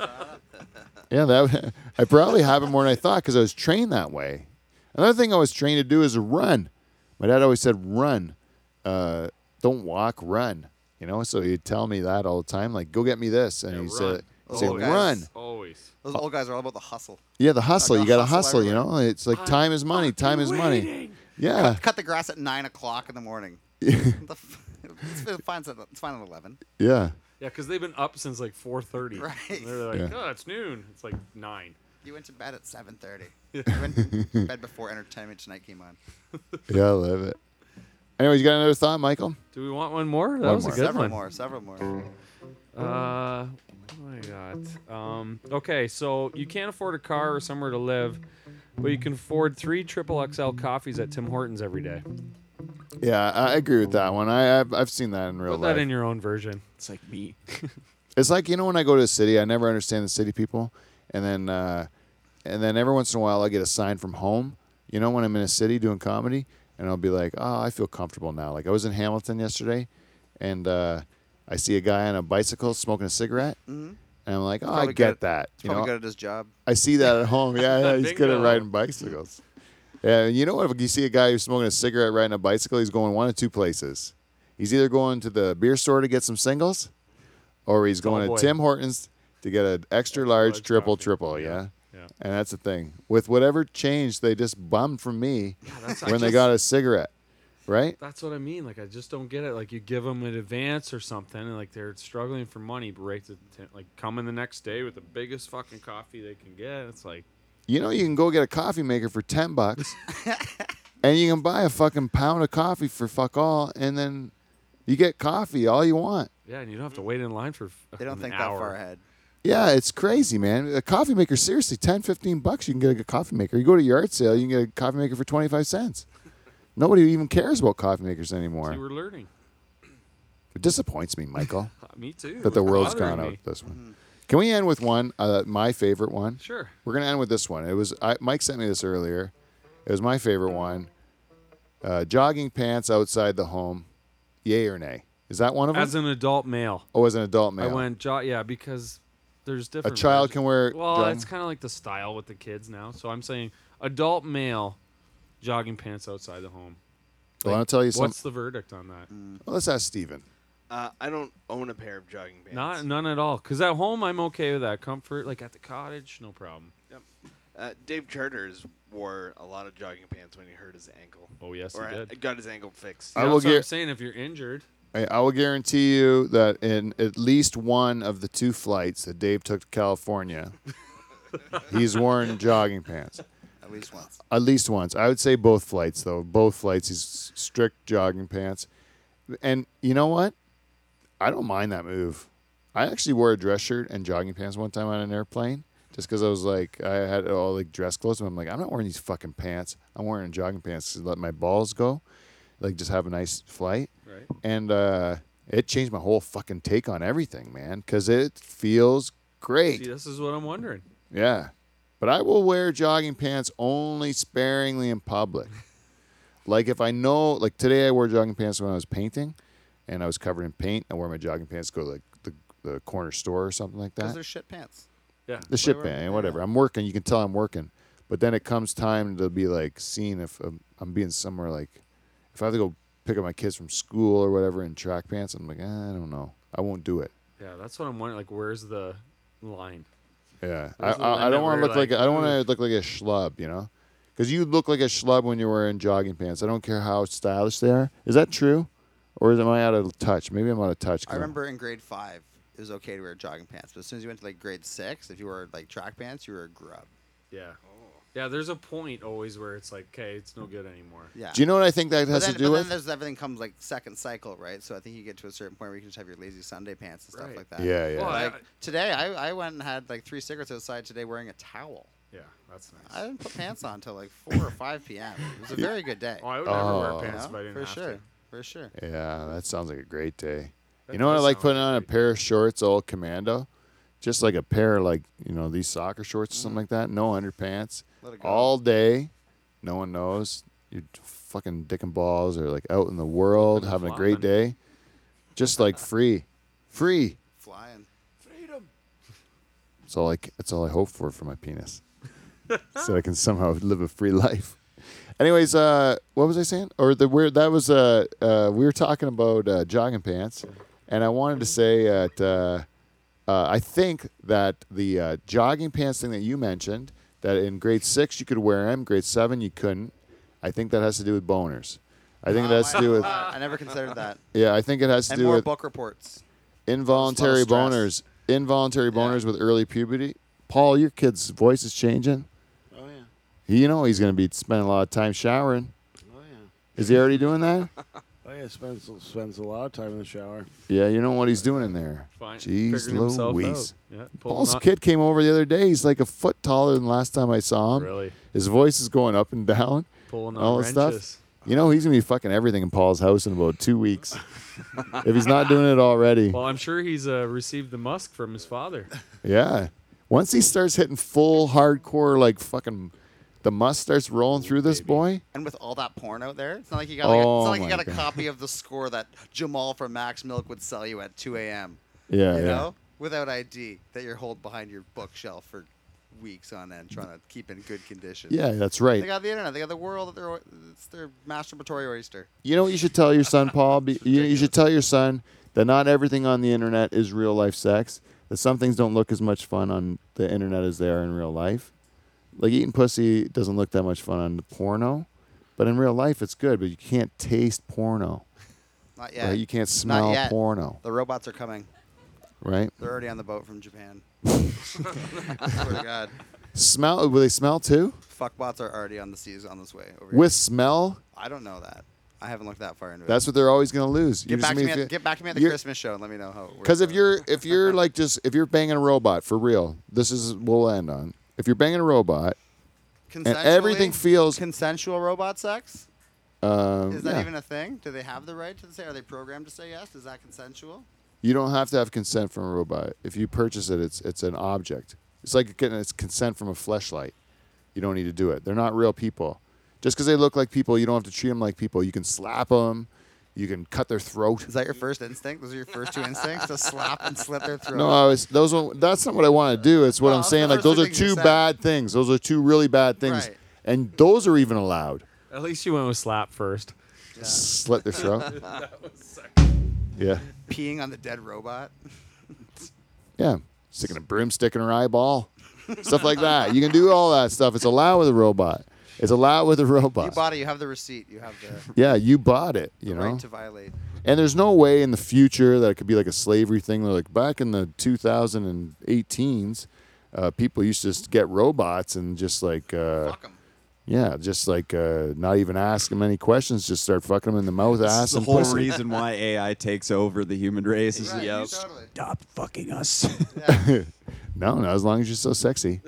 [SPEAKER 1] yeah that I probably have it more than I thought because I was trained that way. Another thing I was trained to do is run. My dad always said run, uh, don't walk, run. You know, so he'd tell me that all the time, like go get me this, and he'd say, he'd say run.
[SPEAKER 3] Always.
[SPEAKER 9] Those old guys are all about the hustle.
[SPEAKER 1] Yeah, the hustle. You got to hustle.
[SPEAKER 9] hustle
[SPEAKER 1] You know, it's like time is money. Time is money. Yeah.
[SPEAKER 9] Cut, cut the grass at nine o'clock in the morning. the f- it's, it's fine. at- It's fine at eleven.
[SPEAKER 1] Yeah.
[SPEAKER 3] Yeah, because they've been up since like 4:30.
[SPEAKER 9] Right.
[SPEAKER 3] And they're like,
[SPEAKER 1] Yeah.
[SPEAKER 3] oh, it's noon. It's like nine.
[SPEAKER 9] You went to bed at seven thirty. you went to bed before Entertainment Tonight came on.
[SPEAKER 1] Yeah, I love it. Anyways, you got another thought, Michael?
[SPEAKER 3] Do we want one more? That
[SPEAKER 1] One
[SPEAKER 3] was
[SPEAKER 1] more.
[SPEAKER 3] a good
[SPEAKER 9] several
[SPEAKER 3] one.
[SPEAKER 9] more. Several more.
[SPEAKER 3] Uh, what do I got? Um, okay, so you can't afford a car or somewhere to live, but you can afford three triple XL coffees at Tim Hortons every day.
[SPEAKER 1] Yeah, I I agree with that one. I I've, I've seen that in real
[SPEAKER 3] Put
[SPEAKER 1] life.
[SPEAKER 3] that in your own version. It's like me.
[SPEAKER 1] It's like you know when I go to a city, I never understand the city people, and then uh, and then every once in a while I get a sign from home. You know when I'm in a city doing comedy, and I'll be like, oh, I feel comfortable now. Like I was in Hamilton yesterday, and uh, I see a guy on a bicycle smoking a cigarette,
[SPEAKER 9] Mhm.
[SPEAKER 1] and I'm like, oh, I
[SPEAKER 9] Probably
[SPEAKER 1] get
[SPEAKER 9] good at-
[SPEAKER 1] that.
[SPEAKER 9] He's
[SPEAKER 1] You know,
[SPEAKER 9] probably good at his job.
[SPEAKER 1] I see that at home. Yeah, yeah he's good at
[SPEAKER 9] Bingo.
[SPEAKER 1] riding bicycles. Yeah, and you know what? If you see a guy who's smoking a cigarette riding a bicycle, he's going one of two places. He's either going to the beer store to get some singles, or he's going
[SPEAKER 12] boy.
[SPEAKER 1] to Tim Hortons to get an extra large, triple triple. Yeah.
[SPEAKER 12] yeah.
[SPEAKER 1] And that's the thing. With whatever change they just bummed from me
[SPEAKER 3] that's- I
[SPEAKER 1] when they
[SPEAKER 3] just-
[SPEAKER 1] got a cigarette, right?
[SPEAKER 3] That's what I mean. Like I just don't get it. Like you give them an advance or something, and like they're struggling for money, but right to Tim, like come in the next day with the biggest fucking coffee they can get. It's like
[SPEAKER 1] You know, you can go get a coffee maker for 10 bucks and you can buy a fucking pound of coffee for fuck all. And then you get coffee all you want.
[SPEAKER 3] Yeah, and you don't have to wait in line for. f-
[SPEAKER 9] They don't
[SPEAKER 3] an
[SPEAKER 9] think that
[SPEAKER 3] hour.
[SPEAKER 9] far ahead.
[SPEAKER 1] Yeah, it's crazy, man. A coffee maker, seriously, 10, 15 bucks, you can get a coffee maker. You go to a yard sale, you can get a coffee maker for 25 cents. Nobody even cares about coffee makers
[SPEAKER 3] So you
[SPEAKER 1] anymore.
[SPEAKER 3] were learning.
[SPEAKER 1] It disappoints me, Michael.
[SPEAKER 3] Me too.
[SPEAKER 1] That the
[SPEAKER 3] It's
[SPEAKER 1] world's
[SPEAKER 3] bothering
[SPEAKER 1] gone out
[SPEAKER 3] me.
[SPEAKER 1] with this one. Can we end with one? Uh, my favorite one.
[SPEAKER 3] Sure.
[SPEAKER 1] We're gonna end with this one. It was I, Mike sent me this earlier. It was my favorite one. Uh, jogging pants outside the home, yay or nay? Is that one of them?
[SPEAKER 3] As an adult male.
[SPEAKER 1] oh, as an adult male.
[SPEAKER 3] I went jo- yeah because there's different.
[SPEAKER 1] child
[SPEAKER 3] versions.
[SPEAKER 1] can wear
[SPEAKER 3] Well,
[SPEAKER 1] jogging-
[SPEAKER 3] it's kind of like the style with the kids now. So I'm saying adult male jogging pants outside the home.
[SPEAKER 1] Well, I'll tell you something.
[SPEAKER 3] What's the verdict on that?
[SPEAKER 1] Well, let's ask Steven.
[SPEAKER 12] Uh, I don't own a pair of jogging pants.
[SPEAKER 3] Not none at all. Because at home I'm okay with that comfort. Like at the cottage, no problem.
[SPEAKER 12] Yep. Uh, Dave Charters wore a lot of jogging pants when he hurt his ankle.
[SPEAKER 3] Oh yes,
[SPEAKER 12] or
[SPEAKER 3] he
[SPEAKER 12] uh,
[SPEAKER 3] did.
[SPEAKER 12] Got his ankle fixed.
[SPEAKER 1] I will
[SPEAKER 3] That's what I'm
[SPEAKER 1] get.
[SPEAKER 3] saying if you're injured.
[SPEAKER 1] I, I will guarantee you that in at least one of the two flights that Dave took to California, he's worn jogging pants.
[SPEAKER 9] At least once.
[SPEAKER 1] At least once. I would say both flights, though. Both flights, he's strict jogging pants. And you know what? I don't mind that move. I actually wore a dress shirt and jogging pants one time on an airplane just because I was like, I had all like dress clothes. And I'm like, I'm not wearing these fucking pants. I'm wearing jogging pants to let my balls go, like just have a nice flight.
[SPEAKER 3] Right.
[SPEAKER 1] And uh, it changed my whole fucking take on everything, man, because it feels great.
[SPEAKER 3] See, this is what I'm wondering.
[SPEAKER 1] Yeah. But I will wear jogging pants only sparingly in public. like if I know like today I wore jogging pants when I was painting and I was covered in paint. I wore my jogging pants to go to like the, the corner store or something like
[SPEAKER 9] Because
[SPEAKER 1] that.
[SPEAKER 9] they're shit pants.
[SPEAKER 3] Yeah.
[SPEAKER 1] The shit band, whatever. I'm working, you can tell I'm working. But then it comes time to be like seen if I'm, I'm being somewhere like if I have to go pick up my kids from school or whatever in track pants, I'm like, eh, I don't know. I won't do it.
[SPEAKER 3] Yeah, that's what I'm wondering. Like, where's the line?
[SPEAKER 1] Yeah, I,
[SPEAKER 3] There's a line
[SPEAKER 1] I, I don't
[SPEAKER 3] that
[SPEAKER 1] want to
[SPEAKER 3] we're
[SPEAKER 1] look like, I don't
[SPEAKER 3] "Ooh."
[SPEAKER 1] want to look like mm. a schlub, you know, because you look like a schlub when you're wearing jogging pants. I don't care how stylish they are. Is that true, or is am I out of touch? Maybe I'm out of touch. 'cause
[SPEAKER 9] I
[SPEAKER 1] I'm-
[SPEAKER 9] remember in grade five, it was okay to wear jogging pants, but as soon as you went to like grade six, if you wore like track pants, you were a grub.
[SPEAKER 3] Yeah. Yeah, there's a point always where it's like, okay, it's no good anymore.
[SPEAKER 9] Yeah.
[SPEAKER 1] Do you know what I think that
[SPEAKER 9] But
[SPEAKER 1] has
[SPEAKER 9] then-
[SPEAKER 1] to do
[SPEAKER 9] but
[SPEAKER 1] with?
[SPEAKER 9] Then there's everything comes like second cycle, right? So I think you get to a certain point where you can just have your lazy Sunday pants and stuff
[SPEAKER 3] Right.
[SPEAKER 9] like that.
[SPEAKER 1] Yeah, yeah. Well, I-
[SPEAKER 9] like today, I, I went and had like three cigarettes outside today wearing a towel.
[SPEAKER 3] Yeah, that's nice.
[SPEAKER 9] I didn't put pants on until like four or five p.m. It was a very good day.
[SPEAKER 3] Oh, I would never wear
[SPEAKER 1] Oh.
[SPEAKER 3] pants if I didn't
[SPEAKER 9] for
[SPEAKER 3] have
[SPEAKER 9] sure,
[SPEAKER 3] to.
[SPEAKER 9] for sure.
[SPEAKER 1] Yeah, that sounds like a great day.
[SPEAKER 3] That
[SPEAKER 1] you know what I
[SPEAKER 3] does
[SPEAKER 1] like
[SPEAKER 3] sound
[SPEAKER 1] putting on a pair of shorts, all commando, just like a pair of like you know these soccer shorts or something like that. No underpants,
[SPEAKER 9] Let it go.
[SPEAKER 1] all day. No one knows your fucking dick and balls are like out in the world having a great day, just like free, free.
[SPEAKER 9] Flying.
[SPEAKER 3] Freedom.
[SPEAKER 1] That's all I c- that's all I hope for for my penis, so I can somehow live a free life. Anyways, uh, what was I saying? Or the weird that was uh, uh, we were talking about uh, jogging pants, and I wanted to say that uh, uh, I think that the uh, jogging pants thing that you mentioned that in grade six you could wear them, grade seven you couldn't. I think that has to do with boners. I think it has to do with
[SPEAKER 9] I never considered that.
[SPEAKER 1] yeah. I think it has to
[SPEAKER 9] Oh and
[SPEAKER 1] do
[SPEAKER 9] more
[SPEAKER 1] with
[SPEAKER 9] book reports.
[SPEAKER 1] Involuntary
[SPEAKER 9] Just a lot of
[SPEAKER 1] boners. Involuntary boners with early puberty. Paul, your kid's voice is changing.
[SPEAKER 5] Oh yeah.
[SPEAKER 1] You know he's going to be spending a lot of time showering.
[SPEAKER 5] Oh yeah.
[SPEAKER 1] Is he already doing that?
[SPEAKER 5] Oh yeah. Spends spends a lot of time in the shower.
[SPEAKER 1] Yeah, you know what he's doing in there.
[SPEAKER 3] Fine.
[SPEAKER 1] Jeez
[SPEAKER 3] Figuring himself
[SPEAKER 1] Louise.
[SPEAKER 3] out. Yeah, pulling
[SPEAKER 1] Paul's
[SPEAKER 3] up.
[SPEAKER 1] kid came over the other day. He's like a foot taller than last time I saw him.
[SPEAKER 3] Really?
[SPEAKER 1] His voice is going up and down.
[SPEAKER 3] Pulling
[SPEAKER 1] all
[SPEAKER 3] on
[SPEAKER 1] this stuff.
[SPEAKER 3] wrenches.
[SPEAKER 1] You know he's going to be fucking everything in Paul's house in about two weeks. if he's not doing it already.
[SPEAKER 3] Well, I'm sure he's uh, received the musk from his father.
[SPEAKER 1] Yeah. Once he starts hitting full hardcore, like fucking, the must starts rolling through this boy.
[SPEAKER 9] And with all that porn out there, it's not like you got like, a,
[SPEAKER 1] Oh
[SPEAKER 9] it's not like you
[SPEAKER 1] my
[SPEAKER 9] got a
[SPEAKER 1] God.
[SPEAKER 9] copy of the score that Jamal from Max Milk would sell you at 2 a.m.
[SPEAKER 1] Yeah,
[SPEAKER 9] you
[SPEAKER 1] yeah.
[SPEAKER 9] know, without ID that you're holding behind your bookshelf for weeks on end, trying to keep in good condition.
[SPEAKER 1] Yeah, that's right.
[SPEAKER 9] They got the internet. They got the world. That they're it's their masturbatory oyster.
[SPEAKER 1] You know what you should tell your son, Paul? Be, you, you should tell your son that not everything on the internet is real life sex. That some things don't look as much fun on the internet as they are in real life. Like eating pussy doesn't look that much fun on the porno, but in real life it's good. But you can't taste porno,
[SPEAKER 9] Not yet.
[SPEAKER 1] Right, you can't
[SPEAKER 9] Not
[SPEAKER 1] smell
[SPEAKER 9] yet.
[SPEAKER 1] porno.
[SPEAKER 9] The robots are coming.
[SPEAKER 1] right?
[SPEAKER 9] They're already on the boat from Japan. Swear to God,
[SPEAKER 1] Smell? Will they smell too?
[SPEAKER 9] fuckbots are already on the seas on this way over here.
[SPEAKER 1] With smell,
[SPEAKER 9] I don't know that. I haven't looked that far into it.
[SPEAKER 1] that's what they're always gonna lose. You're just
[SPEAKER 9] Get back, to
[SPEAKER 1] gonna
[SPEAKER 9] me
[SPEAKER 1] be
[SPEAKER 9] at,
[SPEAKER 1] fe-
[SPEAKER 9] get back to me at the
[SPEAKER 1] you're-
[SPEAKER 9] Christmas show and let me know how it works.
[SPEAKER 1] Because if
[SPEAKER 9] out.
[SPEAKER 1] you're if you're like just if you're banging a robot for real, this is we'll end on. If you're banging a robot, and everything
[SPEAKER 9] Consensually?
[SPEAKER 1] feels
[SPEAKER 9] consensual robot sex
[SPEAKER 1] um,
[SPEAKER 9] is that
[SPEAKER 1] yeah.
[SPEAKER 9] even a thing? Do they have the right to say? Are they programmed to say yes? Is that consensual?
[SPEAKER 1] you don't have to have consent from a robot. If you purchase it, it's it's an object. It's like getting it's consent from a fleshlight. You don't need to do it. They're not real people. Just because they look like people, you don't have to treat them like people. You can slap them. You can cut their throat.
[SPEAKER 9] Is that your first instinct? Those are your first two instincts to slap and slit their throat.
[SPEAKER 1] No, I was those. Are, that's not what I want to do. It's what
[SPEAKER 9] No,
[SPEAKER 1] I'm
[SPEAKER 9] that's
[SPEAKER 1] saying.
[SPEAKER 9] the
[SPEAKER 1] Like
[SPEAKER 9] first
[SPEAKER 1] those are
[SPEAKER 9] thing you
[SPEAKER 1] two
[SPEAKER 9] said.
[SPEAKER 1] bad things. Those are two really bad things,
[SPEAKER 9] Right.
[SPEAKER 1] and those are even allowed.
[SPEAKER 3] At least you went with slap first.
[SPEAKER 1] slit their throat.
[SPEAKER 9] That was
[SPEAKER 1] yeah.
[SPEAKER 9] Peeing on the dead robot.
[SPEAKER 1] Yeah. Sticking a broomstick in her eyeball. stuff like that. You can do all that stuff. It's allowed with a robot. It's allowed with a
[SPEAKER 9] You
[SPEAKER 1] robot.
[SPEAKER 9] bought it. You have the receipt. You have the
[SPEAKER 1] yeah, you bought it, you know.
[SPEAKER 9] right to violate.
[SPEAKER 1] And there's no way in the future that it could be like a slavery thing. Like back in the 2018s, uh, people used to just get robots and just like, uh, yeah, just like uh, not even ask them any questions, just start fucking them in the mouth,
[SPEAKER 4] This
[SPEAKER 1] ass,
[SPEAKER 4] is the
[SPEAKER 1] and
[SPEAKER 4] whole
[SPEAKER 1] pussy.
[SPEAKER 4] reason why AI takes over the human race. Is
[SPEAKER 1] Right,
[SPEAKER 4] yep. Stop fucking us.
[SPEAKER 1] no, no, as long as you're so sexy.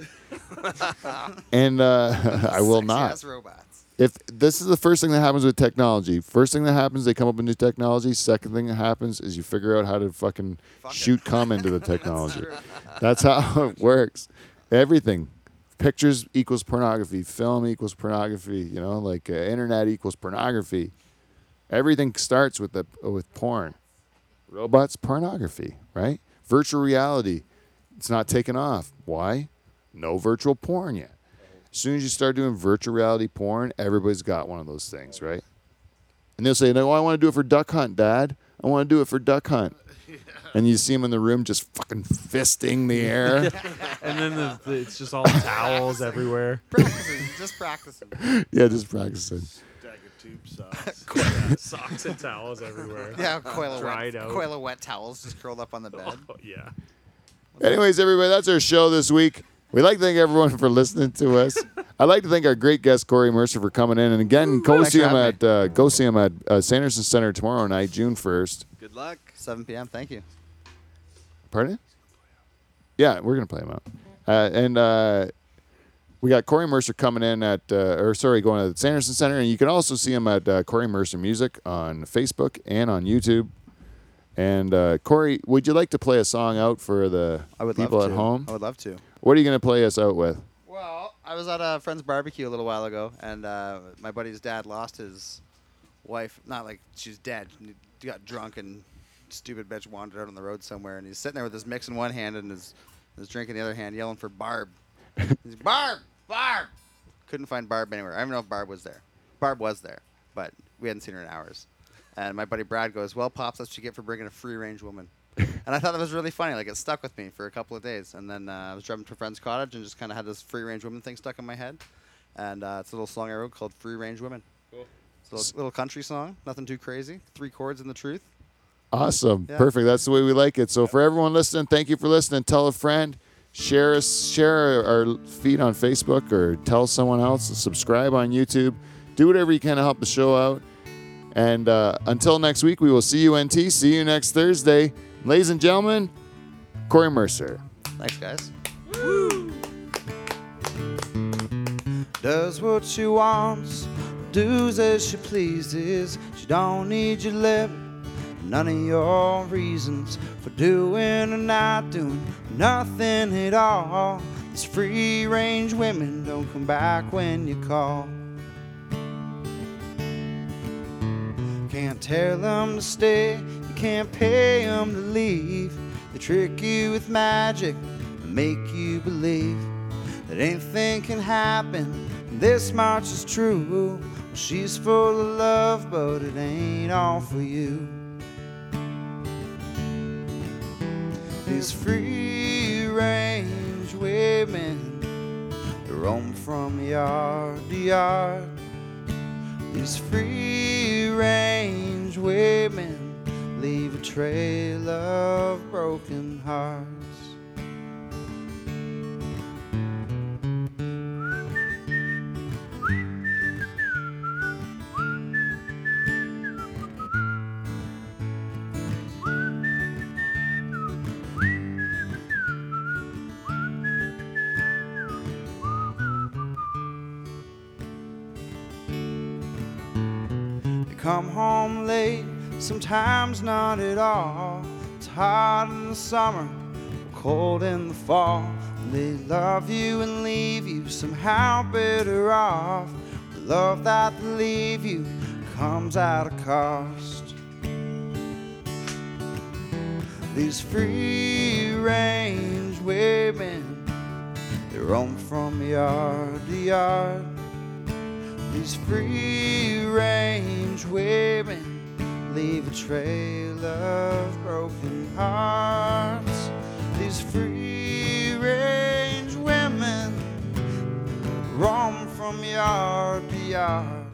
[SPEAKER 1] and uh, I will
[SPEAKER 9] Sexy
[SPEAKER 1] not.
[SPEAKER 9] ass robots.
[SPEAKER 1] If this is the first thing that happens with technology, first thing that happens, they come up with new technology. Second thing that happens is you figure out how to fucking shoot cum into the technology. That's how it works. Everything. Pictures equals pornography. Film equals pornography. You know, like uh, internet equals pornography. Everything starts with the with porn. Robots pornography, right? Virtual reality. It's not taken off. Why? No virtual porn yet. As soon as you start doing virtual reality porn, everybody's got one of those things, right? And they'll say, "No, I want to do it for duck hunt, Dad. I want to do it for duck hunt." And you see them in the room just fucking fisting the air.
[SPEAKER 3] and then the, the, it's just all towels everywhere.
[SPEAKER 9] Practicing, just practicing.
[SPEAKER 1] yeah, just practicing.
[SPEAKER 7] Dagger tube socks.
[SPEAKER 3] Socks and towels everywhere.
[SPEAKER 9] Yeah, coil of
[SPEAKER 3] dried
[SPEAKER 9] wet,
[SPEAKER 3] out.
[SPEAKER 9] coil of wet towels just curled up on the bed.
[SPEAKER 3] Oh, yeah.
[SPEAKER 1] Anyways, everybody, that's our show this week. We'd like to thank everyone for listening to us. I'd like to thank our great guest Corey Mercer for coming in, and again, go
[SPEAKER 9] thanks
[SPEAKER 1] see
[SPEAKER 9] for
[SPEAKER 1] him
[SPEAKER 9] having
[SPEAKER 1] at uh, go see him at uh, Sanderson Center tomorrow night, June first.
[SPEAKER 9] Good luck. 7 p.m. Thank you.
[SPEAKER 1] Pardon? Yeah, we're gonna play him out. Uh, and uh, we got Corey Mercer coming in at, uh, or sorry, going to the Sanderson Center, and you can also see him at uh, Corey Mercer Music on Facebook and on YouTube. And uh, Corey, would you like to play a song out for the
[SPEAKER 9] I would
[SPEAKER 1] people
[SPEAKER 9] love
[SPEAKER 1] at
[SPEAKER 9] to.
[SPEAKER 1] home?
[SPEAKER 9] I would love to.
[SPEAKER 1] What are you gonna play us out with?
[SPEAKER 9] Well, I was at a friend's barbecue a little while ago, and uh, my buddy's dad lost his wife. Not like she's dead. He got drunk and stupid bitch wandered out on the road somewhere, and he's sitting there with his mix in one hand and his his drink in the other hand, yelling for Barb. He's Barb, Barb. Couldn't find Barb anywhere. I don't even know if Barb was there. Barb was there, but we hadn't seen her in hours. And my buddy Brad goes, "Well, pops, that's what you get for bringing a free-range woman." and I thought that was really funny. Like it stuck with me for a couple of days, and then uh, I was driving to a friend's cottage and just kind of had this free-range woman thing stuck in my head. And uh, it's a little song I wrote called "Free-Range Women."
[SPEAKER 3] Cool.
[SPEAKER 9] It's a little, little country song, nothing too crazy. Three chords and the truth.
[SPEAKER 1] Awesome.
[SPEAKER 9] Yeah.
[SPEAKER 1] Perfect. That's the way we like it. So for everyone listening, thank you for listening. Tell a friend, share us, share our our feed on Facebook or tell someone else, subscribe on YouTube. Do whatever you can to help the show out. And uh, until next week, we will see you NT. See you next Thursday. Ladies and gentlemen, Corey Mercer.
[SPEAKER 9] Thanks, guys.
[SPEAKER 6] does what she wants, does as she pleases. She don't need your lip, none of your reasons for doing or not doing nothing at all. These free range women don't come back when you call. Can't tell them to stay, you can't pay them to leave. They trick you with magic and make you believe that anything can happen. This march is true. Well, she's full of love, but it ain't all for you. These free range women they roam from yard to yard. These free range women leave a trail of broken hearts. They come home late, sometimes not at all. It's hot in the summer, cold in the fall. They love you and leave you somehow better off. The love that they leave you comes at a cost. These free range women, they roam from yard to yard. These free range strange women leave a trail of broken hearts. These free range women roam from yard to yard.